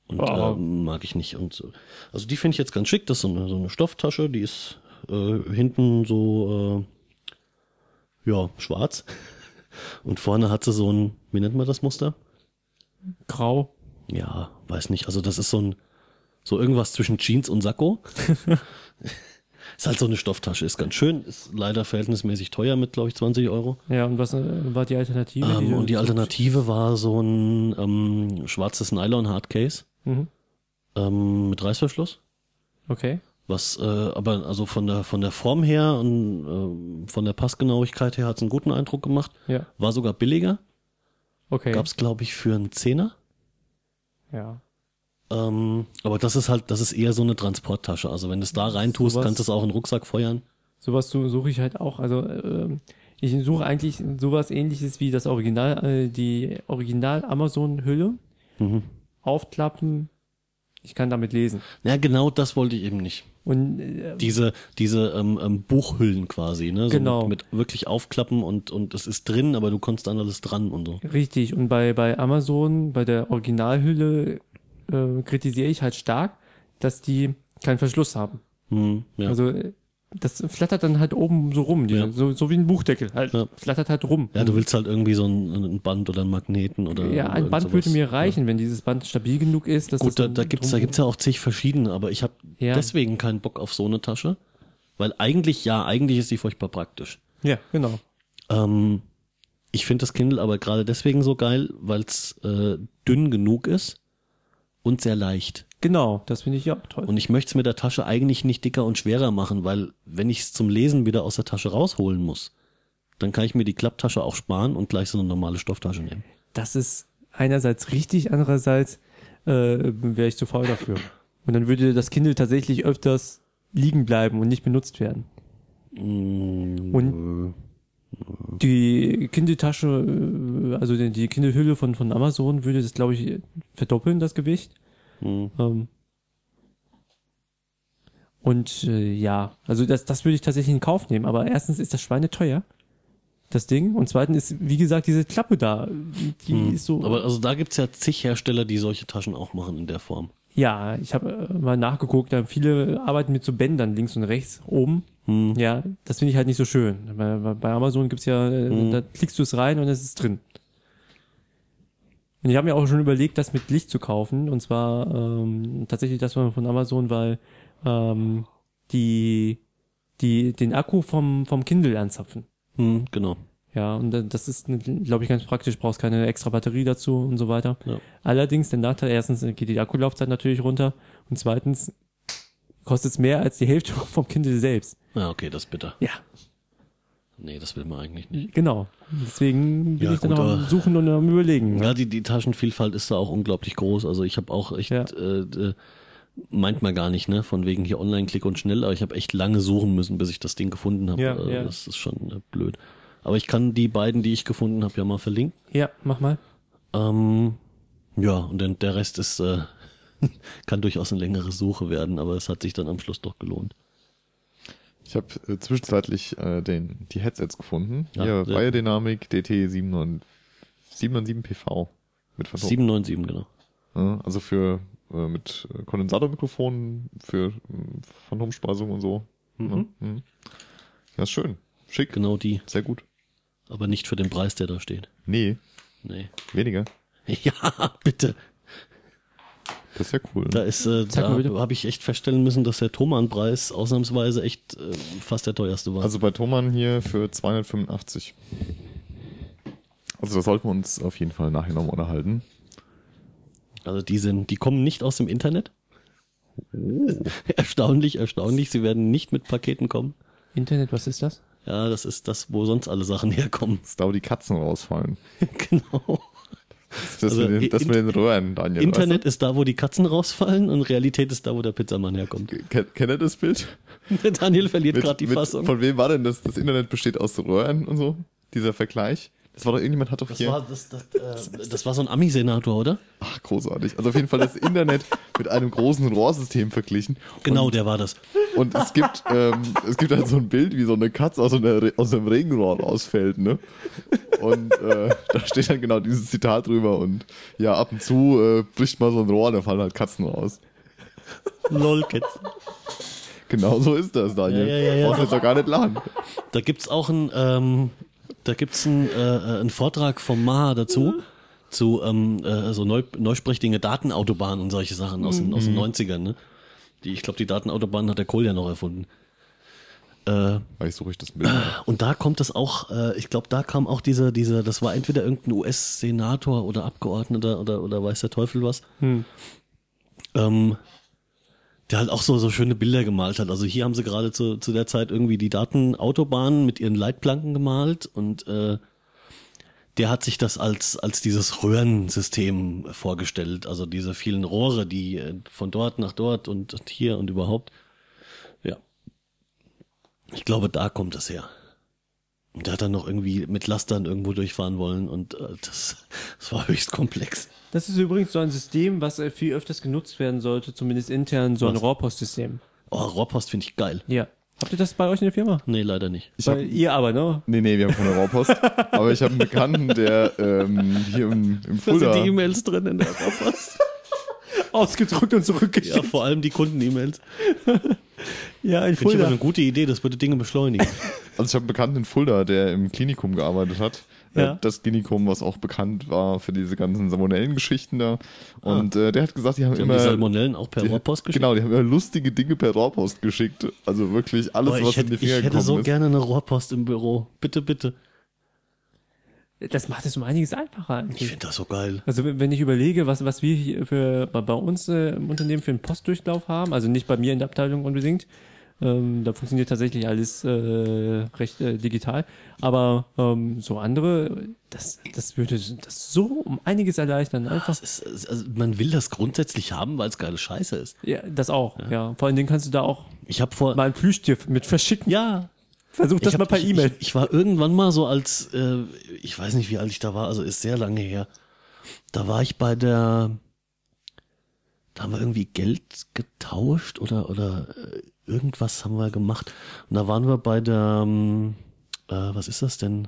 Speaker 2: Und
Speaker 4: Ah.
Speaker 2: ähm, mag ich nicht. Und so. Also die finde ich jetzt ganz schick. Das ist so eine, so eine Stofftasche, die ist äh, hinten so äh, ja schwarz und vorne hat sie so ein wie nennt man das Muster?
Speaker 4: Grau.
Speaker 2: Ja, weiß nicht. Also das ist so ein so irgendwas zwischen Jeans und Sakko. ist halt so eine Stofftasche. Ist ganz schön. Ist leider verhältnismäßig teuer mit glaube ich 20 Euro.
Speaker 4: Ja, und was äh, war die Alternative?
Speaker 2: Ähm,
Speaker 4: du
Speaker 2: und die
Speaker 4: gesucht-
Speaker 2: Alternative war so ein ähm, schwarzes Nylon Hardcase
Speaker 4: Mhm.
Speaker 2: ähm, mit Reißverschluss.
Speaker 4: Okay.
Speaker 2: Was äh, aber also von der von der Form her und ähm, von der Passgenauigkeit her hat es einen guten Eindruck gemacht.
Speaker 4: Ja.
Speaker 2: War sogar billiger.
Speaker 4: Okay.
Speaker 2: Gab's glaube ich für einen Zehner.
Speaker 4: Ja.
Speaker 2: Ähm, aber das ist halt, das ist eher so eine Transporttasche. Also wenn du es da reintust,
Speaker 4: Sowas-
Speaker 2: kannst du es auch in den Rucksack feuern.
Speaker 4: Sowas su- suche ich halt auch. Also ähm, ich suche eigentlich sowas ähnliches wie das Original, äh, die Original Amazon-Hülle.
Speaker 2: Mhm.
Speaker 4: Aufklappen. Ich kann damit lesen.
Speaker 2: Ja, genau das wollte ich eben nicht.
Speaker 4: Und äh,
Speaker 2: Diese, diese ähm, ähm, Buchhüllen quasi, ne? So
Speaker 4: Genau.
Speaker 2: Mit, mit wirklich aufklappen und, und es ist drin, aber du kommst an alles dran und so.
Speaker 4: Richtig, und bei, bei Amazon, bei der Originalhülle, äh, kritisiere ich halt stark, dass die keinen Verschluss haben.
Speaker 2: Hm, ja.
Speaker 4: Also äh, das flattert dann halt oben so rum, diese,
Speaker 2: Ja.
Speaker 4: so, so wie ein Buchdeckel. Halt,
Speaker 2: Ja.
Speaker 4: Flattert halt rum.
Speaker 2: ja, du willst halt irgendwie so ein, ein Band oder einen Magneten oder.
Speaker 4: ja, ein
Speaker 2: irgend
Speaker 4: Band
Speaker 2: sowas.
Speaker 4: würde mir reichen, wenn dieses Band stabil genug ist. Dass
Speaker 2: Gut, da,
Speaker 4: das
Speaker 2: da gibt's da gibt's ja auch zig verschiedene, aber ich habe
Speaker 4: Ja.
Speaker 2: deswegen keinen Bock auf so eine Tasche. Weil eigentlich, ja, eigentlich ist die furchtbar praktisch.
Speaker 4: Ja, genau.
Speaker 2: Ähm, ich finde das Kindle aber gerade deswegen so geil, weil es äh, dünn genug ist und sehr leicht.
Speaker 4: Genau, das finde ich ja auch toll.
Speaker 2: Und ich möchte es mit der Tasche eigentlich nicht dicker und schwerer machen, weil wenn ich es zum Lesen wieder aus der Tasche rausholen muss, dann kann ich mir die Klapptasche auch sparen und gleich so eine normale Stofftasche nehmen.
Speaker 4: das ist einerseits richtig, andererseits äh, wäre ich zu faul dafür. Und dann würde das Kindle tatsächlich öfters liegen bleiben und nicht benutzt werden. Und Äh, die Kindle-Tasche, äh, also die, die Kindle-Hülle von, von Amazon würde das, glaube ich, verdoppeln, das Gewicht. Ähm, und äh, ja, also das, das würde ich tatsächlich in Kauf nehmen. Aber erstens ist das Schweine teuer, das Ding. Und zweitens ist, wie gesagt, diese Klappe da, die ist so.
Speaker 2: Aber also da gibt's ja zig Hersteller, die solche Taschen auch machen in der Form.
Speaker 4: Ja, ich habe äh, mal nachgeguckt, da viele arbeiten mit so Bändern links und rechts oben. Ja, das finde ich halt nicht so schön. Bei, bei- bei Amazon gibt's ja, äh, da klickst du es rein und es ist drin. Und ich habe mir auch schon überlegt, das mit Licht zu kaufen. Und zwar ähm, tatsächlich das war von Amazon, weil ähm, die, die den Akku vom, vom Kindle anzapfen.
Speaker 2: Hm, genau.
Speaker 4: Ja, und dann- das ist, glaube ich, ganz praktisch. Brauchst keine extra Batterie dazu und so weiter.
Speaker 2: Ja.
Speaker 4: Allerdings der Nachteil, erstens geht die Akkulaufzeit natürlich runter und zweitens kostet es mehr als die Hälfte vom Kindle selbst.
Speaker 2: Ja, Ah, okay, das ist bitter.
Speaker 4: Ja,
Speaker 2: Nee, das will man eigentlich nicht.
Speaker 4: genau. Deswegen bin
Speaker 2: Ja,
Speaker 4: ich dann
Speaker 2: gut,
Speaker 4: noch
Speaker 2: aber-
Speaker 4: am Suchen und am Überlegen.
Speaker 2: Ja, die, die Taschenvielfalt ist da auch unglaublich groß. Also ich habe auch echt,
Speaker 4: Ja.
Speaker 2: äh, äh, meint man gar nicht, ne? Von wegen hier Online-Klick und schnell, aber ich habe echt lange suchen müssen, bis ich das Ding gefunden habe.
Speaker 4: Ja,
Speaker 2: äh,
Speaker 4: ja.
Speaker 2: Das ist schon äh, blöd. Aber ich kann die beiden, die ich gefunden habe, ja mal verlinken.
Speaker 4: Ja, mach mal.
Speaker 2: Ähm, ja, und dann der Rest ist, äh, kann durchaus eine längere Suche werden, aber es hat sich dann am Schluss doch gelohnt.
Speaker 3: Ich habe äh, zwischenzeitlich äh, den, die Headsets gefunden.
Speaker 2: Ja,
Speaker 3: Ja,
Speaker 2: sehr-
Speaker 3: Biodynamic DT797 PV. Mit Phantom.
Speaker 2: 797, genau.
Speaker 3: Ja, also für äh, mit äh, Kondensatormikrofonen, für äh, Phantomspeisung und so. Mhm. Ja, mhm. ja, ist schön. Schick.
Speaker 2: Genau die,
Speaker 3: Sehr gut.
Speaker 2: aber nicht für den Preis, der da steht.
Speaker 3: Nee,
Speaker 2: Nee.
Speaker 3: weniger.
Speaker 2: Ja, bitte.
Speaker 3: Das ist ja cool.
Speaker 2: Da ist, äh,
Speaker 4: Zeig
Speaker 2: da
Speaker 4: mal bitte.
Speaker 2: habe ich echt feststellen müssen, dass der Thomann-Preis ausnahmsweise echt äh, fast der teuerste war.
Speaker 3: Also bei Thomann hier für 285. Also da sollten wir uns auf jeden Fall nachher nochmal unterhalten.
Speaker 2: Also die sind, die kommen nicht aus dem Internet.
Speaker 3: Oh.
Speaker 2: Erstaunlich, erstaunlich. Sie werden nicht mit Paketen kommen.
Speaker 4: Internet, was ist das?
Speaker 2: Ja, das ist das, wo sonst alle Sachen herkommen.
Speaker 3: Dass da wo die Katzen rausfallen.
Speaker 2: genau.
Speaker 3: Das, das,
Speaker 2: Also,
Speaker 3: mit, den, das
Speaker 2: in-
Speaker 3: mit den Röhren, Daniel.
Speaker 2: Internet ist da, wo die Katzen rausfallen und Realität ist da, wo der Pizzamann herkommt.
Speaker 3: Weißt du? Ken- Kennt ihr das Bild?
Speaker 2: Daniel verliert
Speaker 3: Mit-
Speaker 2: gerade die
Speaker 3: mit-
Speaker 2: Fassung.
Speaker 3: Von wem war denn das? Das Internet besteht aus Röhren und so? Dieser Vergleich? Das war doch irgendjemand hat doch
Speaker 2: Das
Speaker 3: hier.
Speaker 2: war, das, das, äh, das war so ein Ami-Senator, oder?
Speaker 3: Ach, großartig. Also auf jeden Fall das Internet mit einem großen Rohrsystem verglichen.
Speaker 2: Genau, der war das.
Speaker 3: Und es gibt, ähm, es gibt halt so ein Bild, wie so eine Katze aus, einer, Re- aus einem Regenrohr rausfällt, ne? Und äh, da steht dann genau dieses Zitat drüber und ja, ab und zu äh, bricht mal so ein Rohr, da fallen halt Katzen raus.
Speaker 2: Lolkets.
Speaker 3: Genau so ist das, Daniel.
Speaker 2: Ja, ja, ja, ja.
Speaker 3: Brauchst jetzt doch gar nicht lachen.
Speaker 2: Da gibt's auch ein, ähm, da gibt's ein, äh, äh, einen Vortrag vom Maha dazu, zu ähm, äh, so neu, neusprechtinge Datenautobahnen und solche Sachen aus den, aus den 90ern. Ne? Die, ich glaube, die Datenautobahn hat der Kohl ja noch erfunden. Äh,
Speaker 3: Ah, Ich suche ich das Bild. mal.
Speaker 2: und da kommt das auch, äh, ich glaube, da kam auch dieser, dieser, das war entweder irgendein US-Senator oder Abgeordneter oder, oder weiß der Teufel was, ähm, der halt auch so, so schöne Bilder gemalt hat. Also hier haben sie gerade zu, zu der Zeit irgendwie die Datenautobahnen mit ihren Leitplanken gemalt und äh, der hat sich das als, als dieses Röhrensystem vorgestellt. Also diese vielen Rohre, die äh, von dort nach dort und, und hier und überhaupt. Ja. Ich glaube, da kommt das her. Und der hat dann noch irgendwie mit Lastern irgendwo durchfahren wollen und äh, das, das war höchst komplex.
Speaker 4: Das ist übrigens so ein System, was äh, viel öfters genutzt werden sollte, zumindest intern, so ein
Speaker 2: Was?
Speaker 4: Rohrpostsystem.
Speaker 2: Oh, Rohrpost finde ich geil.
Speaker 4: Ja. Habt ihr das bei euch in der Firma?
Speaker 2: Nee, leider nicht.
Speaker 3: Ich hab,
Speaker 4: Bei, ihr aber, ne?
Speaker 3: nee, nee, wir haben keine Rohrpost. aber ich habe einen Bekannten, der ähm, hier im, im
Speaker 2: Da sind
Speaker 3: Fulda...
Speaker 2: die E-Mails drin in der Rohrpost.
Speaker 4: Ausgedruckt und zurückgeschickt.
Speaker 2: ja, vor allem die Kunden-E-Mails.
Speaker 4: Ja,
Speaker 2: Finde
Speaker 4: in
Speaker 2: ich aber
Speaker 4: Fulda.
Speaker 2: eine gute Idee, das würde Dinge beschleunigen.
Speaker 3: Also ich habe einen Bekannten in Fulda, der im Klinikum gearbeitet hat.
Speaker 4: Ja.
Speaker 3: Äh, Das Klinikum, was auch bekannt war für diese ganzen Salmonellen-Geschichten da. Und äh, der hat gesagt, die haben
Speaker 2: Ah. Die haben
Speaker 3: immer...
Speaker 2: die Salmonellen auch per
Speaker 3: die-
Speaker 2: Rohrpost geschickt.
Speaker 3: Genau, die haben immer lustige Dinge per Rohrpost geschickt. Also wirklich alles,
Speaker 2: Boah,
Speaker 3: was
Speaker 2: ich hätte,
Speaker 3: in die Finger
Speaker 2: ich hätte
Speaker 3: gekommen
Speaker 2: so
Speaker 3: ist.
Speaker 2: gerne eine Rohrpost im Büro. Bitte, bitte.
Speaker 4: Das macht es um einiges einfacher
Speaker 2: Ich
Speaker 4: eigentlich.
Speaker 2: finde das so geil.
Speaker 4: Also wenn wenn ich überlege, was, was wir hier für, bei bei uns äh, im Unternehmen für einen Postdurchlauf haben, also nicht bei mir in der Abteilung unbedingt, ähm, da funktioniert tatsächlich alles äh, recht äh, digital, aber ähm, so andere, das, das würde das so um einiges erleichtern. Einfach
Speaker 2: Das ist, also man will das grundsätzlich haben, weil es geile Scheiße ist.
Speaker 4: Ja, das auch, ja. Vor allen Dingen kannst du da auch
Speaker 2: Ich habe vor.
Speaker 4: mal ein Plüschtier mit verschicken.
Speaker 2: ja,
Speaker 4: Versuch das
Speaker 2: Ich
Speaker 4: mal
Speaker 2: hab-
Speaker 4: per
Speaker 2: ich-
Speaker 4: E-Mail.
Speaker 2: Ich, ich war irgendwann mal so als, äh, ich weiß nicht, wie alt ich da war, also ist sehr lange her. Da war ich bei der, da haben wir irgendwie Geld getauscht oder, oder äh, irgendwas haben wir gemacht. Und da waren wir bei der, ähm, äh, was ist das denn?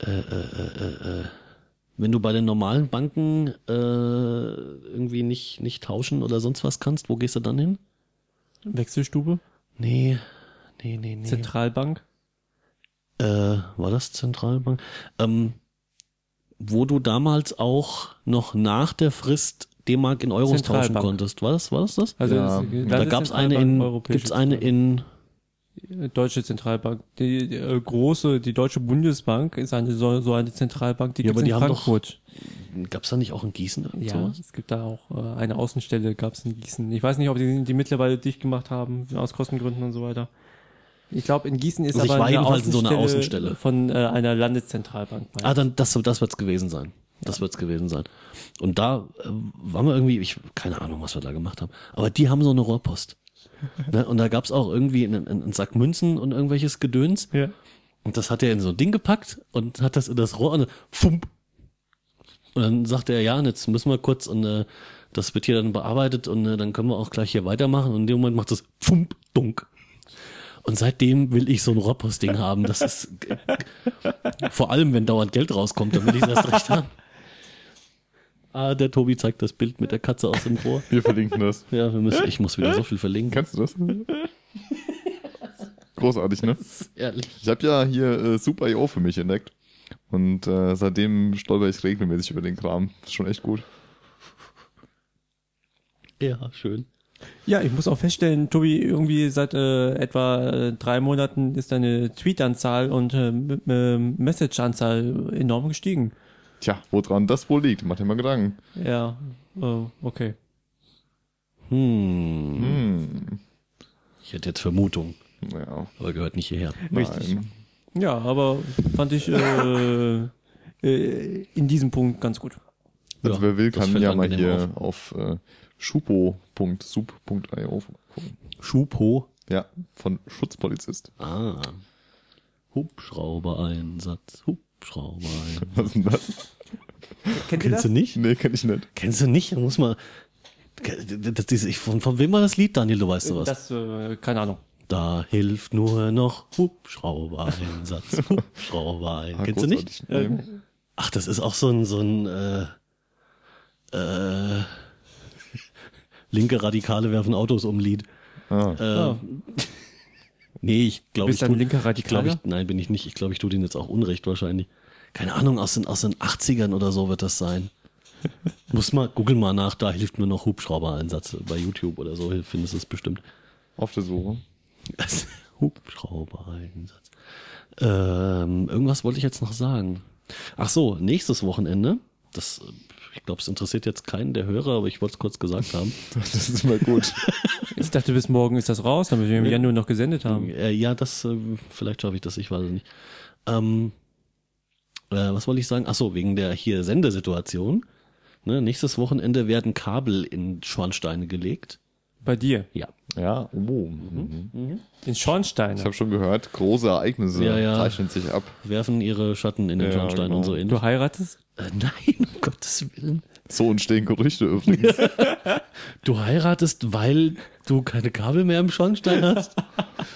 Speaker 2: Äh, äh, äh, äh, äh. Wenn du bei den normalen Banken äh, irgendwie nicht, nicht tauschen oder sonst was kannst, wo gehst du dann hin?
Speaker 4: Wechselstube,
Speaker 2: Nee, nee, nee, nee.
Speaker 4: Zentralbank.
Speaker 2: äh, war das Zentralbank, ähm, wo du damals auch noch nach der Frist D-Mark in Euros tauschen
Speaker 4: Zentralbank.
Speaker 2: konntest. War das, war das das?
Speaker 4: Also
Speaker 3: Ja,
Speaker 4: das-
Speaker 3: und
Speaker 2: Da
Speaker 4: das ist
Speaker 2: gab's
Speaker 4: Zentralbank,
Speaker 2: eine in,
Speaker 4: europäische
Speaker 2: gibt's eine in,
Speaker 4: Zentralbank. deutsche Zentralbank. Die, die äh, große, die deutsche Bundesbank ist eine so, so eine Zentralbank, die
Speaker 2: Ja,
Speaker 4: gibt's
Speaker 2: aber die
Speaker 4: in
Speaker 2: haben doch
Speaker 4: Frankfurt.
Speaker 2: gab's da nicht auch in Gießen irgend
Speaker 4: ja,
Speaker 2: sowas?
Speaker 4: es gibt da auch äh, eine Außenstelle, gab's in Gießen. Ich weiß nicht, ob die die mittlerweile dicht gemacht haben aus Kostengründen und so weiter. Ich glaube, in Gießen ist
Speaker 2: Also ich
Speaker 4: aber
Speaker 2: war
Speaker 4: eine
Speaker 2: jedenfalls in so
Speaker 4: Außenstelle,
Speaker 2: einer Außenstelle.
Speaker 4: von äh, einer Landeszentralbank. meine
Speaker 2: Ah, dann, das, das wird's gewesen sein. Das wird's gewesen sein. Und da äh, waren wir irgendwie, ich keine Ahnung, was wir da gemacht haben. Aber die haben so eine Rohrpost. ne? Und da gab's auch irgendwie einen, einen einen Sack Münzen und irgendwelches Gedöns.
Speaker 4: ich. Ja.
Speaker 2: Und das hat er in so ein Ding gepackt und hat das in das Rohr und dann, fump. Und dann sagte er, ja, und jetzt müssen wir kurz und äh, das wird hier dann bearbeitet und äh, dann können wir auch gleich hier weitermachen. Und in dem Moment macht das fump, dunk. Und seitdem will ich so ein Rohrpostding haben. Das ist vor allem, wenn dauernd Geld rauskommt, dann will ich das recht haben. Ah, der Tobi zeigt das Bild mit der Katze aus dem Rohr.
Speaker 3: Wir verlinken das.
Speaker 2: Ja, wir müssen, ich muss wieder so viel verlinken.
Speaker 3: Kennst du das? Großartig, ne?
Speaker 2: Ehrlich.
Speaker 3: Ich habe ja hier äh, Super.io für mich entdeckt. Und äh, seitdem stolper ich regelmäßig über den Kram. Ist schon echt gut.
Speaker 2: Ja, schön.
Speaker 4: Ja, ich muss auch feststellen, Tobi, irgendwie seit äh, etwa äh, drei Monaten ist deine Tweet-Anzahl und äh, M- M- Message-Anzahl enorm gestiegen.
Speaker 3: Tja, woran das wohl liegt? Mach dir mal Gedanken.
Speaker 4: Ja, äh, okay.
Speaker 2: Hm.
Speaker 3: Hm.
Speaker 2: Ich hätte jetzt Vermutung,
Speaker 3: Ja,
Speaker 2: aber gehört nicht hierher.
Speaker 4: Richtig.
Speaker 3: nein.
Speaker 4: Ja, aber fand ich äh, äh, in diesem Punkt ganz gut.
Speaker 3: Also
Speaker 2: Ja,
Speaker 3: wer will,
Speaker 2: das
Speaker 3: kann
Speaker 2: fällt
Speaker 3: ja
Speaker 2: einem
Speaker 3: mal
Speaker 2: genau
Speaker 3: hier auf, äh, schupo.sub.io gucken.
Speaker 2: Schupo.
Speaker 3: Ja, von Schutzpolizist.
Speaker 2: Ah. Hubschrauber-Einsatz. Hubschrauber-Einsatz.
Speaker 3: Was ist denn das?
Speaker 4: Kennt
Speaker 2: Kennst du nicht?
Speaker 3: Nee, kenn ich nicht.
Speaker 2: Kennst du nicht? Da muss man. Das ist, ich, von, von wem war das Lied, Daniel? Du weißt sowas.
Speaker 4: Das, äh, keine Ahnung.
Speaker 2: da hilft nur noch Hubschrauber-Einsatz. Hubschrauber-Einsatz.
Speaker 3: Ah,
Speaker 2: Kennst du nicht?
Speaker 3: großartig. Nee.
Speaker 2: Ach, das ist auch so ein, so ein äh, äh, linke Radikale werfen Autos um Lied.
Speaker 3: Ah.
Speaker 2: Äh,
Speaker 4: Ah.
Speaker 2: Nee, ich glaube, ich
Speaker 4: Bist du ein
Speaker 2: tu-
Speaker 4: linker
Speaker 2: ich glaube,
Speaker 4: Radikaler?
Speaker 2: ich, nein, bin ich nicht. Ich glaube, ich tue denen jetzt auch Unrecht wahrscheinlich. Keine Ahnung, aus den, aus den 80ern oder so wird das sein. Muss mal, google mal nach, da hilft nur noch Hubschrauber-Einsatz. Bei YouTube oder so findest du es bestimmt.
Speaker 3: Auf der Suche.
Speaker 2: Hubschrauber-Einsatz. Ähm, irgendwas wollte ich jetzt noch sagen. Ach so, nächstes Wochenende. Das, äh, ich glaube, es interessiert jetzt keinen der Hörer, aber ich wollte es kurz gesagt haben.
Speaker 3: Das ist immer gut.
Speaker 4: Ich dachte, bis morgen ist das raus, damit wir im Januar noch gesendet haben.
Speaker 2: Äh, ja, das, äh, vielleicht schaffe ich das, ich weiß es nicht. Ähm, äh, was wollte ich sagen? Ach so, wegen der hier Sendesituation. Ne, nächstes Wochenende werden Kabel in Schornsteine gelegt.
Speaker 4: Bei dir.
Speaker 2: Ja.
Speaker 3: ja, oh. Mhm.
Speaker 4: In
Speaker 3: Ich
Speaker 4: Schornsteine.
Speaker 3: habe schon gehört, große Ereignisse
Speaker 2: Ja, ja.
Speaker 3: zeichnen sich ab.
Speaker 2: Werfen ihre Schatten in den
Speaker 3: Ja,
Speaker 2: Schornstein und
Speaker 3: genau.
Speaker 2: so ähnlich.
Speaker 4: Du heiratest?
Speaker 2: Äh, nein, um Gottes Willen.
Speaker 3: So entstehen Gerüchte übrigens.
Speaker 2: Du heiratest, weil du keine Kabel mehr im Schornstein hast.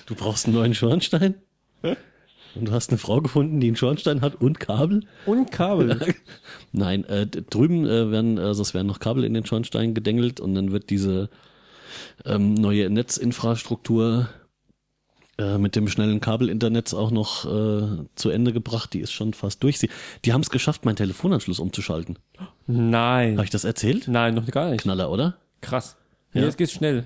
Speaker 2: Du brauchst einen neuen Schornstein. Und du hast eine Frau gefunden, die einen Schornstein hat und Kabel.
Speaker 4: Und Kabel.
Speaker 2: Nein, äh, d- drüben äh, werden, also es werden noch Kabel in den Schornstein gedengelt und dann wird diese ähm, neue Netzinfrastruktur äh, mit dem schnellen Kabelinternet auch noch äh, zu Ende gebracht. Die ist schon fast durch. Sie, die haben es geschafft, meinen Telefonanschluss umzuschalten. Habe
Speaker 4: Nein.
Speaker 2: ich das erzählt?
Speaker 4: Nein, noch gar nicht.
Speaker 2: Knaller, oder?
Speaker 4: Krass.
Speaker 2: Ja.
Speaker 4: Jetzt geht's schnell.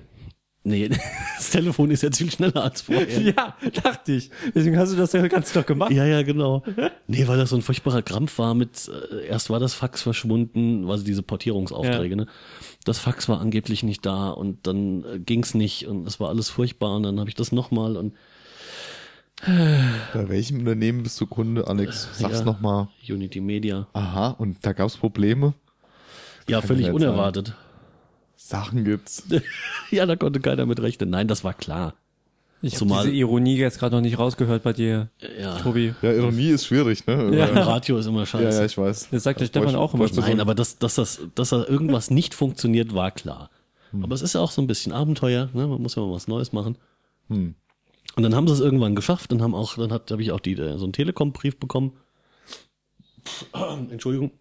Speaker 2: Nee, das Telefon ist jetzt viel schneller als vorher.
Speaker 4: Ja, dachte ich. Deswegen hast du das ja ganz doch gemacht.
Speaker 2: Ja, ja, genau. Nee, weil das so ein furchtbarer Krampf war mit, äh, erst war das Fax verschwunden, also diese Portierungsaufträge, ne? Das Fax war angeblich nicht da und dann äh, ging's nicht und es war alles furchtbar und dann habe ich das nochmal und
Speaker 3: Bei welchem Unternehmen bist du Kunde, Alex? Sag's
Speaker 2: ja.
Speaker 3: nochmal.
Speaker 2: Unity Media.
Speaker 3: Aha, und da gab's Probleme.
Speaker 2: Ja,
Speaker 3: kann
Speaker 2: völlig
Speaker 3: ja jetzt
Speaker 2: unerwartet.
Speaker 3: Sachen gibt's.
Speaker 2: Ja, da konnte keiner mit rechnen. Nein, das war klar.
Speaker 4: Ich habe
Speaker 2: Zumal-
Speaker 4: diese Ironie jetzt gerade noch nicht rausgehört bei dir,
Speaker 2: Ja.
Speaker 4: Tobi.
Speaker 3: Ja, Ironie ist schwierig, ne?
Speaker 4: Ja.
Speaker 2: Im Radio ist immer
Speaker 3: ja,
Speaker 2: scheiße.
Speaker 3: ja, ich weiß.
Speaker 4: Das sagt der
Speaker 3: Ich
Speaker 4: Stefan
Speaker 3: bräuchte-
Speaker 4: auch immer
Speaker 3: bräuchte so
Speaker 2: Nein,
Speaker 3: ein-
Speaker 2: aber dass, dass, das, dass da irgendwas nicht funktioniert, war klar.
Speaker 3: Hm.
Speaker 2: Aber es ist ja auch so ein bisschen Abenteuer, ne? man muss ja mal was Neues machen.
Speaker 3: Hm.
Speaker 2: Und dann haben sie es irgendwann geschafft und haben auch, dann hat, habe ich auch die, äh, so einen Telekom-Brief bekommen. Entschuldigung.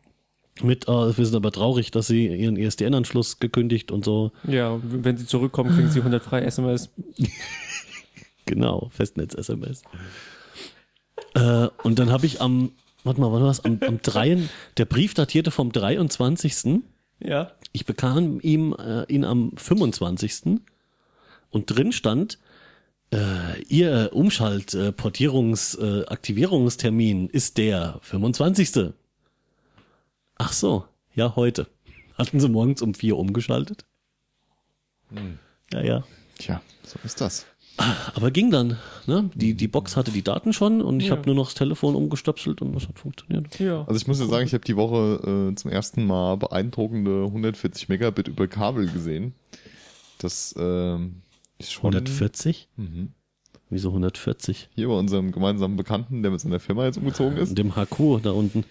Speaker 2: Mit, äh, wir sind aber traurig, dass sie ihren E ISDN-Anschluss gekündigt und so.
Speaker 4: Ja, wenn sie zurückkommen, kriegen sie 100 frei SMS.
Speaker 2: Genau, Festnetz-SMS. äh, und dann habe ich am, warte mal, wann war das? Am, am 3. Der Brief datierte vom 23.
Speaker 4: Ja.
Speaker 2: Ich bekam ihm äh, ihn am 25. und drin stand äh, ihr Umschalt äh, Portierungs äh, Aktivierungstermin ist der 25. Ach so, ja heute. Hatten sie morgens um vier umgeschaltet? Ja, ja.
Speaker 3: Tja, so ist das.
Speaker 2: Aber ging dann. Ne? Die, die Box hatte die Daten schon und ich
Speaker 4: Ja. Hm.
Speaker 2: habe nur noch das Telefon umgestöpselt und das hat funktioniert.
Speaker 4: Ja.
Speaker 3: Also ich muss ja sagen, ich habe die Woche äh, zum ersten Mal beeindruckende 140 Megabit über Kabel gesehen. Das ähm, ist schon
Speaker 2: 140?
Speaker 3: Mhm.
Speaker 2: Wieso 140?
Speaker 3: hier bei unserem gemeinsamen Bekannten, der mit seiner Firma jetzt umgezogen ist.
Speaker 2: Und dem HQ da unten.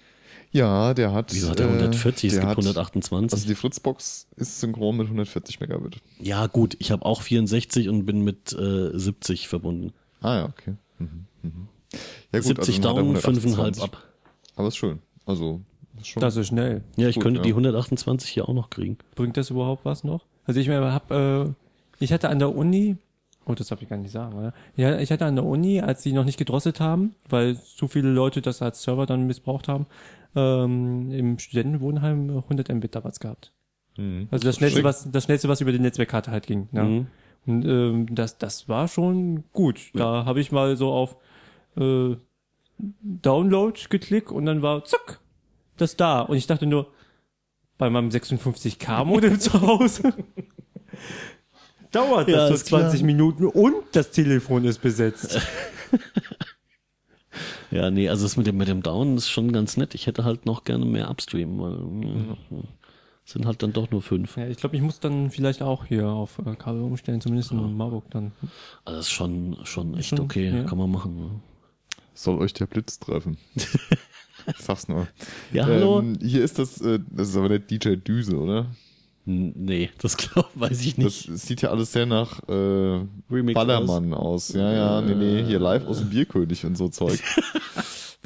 Speaker 3: Ja, der hat.
Speaker 2: Wieso hat er
Speaker 3: äh,
Speaker 2: 140? es
Speaker 3: der
Speaker 2: gibt
Speaker 3: hat-
Speaker 2: 128.
Speaker 3: Also die Fritzbox ist synchron mit 140 Megabit.
Speaker 2: Ja, gut, ich habe auch 64 und bin mit äh, 70 verbunden.
Speaker 3: Ah ja, okay. Mhm. Mhm. Ja, gut,
Speaker 2: 70
Speaker 3: also dann hat er
Speaker 2: down,
Speaker 3: 128.
Speaker 2: 5,5 ab.
Speaker 3: Aber ist schön. Also ist schon.
Speaker 4: Das ist schnell.
Speaker 2: Ja, ich
Speaker 3: Gut,
Speaker 2: könnte
Speaker 3: ja.
Speaker 2: die 128 hier auch noch kriegen.
Speaker 4: Bringt das überhaupt was noch? Also ich meine, hab, äh, ich hatte an der Uni, oh, das darf ich gar nicht sagen, oder? Ja, ich hatte an der Uni, als sie noch nicht gedrosselt haben, weil zu viele Leute das als Server dann missbraucht haben, ähm, im Studentenwohnheim 100 Mbit damals gehabt.
Speaker 3: Mhm.
Speaker 4: Also das schnellste,
Speaker 3: Schick.
Speaker 4: was, das schnellste, was über die Netzwerkkarte halt ging. Ne?
Speaker 2: Mhm.
Speaker 4: Und ähm, das, das war schon gut. Da habe ich mal so auf äh, Download geklickt und dann war zack, das da. Und ich dachte nur, bei meinem 56K-Modem zu Hause dauert
Speaker 2: Ja,
Speaker 4: das so
Speaker 2: ist klar.
Speaker 4: 20 Minuten und das Telefon ist besetzt.
Speaker 2: Ja, nee, also das mit dem, mit dem Down ist schon ganz nett. Ich hätte halt noch gerne mehr Upstream, weil mh, sind halt dann doch nur fünf.
Speaker 4: ja, ich glaube, ich muss dann vielleicht auch hier auf äh, Kabel umstellen, zumindest in Marburg dann.
Speaker 2: Also das ist schon, schon echt
Speaker 4: Schon,
Speaker 2: okay,
Speaker 4: ja.
Speaker 2: kann man machen. ne?
Speaker 3: Soll euch der Blitz treffen. ich sag's nur.
Speaker 2: Ja, hallo?
Speaker 3: Ähm, hier ist das, äh, das ist aber nicht DJ Düse, oder?
Speaker 2: N- Nee, das glaub, weiß ich
Speaker 3: Das
Speaker 2: nicht.
Speaker 3: sieht ja alles sehr nach äh,
Speaker 2: Remix
Speaker 3: Ballermann aus. Ja, ja, nee, nee, hier live aus dem Bierkönig und so Zeug.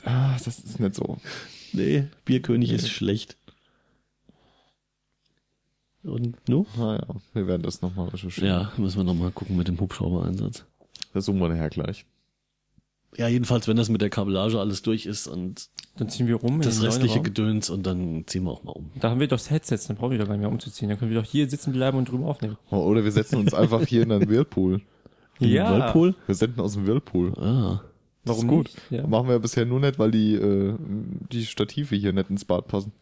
Speaker 3: ah, das ist nicht so.
Speaker 2: nee, Bierkönig ist schlecht. Und nu?
Speaker 3: Naja, Ah, wir werden das nochmal recherchieren.
Speaker 2: Ja, müssen wir nochmal gucken mit dem Hubschrauber-Einsatz.
Speaker 3: Das suchen wir nachher gleich.
Speaker 2: Ja, jedenfalls, wenn das mit der Kabellage alles durch ist und
Speaker 4: Dann ziehen wir rum. in
Speaker 2: das
Speaker 4: den neuen
Speaker 2: restliche
Speaker 4: Raum.
Speaker 2: Gedöns und dann ziehen wir auch mal um.
Speaker 4: Da haben wir doch das Headset, dann brauchen wir doch gar nicht mehr umzuziehen. Dann können wir doch hier sitzen bleiben und drüben aufnehmen.
Speaker 3: O- Oh, Oder wir setzen uns einfach hier in einen Whirlpool.
Speaker 4: Ja.
Speaker 2: Whirlpool?
Speaker 3: Wir senden aus dem Whirlpool.
Speaker 2: Ah.
Speaker 3: Das
Speaker 4: Warum
Speaker 3: ist gut.
Speaker 4: nicht? Ja.
Speaker 3: Machen wir bisher nur nicht, weil die, äh, die Stative hier nicht ins Bad passen.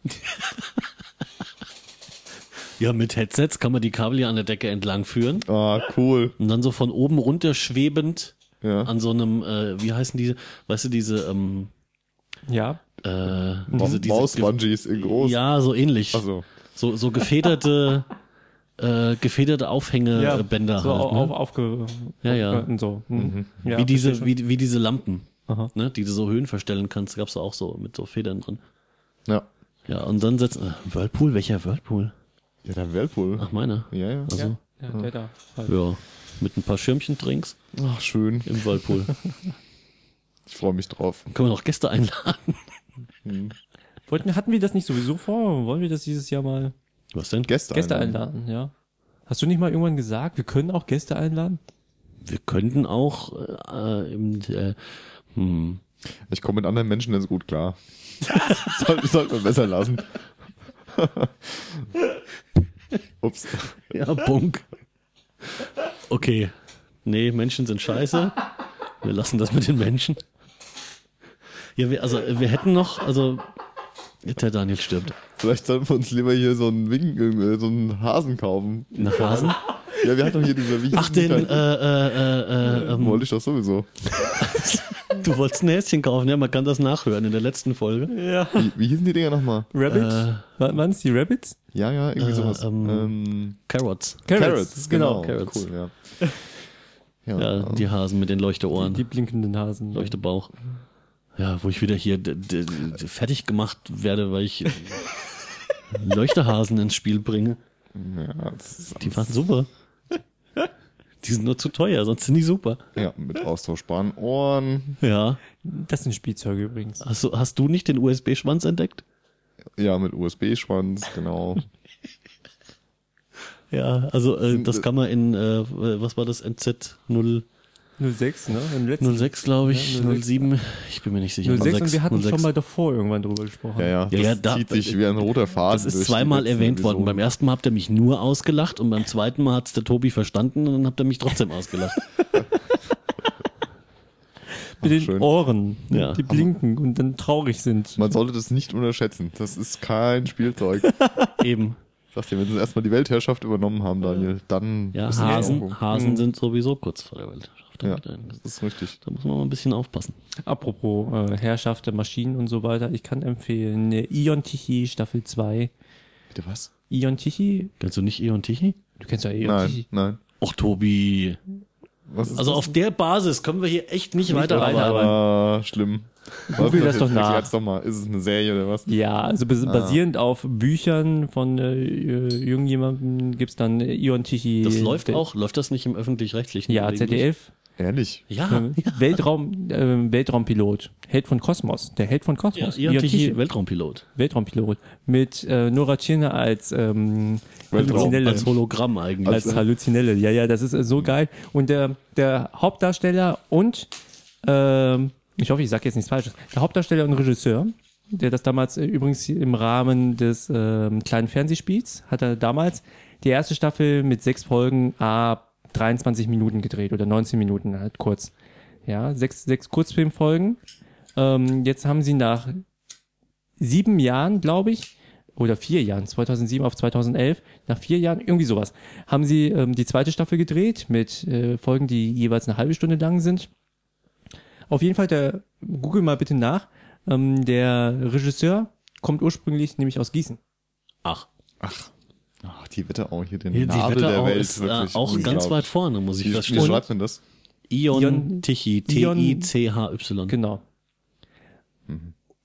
Speaker 2: Ja, mit Headsets kann man die Kabel ja an der Decke entlang führen
Speaker 3: Ah, cool.
Speaker 2: und dann so von oben runter schwebend
Speaker 3: Ja.
Speaker 2: an so einem, äh, wie heißen diese, weißt du, diese, ähm,
Speaker 4: Ja,
Speaker 2: äh,
Speaker 3: Diese,
Speaker 2: diese, diese
Speaker 3: Maus-Bungees in groß. Also,
Speaker 2: Ja, so ähnlich.
Speaker 3: Achso.
Speaker 2: So, so gefederte, äh, gefederte Aufhängebänder
Speaker 4: so
Speaker 2: halt.
Speaker 4: au-
Speaker 2: ne?
Speaker 4: auf, aufge
Speaker 2: Ja, ja.
Speaker 4: und so. Mhm. Ja,
Speaker 2: wie
Speaker 4: verstehe
Speaker 2: diese,
Speaker 4: schon.
Speaker 2: wie, wie diese Lampen,
Speaker 4: Aha.
Speaker 2: ne, die du so Höhen verstellen kannst, gab's da auch so mit so Federn drin.
Speaker 3: Ja.
Speaker 2: Ja, und dann setzt, äh, Whirlpool, welcher Whirlpool?
Speaker 3: Ja, der Whirlpool.
Speaker 2: Ach, meiner.
Speaker 3: Ja, ja.
Speaker 2: Also,
Speaker 4: ja, der da. Halt.
Speaker 2: ja, mit ein paar Schirmchen trinks
Speaker 3: Ach, schön.
Speaker 2: im Whirlpool.
Speaker 3: Ich freue mich drauf.
Speaker 2: Können wir noch Gäste einladen?
Speaker 4: Wollten, hatten wir das nicht sowieso vor? Wollen wir das dieses Jahr mal
Speaker 2: Was denn?
Speaker 3: Gäste
Speaker 4: Gäste
Speaker 3: einladen.
Speaker 4: einladen? Ja. Hast du nicht mal irgendwann gesagt, wir können auch Gäste einladen?
Speaker 2: Wir könnten auch äh, im, äh, hm.
Speaker 3: Ich komme mit anderen Menschen nicht so gut klar. Soll- Sollten wir besser lassen. Ups.
Speaker 2: Ja, Bunk. Okay. Nee, Menschen sind scheiße. Wir lassen das mit den Menschen. Ja, wir, also wir hätten noch, also der Daniel stirbt.
Speaker 3: Vielleicht sollten wir uns lieber hier so einen Winken, äh, so einen Hasen kaufen.
Speaker 2: Nach Hasen?
Speaker 3: Ja, wir hatten doch hier dieser Wichsen.
Speaker 2: Ach, den, äh, äh, äh, äh, ähm,
Speaker 3: Wollte ich doch sowieso.
Speaker 2: du wolltest ein Häschen kaufen, ja, man kann das nachhören in der letzten Folge.
Speaker 5: Ja.
Speaker 3: Wie, wie hießen die Dinger nochmal?
Speaker 4: Rabbit?
Speaker 2: Äh,
Speaker 4: Wa- Waren's die Rabbits?
Speaker 3: Ja, ja, irgendwie
Speaker 2: Äh,
Speaker 3: sowas.
Speaker 2: ähm,
Speaker 3: ähm,
Speaker 2: Carrots.
Speaker 3: Carrots, genau.
Speaker 2: Carrots.
Speaker 3: Cool, ja. Ja,
Speaker 2: Ja, die Hasen mit den Leuchteohren.
Speaker 4: Die blinkenden Hasen.
Speaker 2: Leuchtebauch. Ja, wo ich wieder hier d- d- d- fertig gemacht werde, weil ich Leuchterhasen ins Spiel bringe.
Speaker 3: ja, das ist,
Speaker 2: Die waren super. Die sind nur zu teuer, sonst sind die super.
Speaker 3: ja, mit austauschbaren Ohren.
Speaker 2: Ja.
Speaker 4: Das sind Spielzeuge übrigens.
Speaker 2: Hast du, hast du nicht den USB-Schwanz entdeckt?
Speaker 3: Ja, mit USB-Schwanz, genau.
Speaker 2: Ja, also äh, das kann man in, äh, was war das, NZ0,
Speaker 4: 06, ne? Im letzten
Speaker 2: 06, glaube ich,
Speaker 4: Ja, 06.
Speaker 2: 07, ich bin mir nicht sicher.
Speaker 4: 06 und wir hatten
Speaker 2: 06.
Speaker 4: schon mal davor irgendwann drüber gesprochen.
Speaker 3: Ja, ja, das
Speaker 2: Ja, ja, da-
Speaker 3: zieht sich wie ein roter Faden.
Speaker 2: Das ist
Speaker 3: durch die
Speaker 2: zweimal
Speaker 3: letzten
Speaker 2: erwähnt worden. Beim
Speaker 3: Episoden.
Speaker 2: ersten Mal habt ihr mich nur ausgelacht und beim zweiten Mal hat's der Tobi verstanden und dann habt ihr mich trotzdem ausgelacht.
Speaker 4: Mit den
Speaker 3: schön.
Speaker 4: Ohren, ne?
Speaker 2: Ja.
Speaker 4: die blinken und dann traurig sind.
Speaker 3: Man sollte das nicht unterschätzen. Das ist kein Spielzeug.
Speaker 2: Eben.
Speaker 3: Sag dir, wenn sie erstmal die Weltherrschaft übernommen haben, Daniel, dann
Speaker 2: Ja,
Speaker 3: müssen wir
Speaker 2: Hasen,
Speaker 3: auch-
Speaker 4: Mhm.
Speaker 2: Hasen sind sowieso kurz vor der Weltherrschaft.
Speaker 3: Ja,
Speaker 2: Da
Speaker 3: das ist richtig.
Speaker 2: muss man mal ein bisschen aufpassen.
Speaker 4: Apropos äh, Herrschaft der Maschinen und so weiter, ich kann empfehlen, äh, Ion Tichy Staffel 2.
Speaker 3: Bitte was?
Speaker 4: Ion Tichy?
Speaker 2: Kennst du nicht Eon Tichy?
Speaker 4: Du kennst ja Ion
Speaker 3: Nein,
Speaker 4: Tichy.
Speaker 3: nein.
Speaker 2: Och, Tobi.
Speaker 3: Was ist
Speaker 2: Also auf der Basis können wir hier echt nicht, weiter
Speaker 4: weiterarbeiten.
Speaker 2: weiterarbeiten.
Speaker 3: Ah, schlimm. Was
Speaker 4: Google das doch
Speaker 3: jetzt?
Speaker 4: nach.
Speaker 3: Erklär's doch mal. Ist es eine Serie oder was?
Speaker 4: Ja, also bas
Speaker 3: Ah.
Speaker 4: basierend auf Büchern von äh, irgendjemandem gibt's dann Ion Tichy.
Speaker 2: Das läuft auch. Läuft das nicht im Öffentlich-Rechtlichen?
Speaker 4: Ja,
Speaker 2: gelegentlich? Ah,
Speaker 4: ZDF.
Speaker 3: Ehrlich?
Speaker 2: Ja,
Speaker 4: Äh, Weltraum, äh, Weltraumpilot. Held von Kosmos. Der Held von
Speaker 2: ja,
Speaker 4: Kosmos.
Speaker 2: Eon
Speaker 4: Ion
Speaker 2: Tichy,
Speaker 4: Tichy,
Speaker 2: Weltraumpilot.
Speaker 4: Weltraumpilot. Mit äh, Nora Tschirner als ähm,
Speaker 3: Weltraum-
Speaker 4: Halluzinelle.
Speaker 2: Als Hologramm eigentlich.
Speaker 4: als Halluzinelle. Ja, ja, das ist äh, so geil. Und der, der Hauptdarsteller und, ähm, ich hoffe, ich sage jetzt nichts Falsches, der Hauptdarsteller und Regisseur, der das damals äh, übrigens im Rahmen des ähm, kleinen Fernsehspiels, hat er damals die erste Staffel mit sechs Folgen a 23 Minuten gedreht oder 19 Minuten halt kurz. Ja, sechs, sechs Kurzfilmfolgen. Ähm, jetzt haben sie nach sieben Jahren, glaube ich, oder vier Jahren, 2007 auf 2011, nach vier Jahren, irgendwie sowas, haben sie ähm, die zweite Staffel gedreht mit äh, Folgen, die jeweils eine halbe Stunde lang sind. Auf jeden Fall, der, google mal bitte nach, ähm, der Regisseur kommt ursprünglich nämlich aus Gießen.
Speaker 2: Ach,
Speaker 3: Ach, die Wetterau hier, den
Speaker 2: die
Speaker 3: Nabel der
Speaker 2: Wetterau
Speaker 3: Welt.
Speaker 2: ist äh,
Speaker 3: wirklich
Speaker 2: auch ganz
Speaker 3: unglaublich.
Speaker 2: weit vorne, muss ich
Speaker 3: Wie, wie
Speaker 2: feststellen.
Speaker 3: schreibt denn das?
Speaker 2: Ion
Speaker 4: Ion-
Speaker 2: Tichy,
Speaker 4: Ion-
Speaker 2: T-I-C-H-Y.
Speaker 4: Genau.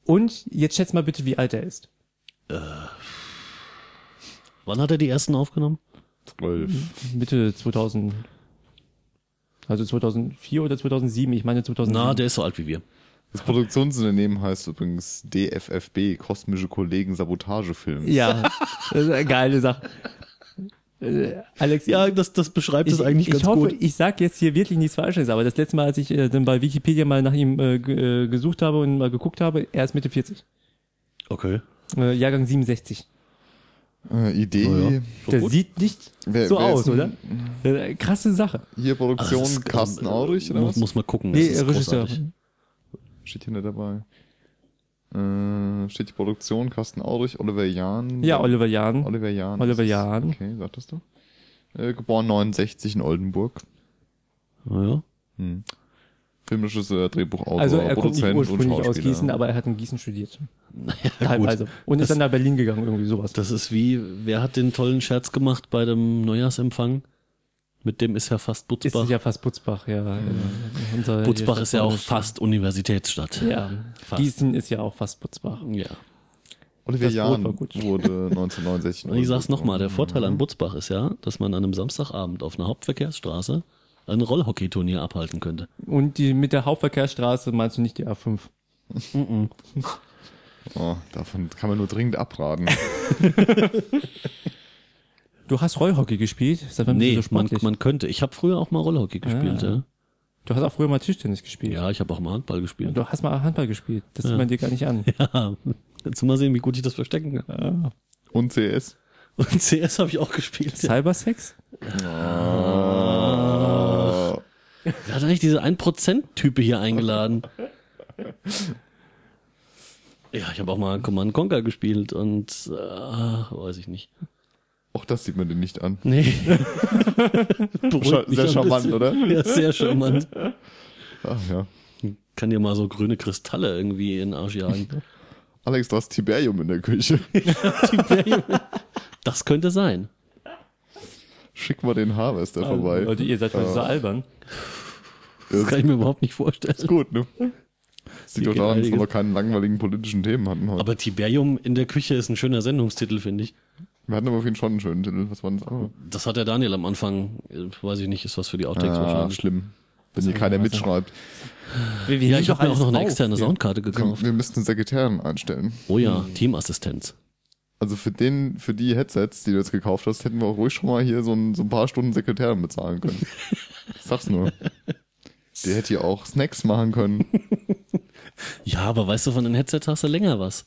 Speaker 4: Und jetzt schätzt mal bitte, wie alt er ist.
Speaker 2: Wann hat er die ersten aufgenommen? Mhm.
Speaker 3: Zwölf.
Speaker 4: Mitte 2000. Also 2004 oder 2007, ich meine 2007.
Speaker 2: Na, der ist so alt wie wir.
Speaker 3: Das Produktionsunternehmen heißt übrigens DFFB, Kosmische Kollegen Sabotagefilm.
Speaker 4: Ja, das ist eine geile Sache. Äh, Alex,
Speaker 2: Ja, das, das beschreibt es
Speaker 4: ich,
Speaker 2: eigentlich
Speaker 4: ich
Speaker 2: ganz
Speaker 4: hoffe,
Speaker 2: gut.
Speaker 4: ich sag jetzt hier wirklich nichts Falsches, aber das letzte Mal, als ich äh, dann bei Wikipedia mal nach ihm äh, ge- äh, gesucht habe und mal geguckt habe, er ist Mitte 40.
Speaker 2: Okay.
Speaker 4: Äh, Jahrgang 67.
Speaker 3: Äh, Idee,
Speaker 2: Naja.
Speaker 4: Der sieht nicht
Speaker 3: Wer-
Speaker 4: so
Speaker 3: wer
Speaker 4: aus,
Speaker 3: ist
Speaker 4: oder? Äh, krasse Sache.
Speaker 3: hier
Speaker 2: Also
Speaker 3: Produktion,
Speaker 2: das ist,
Speaker 3: Carsten
Speaker 2: ähm,
Speaker 3: Aurich oder
Speaker 2: mu-
Speaker 3: was?
Speaker 2: Muss man gucken.
Speaker 4: Nee,
Speaker 2: das ist
Speaker 4: Regisseur.
Speaker 2: großartig.
Speaker 3: Steht hier nicht dabei. Äh, steht die Produktion, Carsten Aurich, Oliver Jahn.
Speaker 4: Ja, Oliver Jahn.
Speaker 3: Oliver Jahn.
Speaker 4: Oliver
Speaker 3: Das ist-
Speaker 4: Jahn.
Speaker 3: Okay, sagtest du. Äh, geboren 69 in Oldenburg.
Speaker 2: Ja.
Speaker 3: Filmregisseur, Drehbuchautor,
Speaker 4: also er kommt nicht
Speaker 3: Produzent und
Speaker 4: ursprünglich
Speaker 3: Schauspieler.
Speaker 4: aus Gießen, aber er hat in Gießen studiert.
Speaker 2: Ja, gut.
Speaker 4: Teilweise. Und ist dann nach Berlin gegangen, irgendwie sowas.
Speaker 2: Das ist wie, wer hat den tollen Scherz gemacht bei dem Neujahrsempfang? Mit dem ist ja fast
Speaker 4: Ist
Speaker 2: Butzbach. Mhm.
Speaker 4: ja fast Butzbach, ja. ja. Unser-
Speaker 2: Butzbach
Speaker 4: hier
Speaker 2: ist ja auch
Speaker 4: Stadtbauer-
Speaker 2: fast Universitätsstadt.
Speaker 4: Ja,
Speaker 2: Fast.
Speaker 4: Gießen ist ja auch fast Butzbach.
Speaker 2: Ja.
Speaker 3: Oliver
Speaker 4: Das Brot
Speaker 3: Jahn
Speaker 4: war gut.
Speaker 3: wurde 1969. in
Speaker 2: Und ich sag's
Speaker 3: Oldenburg
Speaker 2: nochmal, der
Speaker 3: geboren.
Speaker 2: Vorteil an Butzbach ist ja, dass man an einem Samstagabend auf einer Hauptverkehrsstraße ein Rollhockeyturnier abhalten könnte.
Speaker 4: Und die mit der Hauptverkehrsstraße meinst du nicht die A5?
Speaker 3: Oh, davon kann man nur dringend abraten.
Speaker 4: Du hast Rollhockey gespielt? Seit wann
Speaker 2: Nee,
Speaker 4: bist du so
Speaker 2: man,
Speaker 4: sportlich?
Speaker 2: man könnte. Ich habe früher auch mal Rollhockey gespielt. Ja,
Speaker 4: du hast auch früher mal Tischtennis gespielt.
Speaker 2: ja ich habe auch mal Handball gespielt.
Speaker 4: Du hast mal Handball gespielt. Das sieht man dir gar nicht an.
Speaker 2: Ja, jetzt mal sehen, wie gut ich das verstecken kann.
Speaker 3: Und CS.
Speaker 2: Und CS habe ich auch gespielt. Ja.
Speaker 4: Cybersex?
Speaker 3: Äh,
Speaker 2: Wer hat eigentlich diese 1%-Type hier eingeladen? Ja, ich habe auch mal Command Conquer gespielt und äh, weiß ich nicht.
Speaker 3: Auch das sieht man dir nicht an.
Speaker 2: Nee.
Speaker 3: Scha-
Speaker 2: Beruhigt mich
Speaker 3: sehr
Speaker 2: ein
Speaker 3: charmant,
Speaker 2: bisschen.
Speaker 3: oder?
Speaker 2: Ja, sehr charmant.
Speaker 3: Ach Ah, ja.
Speaker 2: Kann dir mal so grüne Kristalle irgendwie in den Arsch jagen.
Speaker 3: Alex, da ist Tiberium in der Küche.
Speaker 2: Das könnte sein.
Speaker 3: Schick mal den Harvester vorbei.
Speaker 4: Also, Leute, ihr seid mal so albern.
Speaker 2: Das kann ich mir überhaupt nicht vorstellen.
Speaker 3: Gut, ne? Das
Speaker 2: Wir
Speaker 3: liegt doch
Speaker 2: kennen
Speaker 3: daran, dass wir
Speaker 2: einiges.
Speaker 3: noch keine langweiligen politischen Themen hatten heute.
Speaker 2: Aber Tiberium in der Küche ist ein schöner Sendungstitel, finde ich.
Speaker 3: wir hatten aber auf jeden Fall schon einen schönen Titel. Was war denn das andere?
Speaker 2: Das hat der Daniel am Anfang. Äh, Weiß ich nicht, ist was für die Outtakes
Speaker 3: Ah,
Speaker 2: wahrscheinlich.
Speaker 3: schlimm. Wenn hier keiner mitschreibt.
Speaker 4: Wir, wir
Speaker 2: Ja,
Speaker 4: nehmen
Speaker 2: ich
Speaker 4: doch
Speaker 2: habe mir auch
Speaker 4: alles
Speaker 2: noch eine
Speaker 4: auf.
Speaker 2: externe Soundkarte gekauft.
Speaker 3: Wir müssten einen Sekretärin einstellen.
Speaker 2: Oh ja,
Speaker 4: Mhm.
Speaker 2: Teamassistenz.
Speaker 3: Also für den, für die Headsets, die du jetzt gekauft hast, hätten wir auch ruhig schon mal hier so ein, so ein paar Stunden Sekretärin bezahlen können. Ich sag's nur. Die hätte ja auch Snacks machen können.
Speaker 2: Ja, aber weißt du, von den Headsets hast du länger was.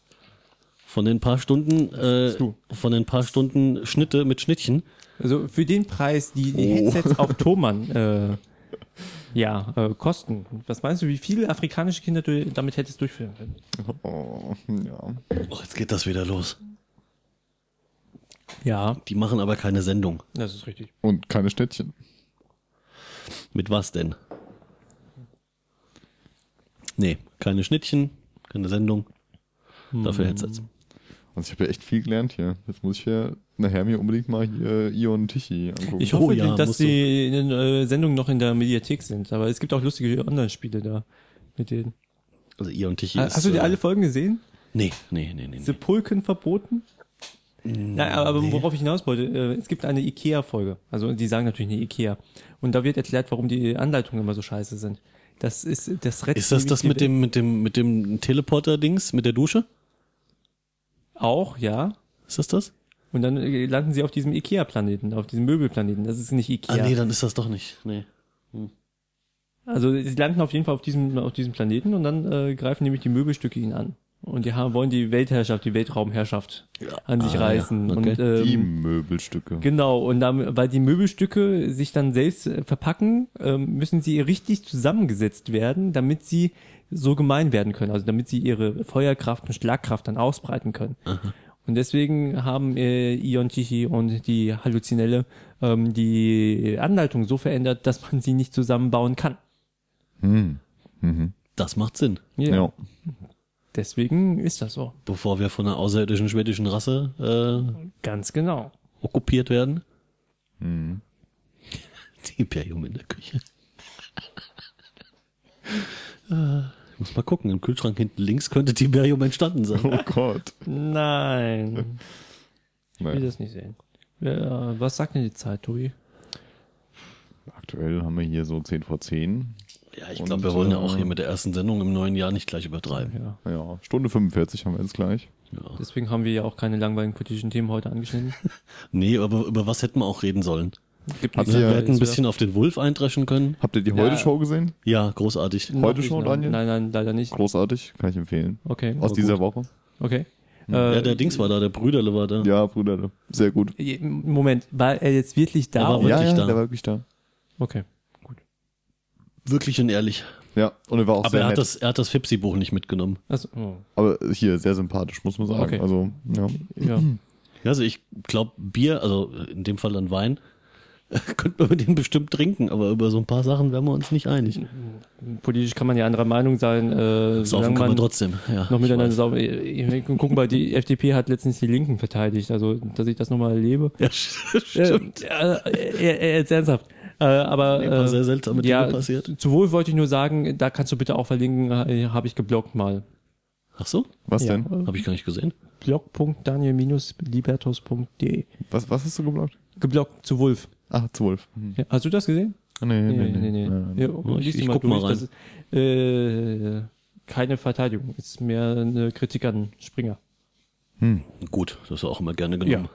Speaker 2: Von den paar Stunden, äh,
Speaker 4: du.
Speaker 2: von den paar Stunden Schnitte mit Schnittchen.
Speaker 4: Also für den Preis, die, die
Speaker 3: Oh.
Speaker 4: Headsets auf Thomann äh, ja, äh, kosten. Was meinst du, wie viele afrikanische Kinder du damit hättest durchführen können?
Speaker 3: Oh, ja.
Speaker 2: Oh, jetzt geht das wieder los.
Speaker 4: Ja,
Speaker 2: Die machen aber keine Sendung.
Speaker 4: das ist richtig.
Speaker 3: Und keine Schnittchen.
Speaker 2: Mit was denn? Nee, keine Schnittchen, keine Sendung.
Speaker 4: Hm.
Speaker 2: Dafür Headsets.
Speaker 3: Also ich habe ja echt viel gelernt hier. Jetzt muss ich ja nachher mir unbedingt mal hier Ion Tichy angucken.
Speaker 4: Ich
Speaker 2: Oh
Speaker 4: hoffe,
Speaker 2: ja,
Speaker 4: dass
Speaker 2: musst du.
Speaker 4: die in den, äh, Sendungen noch in der Mediathek sind. Aber es gibt auch lustige Online-Spiele da mit denen.
Speaker 2: Also ihr und Tichy
Speaker 4: Ha-
Speaker 2: ist.
Speaker 4: Hast du
Speaker 2: äh,
Speaker 4: dir alle Folgen gesehen?
Speaker 2: Nee, nee, nee, nee. nee.
Speaker 4: Sepulken verboten?
Speaker 2: Mm,
Speaker 4: Nein, aber worauf ich hinaus wollte, äh, es gibt eine Ikea-Folge. Also die sagen natürlich eine Ikea. Und da wird erklärt, warum die Anleitungen immer so scheiße sind. Das ist das rettet
Speaker 2: Ist das das
Speaker 4: nämlich
Speaker 2: mit dem, mit dem, mit dem Teleporter-Dings, mit der Dusche?
Speaker 4: auch, ja.
Speaker 2: Ist das das?
Speaker 4: Und dann äh, landen sie auf diesem Ikea-Planeten, auf diesem Möbelplaneten. Das ist nicht Ikea.
Speaker 2: Ah, nee, dann ist das doch nicht. Nee.
Speaker 4: Also sie landen auf jeden Fall auf diesem, auf diesem Planeten und dann äh, greifen nämlich die Möbelstücke ihn an. Und die haben, wollen die Weltherrschaft, die Weltraumherrschaft an sich
Speaker 2: Ah, ja.
Speaker 4: reißen.
Speaker 2: Okay.
Speaker 4: Und, ähm,
Speaker 3: die Möbelstücke.
Speaker 4: Genau, und dann, weil die Möbelstücke sich dann selbst äh, verpacken, ähm, müssen sie richtig zusammengesetzt werden, damit sie so gemein werden können. Also damit sie ihre Feuerkraft und Schlagkraft dann ausbreiten können. Und deswegen haben äh, Ion Chichi und die Halluzinelle ähm, die Anleitung so verändert, dass man sie nicht zusammenbauen kann.
Speaker 2: Das macht Sinn.
Speaker 4: Ja.
Speaker 3: Ja.
Speaker 4: Deswegen ist das so.
Speaker 2: Bevor wir von einer außerirdischen schwedischen Rasse äh,
Speaker 4: Ganz genau.
Speaker 2: okkupiert werden. Mhm.
Speaker 3: Mhm.
Speaker 2: Die Imperium in der Küche. Äh, ich muss mal gucken, im Kühlschrank hinten links könnte Tiberium entstanden sein.
Speaker 3: Oh Gott.
Speaker 4: Nein, ich will
Speaker 3: Naja,
Speaker 4: das nicht sehen. Ja, was sagt denn die Zeit, Tobi?
Speaker 3: aktuell haben wir hier so 10 vor 10.
Speaker 2: Ja, ich
Speaker 3: Und,
Speaker 2: glaube, wir wollen ja
Speaker 3: äh,
Speaker 2: auch hier mit der ersten Sendung im neuen Jahr nicht gleich übertreiben.
Speaker 4: Ja.
Speaker 3: Ja, Stunde 45 haben wir jetzt gleich.
Speaker 2: Ja.
Speaker 4: Deswegen haben wir ja auch keine langweiligen politischen Themen heute angeschnitten.
Speaker 2: Nee, aber über was hätten wir auch reden sollen?
Speaker 4: Gibt
Speaker 3: Hat
Speaker 4: nichts
Speaker 3: sie-
Speaker 2: Wir
Speaker 3: Ja,
Speaker 2: hätten ein
Speaker 4: Neues,
Speaker 2: bisschen auf den Wolf eintreschen können.
Speaker 3: Habt ihr die Heute-Show gesehen?
Speaker 2: Ja, großartig.
Speaker 4: oder?
Speaker 3: heute
Speaker 4: Noch
Speaker 3: schon,
Speaker 4: nicht,
Speaker 3: Daniel? Hm.
Speaker 4: Nein, nein, leider nicht.
Speaker 3: Großartig, kann ich empfehlen.
Speaker 4: Okay.
Speaker 3: Aus dieser Woche.
Speaker 4: Okay.
Speaker 2: Ja,
Speaker 4: Äh,
Speaker 2: der Dings war da, der Brüderle war da.
Speaker 3: Ja, Bruder, sehr gut.
Speaker 4: je- Moment, war er jetzt wirklich da?
Speaker 2: Er war
Speaker 4: oder?
Speaker 2: wirklich
Speaker 3: ja, ja,
Speaker 2: da.
Speaker 3: der war wirklich da.
Speaker 4: Okay.
Speaker 2: Wirklich und ehrlich.
Speaker 3: Ja, und er war auch
Speaker 2: Aber
Speaker 3: sehr
Speaker 2: er hat,
Speaker 3: nett.
Speaker 2: das, er hat das Fipsi-Buch nicht mitgenommen.
Speaker 4: Also, oh,
Speaker 3: Aber hier, sehr sympathisch, muss man sagen.
Speaker 4: Okay.
Speaker 3: Also, ja.
Speaker 4: ja.
Speaker 2: Ja, also ich glaube, Bier, also in dem Fall dann Wein, könnte man mit dem bestimmt trinken, aber über so ein paar Sachen wären wir uns nicht einig.
Speaker 4: Mhm. Politisch kann man ja anderer Meinung sein.
Speaker 2: Saufen
Speaker 4: Äh,
Speaker 2: kann
Speaker 4: solange man
Speaker 2: man trotzdem. Ja,
Speaker 4: noch
Speaker 2: ich
Speaker 4: miteinander
Speaker 2: weiß.
Speaker 4: sauber. Gucken, weil die FDP hat letztens die Linken verteidigt. Also, dass ich das nochmal erlebe.
Speaker 2: Ja, stimmt.
Speaker 4: Äh, äh, äh, jetzt ernsthaft. Äh, aber
Speaker 2: Ein paar
Speaker 4: äh,
Speaker 2: sehr seltsame Dinge
Speaker 4: ja,
Speaker 2: passiert.
Speaker 4: zu wohl wollte ich nur sagen, da kannst du bitte auch verlinken, äh, habe ich geblockt mal.
Speaker 2: Ach so?
Speaker 3: Was
Speaker 4: Ja.
Speaker 3: denn?
Speaker 2: Habe ich gar nicht gesehen.
Speaker 4: blog.daniel-libertos.de
Speaker 3: Was, was hast du geblockt?
Speaker 4: Geblockt zu Wolf.
Speaker 3: Ach, zu Wolf. Hm.
Speaker 4: Ja, hast du das gesehen?
Speaker 3: Ah, Nee, nee, nee. nee,
Speaker 4: Ja, oh,
Speaker 2: ich-
Speaker 4: lies die
Speaker 2: ich guck mal
Speaker 4: durch. Das ist, äh, keine Verteidigung, ist mehr eine Kritik an Springer.
Speaker 2: Gut, das ist auch immer gerne genommen.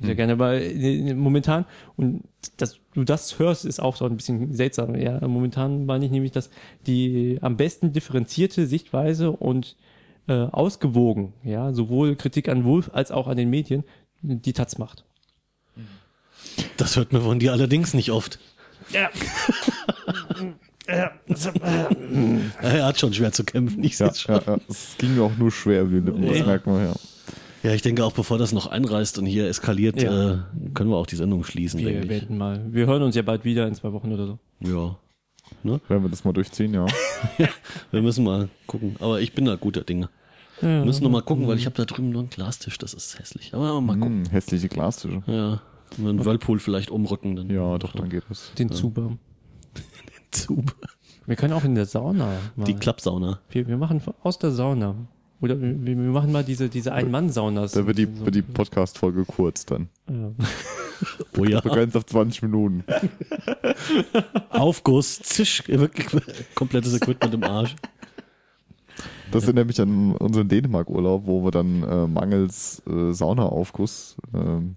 Speaker 4: Sehr gerne, weil äh, momentan, und dass du das hörst, ist auch so ein bisschen seltsam. Ja, momentan meine ich nämlich, dass die am besten differenzierte Sichtweise und äh, ausgewogen, ja, sowohl Kritik an Wolf als auch an den Medien, die Taz macht.
Speaker 2: Das hört man von dir allerdings nicht oft.
Speaker 4: Ja.
Speaker 2: Er hat schon schwer zu kämpfen, ich sehe
Speaker 3: Ja,
Speaker 2: es schon.
Speaker 3: ja, ja. Es ging mir auch nur schwer über die Lippen, das
Speaker 4: Ja.
Speaker 3: merkt man, ja.
Speaker 2: Ja, ich denke auch, bevor das noch einreißt und hier eskaliert,
Speaker 4: Ja.
Speaker 2: äh, können wir auch die Sendung schließen,
Speaker 4: Wir
Speaker 2: denke ich.
Speaker 4: beenden mal. Wir hören uns ja bald wieder in zwei Wochen oder so.
Speaker 2: Ja.
Speaker 3: Wenn wir das mal durchziehen, ja.
Speaker 2: Wir müssen mal gucken. Aber ich bin da guter Dinge. Wir müssen noch mal gucken, weil ich habe da drüben nur einen Glastisch, das ist hässlich. Aber mal gucken.
Speaker 3: Hm, hässliche Glastische.
Speaker 2: Ja. Und einen Whirlpool vielleicht umrücken, dann
Speaker 3: Ja, doch, dann geht das.
Speaker 4: Den Zuber.
Speaker 2: zu.
Speaker 4: Wir können auch in der Sauna. Mal.
Speaker 2: Die Klappsauna.
Speaker 4: wir, wir machen von- aus der Sauna. Oder wir, wir machen mal diese, diese Ein-Mann-Saunas.
Speaker 3: Da wird die, wird die Podcast-Folge kurz dann.
Speaker 4: Ja.
Speaker 2: Oh ja.
Speaker 4: Ah.
Speaker 3: Begrenzt auf 20 Minuten.
Speaker 2: Aufguss, zisch, wirklich komplettes Equipment im Arsch.
Speaker 3: Das erinnert mich an unseren Dänemark-Urlaub, wo wir dann äh, mangels äh, Saunaaufguss ähm,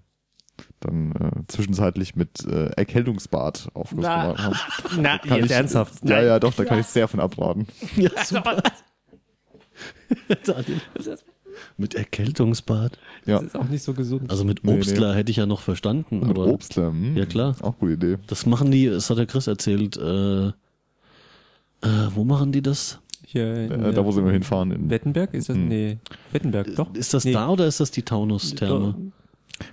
Speaker 3: dann äh, zwischenzeitlich mit äh, Erkältungsbad Aufguss
Speaker 4: Na.
Speaker 3: gemacht haben.
Speaker 4: Na,
Speaker 3: Kann
Speaker 4: jetzt
Speaker 3: ich-
Speaker 4: ernsthaft.
Speaker 3: Ja, ja, doch, da kann ich sehr von abraten.
Speaker 2: Ja, super. Daniel. mit Erkältungsbad.
Speaker 3: Ja.
Speaker 4: Das ist auch nicht so gesund.
Speaker 2: Also mit
Speaker 3: Nee, nee.
Speaker 2: Obstler hätte ich ja noch verstanden,
Speaker 3: Mit
Speaker 2: aber
Speaker 3: Obstler. Hm,
Speaker 2: Ja, klar.
Speaker 3: Auch gute Idee.
Speaker 2: das machen die, das hat der Chris erzählt, äh, äh, wo machen die das?
Speaker 4: Hier in,
Speaker 3: Äh, da, wo sie immer hinfahren. In,
Speaker 4: Wettenberg? Ist das? Nee. Wettenberg, doch.
Speaker 2: Hm. Ist das
Speaker 4: nee.
Speaker 2: da oder ist das die Taunus-Therme?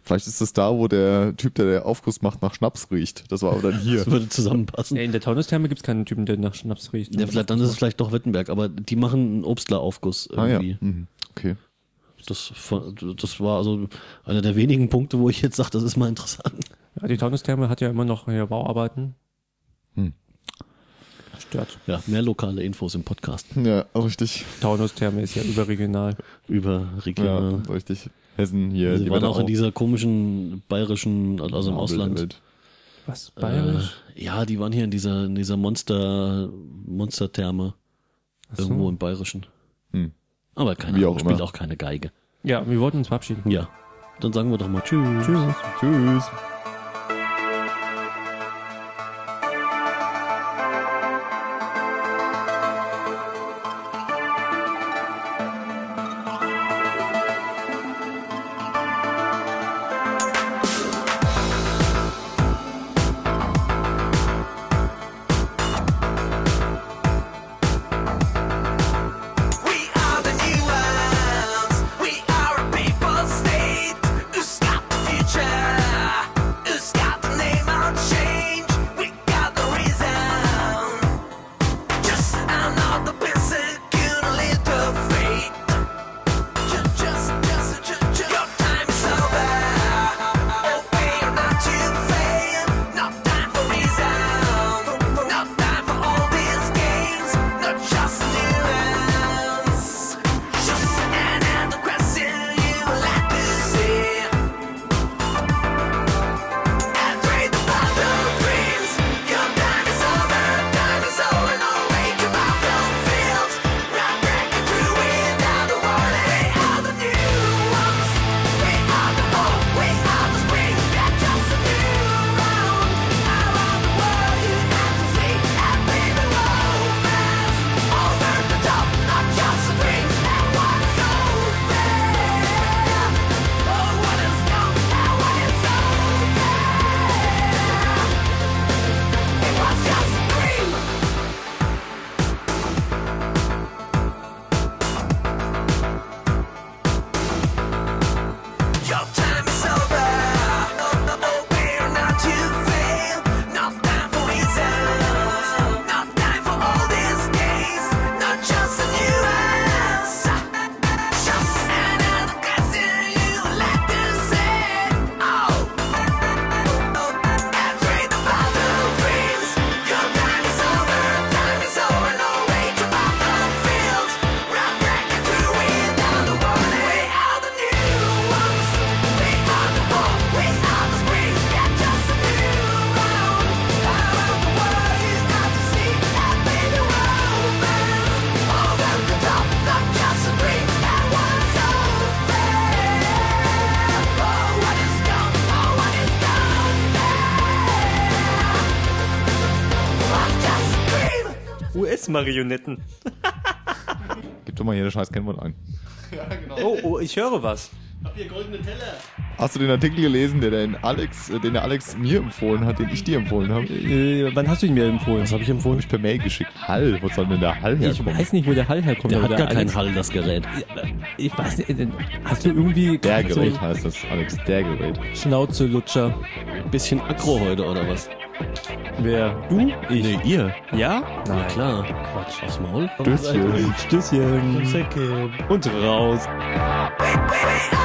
Speaker 3: vielleicht ist das da, wo der Typ, der der Aufguss macht, nach Schnaps riecht. Das war aber dann hier.
Speaker 2: Das würde zusammenpassen.
Speaker 4: Nee, in der Taunustherme gibt's keinen Typen, der nach Schnaps riecht.
Speaker 2: Ja, vielleicht, dann ist es vielleicht doch Wittenberg, aber die machen einen Obstler-Aufguss
Speaker 3: ah ja.
Speaker 2: irgendwie.
Speaker 3: Mhm. Okay.
Speaker 2: Das, fa- das war also einer der wenigen Punkte, wo ich jetzt sage, das ist mal interessant.
Speaker 4: Ja, die Taunustherme hat ja immer noch ja, Bauarbeiten.
Speaker 3: Hm.
Speaker 4: Stört.
Speaker 2: Ja, mehr lokale Infos im Podcast
Speaker 3: Ja, also richtig.
Speaker 4: Taunustherme ist ja überregional.
Speaker 2: über
Speaker 3: Ja,
Speaker 2: Region.
Speaker 3: richtig. Hessen hier.
Speaker 2: Sie
Speaker 3: die
Speaker 2: Genau. Also waren
Speaker 3: Wetterau.
Speaker 2: auch in dieser komischen bayerischen, also im
Speaker 3: Ja,
Speaker 2: Ausland.
Speaker 3: Welt.
Speaker 4: Was? Bayerisch?
Speaker 2: Äh, ja, die waren hier in dieser, in dieser Monster, Monstertherme.
Speaker 4: so.
Speaker 2: Irgendwo im Bayerischen.
Speaker 3: Hm.
Speaker 2: Aber keine
Speaker 3: Wie
Speaker 2: Ahnung,
Speaker 3: auch
Speaker 2: spielt
Speaker 3: immer.
Speaker 2: auch keine Geige.
Speaker 4: Ja, wir wollten uns verabschieden.
Speaker 2: Ja. Dann sagen wir doch mal Tschüss.
Speaker 4: Tschüss.
Speaker 3: Tschüss.
Speaker 6: We are the new ones. We are a people state. Who's got the future? Who's got the name on change? We got the reason. Just another person can lead the fate. Just, just, just, just, just. Your time is over. Okay, you're not to fail. No time for reason. No time for all these games. Not just nuance. Just another question you like to see. And trade the bottom dreams. Your time is over. Time is over. No way to bottom fields. Right back into without a warning. We are the new ones. We are the hope. We are the spring. That just a new round. Around the world, you have to see every romance. Over the top, not just a dream. That one is over. Oh, what is gone? That one is over. It was just a dream. Your time is over. No, no, we're not to fail. No time for reasons. No time for all these days. Not just a new us. Just another question you let them say. Oh. Afraid the father dreams. Your time is over. Time is over. No way to bother fields. Rock back into without a warning. We are the new ones. We are the hope. We are the spring. Yeah, just a new round. Around the world, you got to see that baby romance. Over the top, not just a dream. That one's over. Oh, what is gone? Oh, what is gone? Was just dream?
Speaker 5: US-Marionetten.
Speaker 3: Gib doch mal hier das scheiß Kennwort ein.
Speaker 5: Oh, oh, ich höre was.
Speaker 2: Habt ihr goldene Teller?
Speaker 3: Hast du den Artikel gelesen, der den Alex, äh, den der Alex mir empfohlen hat, den ich dir empfohlen habe? Hab
Speaker 4: Äh, wann hast du ihn mir empfohlen?
Speaker 2: Was habe ich empfohlen?
Speaker 3: ich per Mail geschickt. Hall, wo soll denn der Hall
Speaker 4: Ich
Speaker 3: herkommen?
Speaker 4: weiß nicht, wo der Hall herkommt.
Speaker 2: Der
Speaker 4: aber
Speaker 2: hat gar keinen
Speaker 4: Alex-
Speaker 2: Hall, das Gerät.
Speaker 4: Ich weiß nicht, äh, hast du irgendwie
Speaker 3: Der
Speaker 4: so
Speaker 3: Gerät heißt das, Alex, der Gerät.
Speaker 4: Schnauzelutscher?
Speaker 2: Bisschen aggro heute, oder was?
Speaker 4: Wer? Du? Ich.
Speaker 2: Nee, ihr.
Speaker 4: Ja?
Speaker 2: Na klar. Quatsch. Aufs Maul.
Speaker 3: Stößchen.
Speaker 4: Stößchen.
Speaker 5: Säcke.
Speaker 4: Und raus.
Speaker 6: Wait, wait, wait,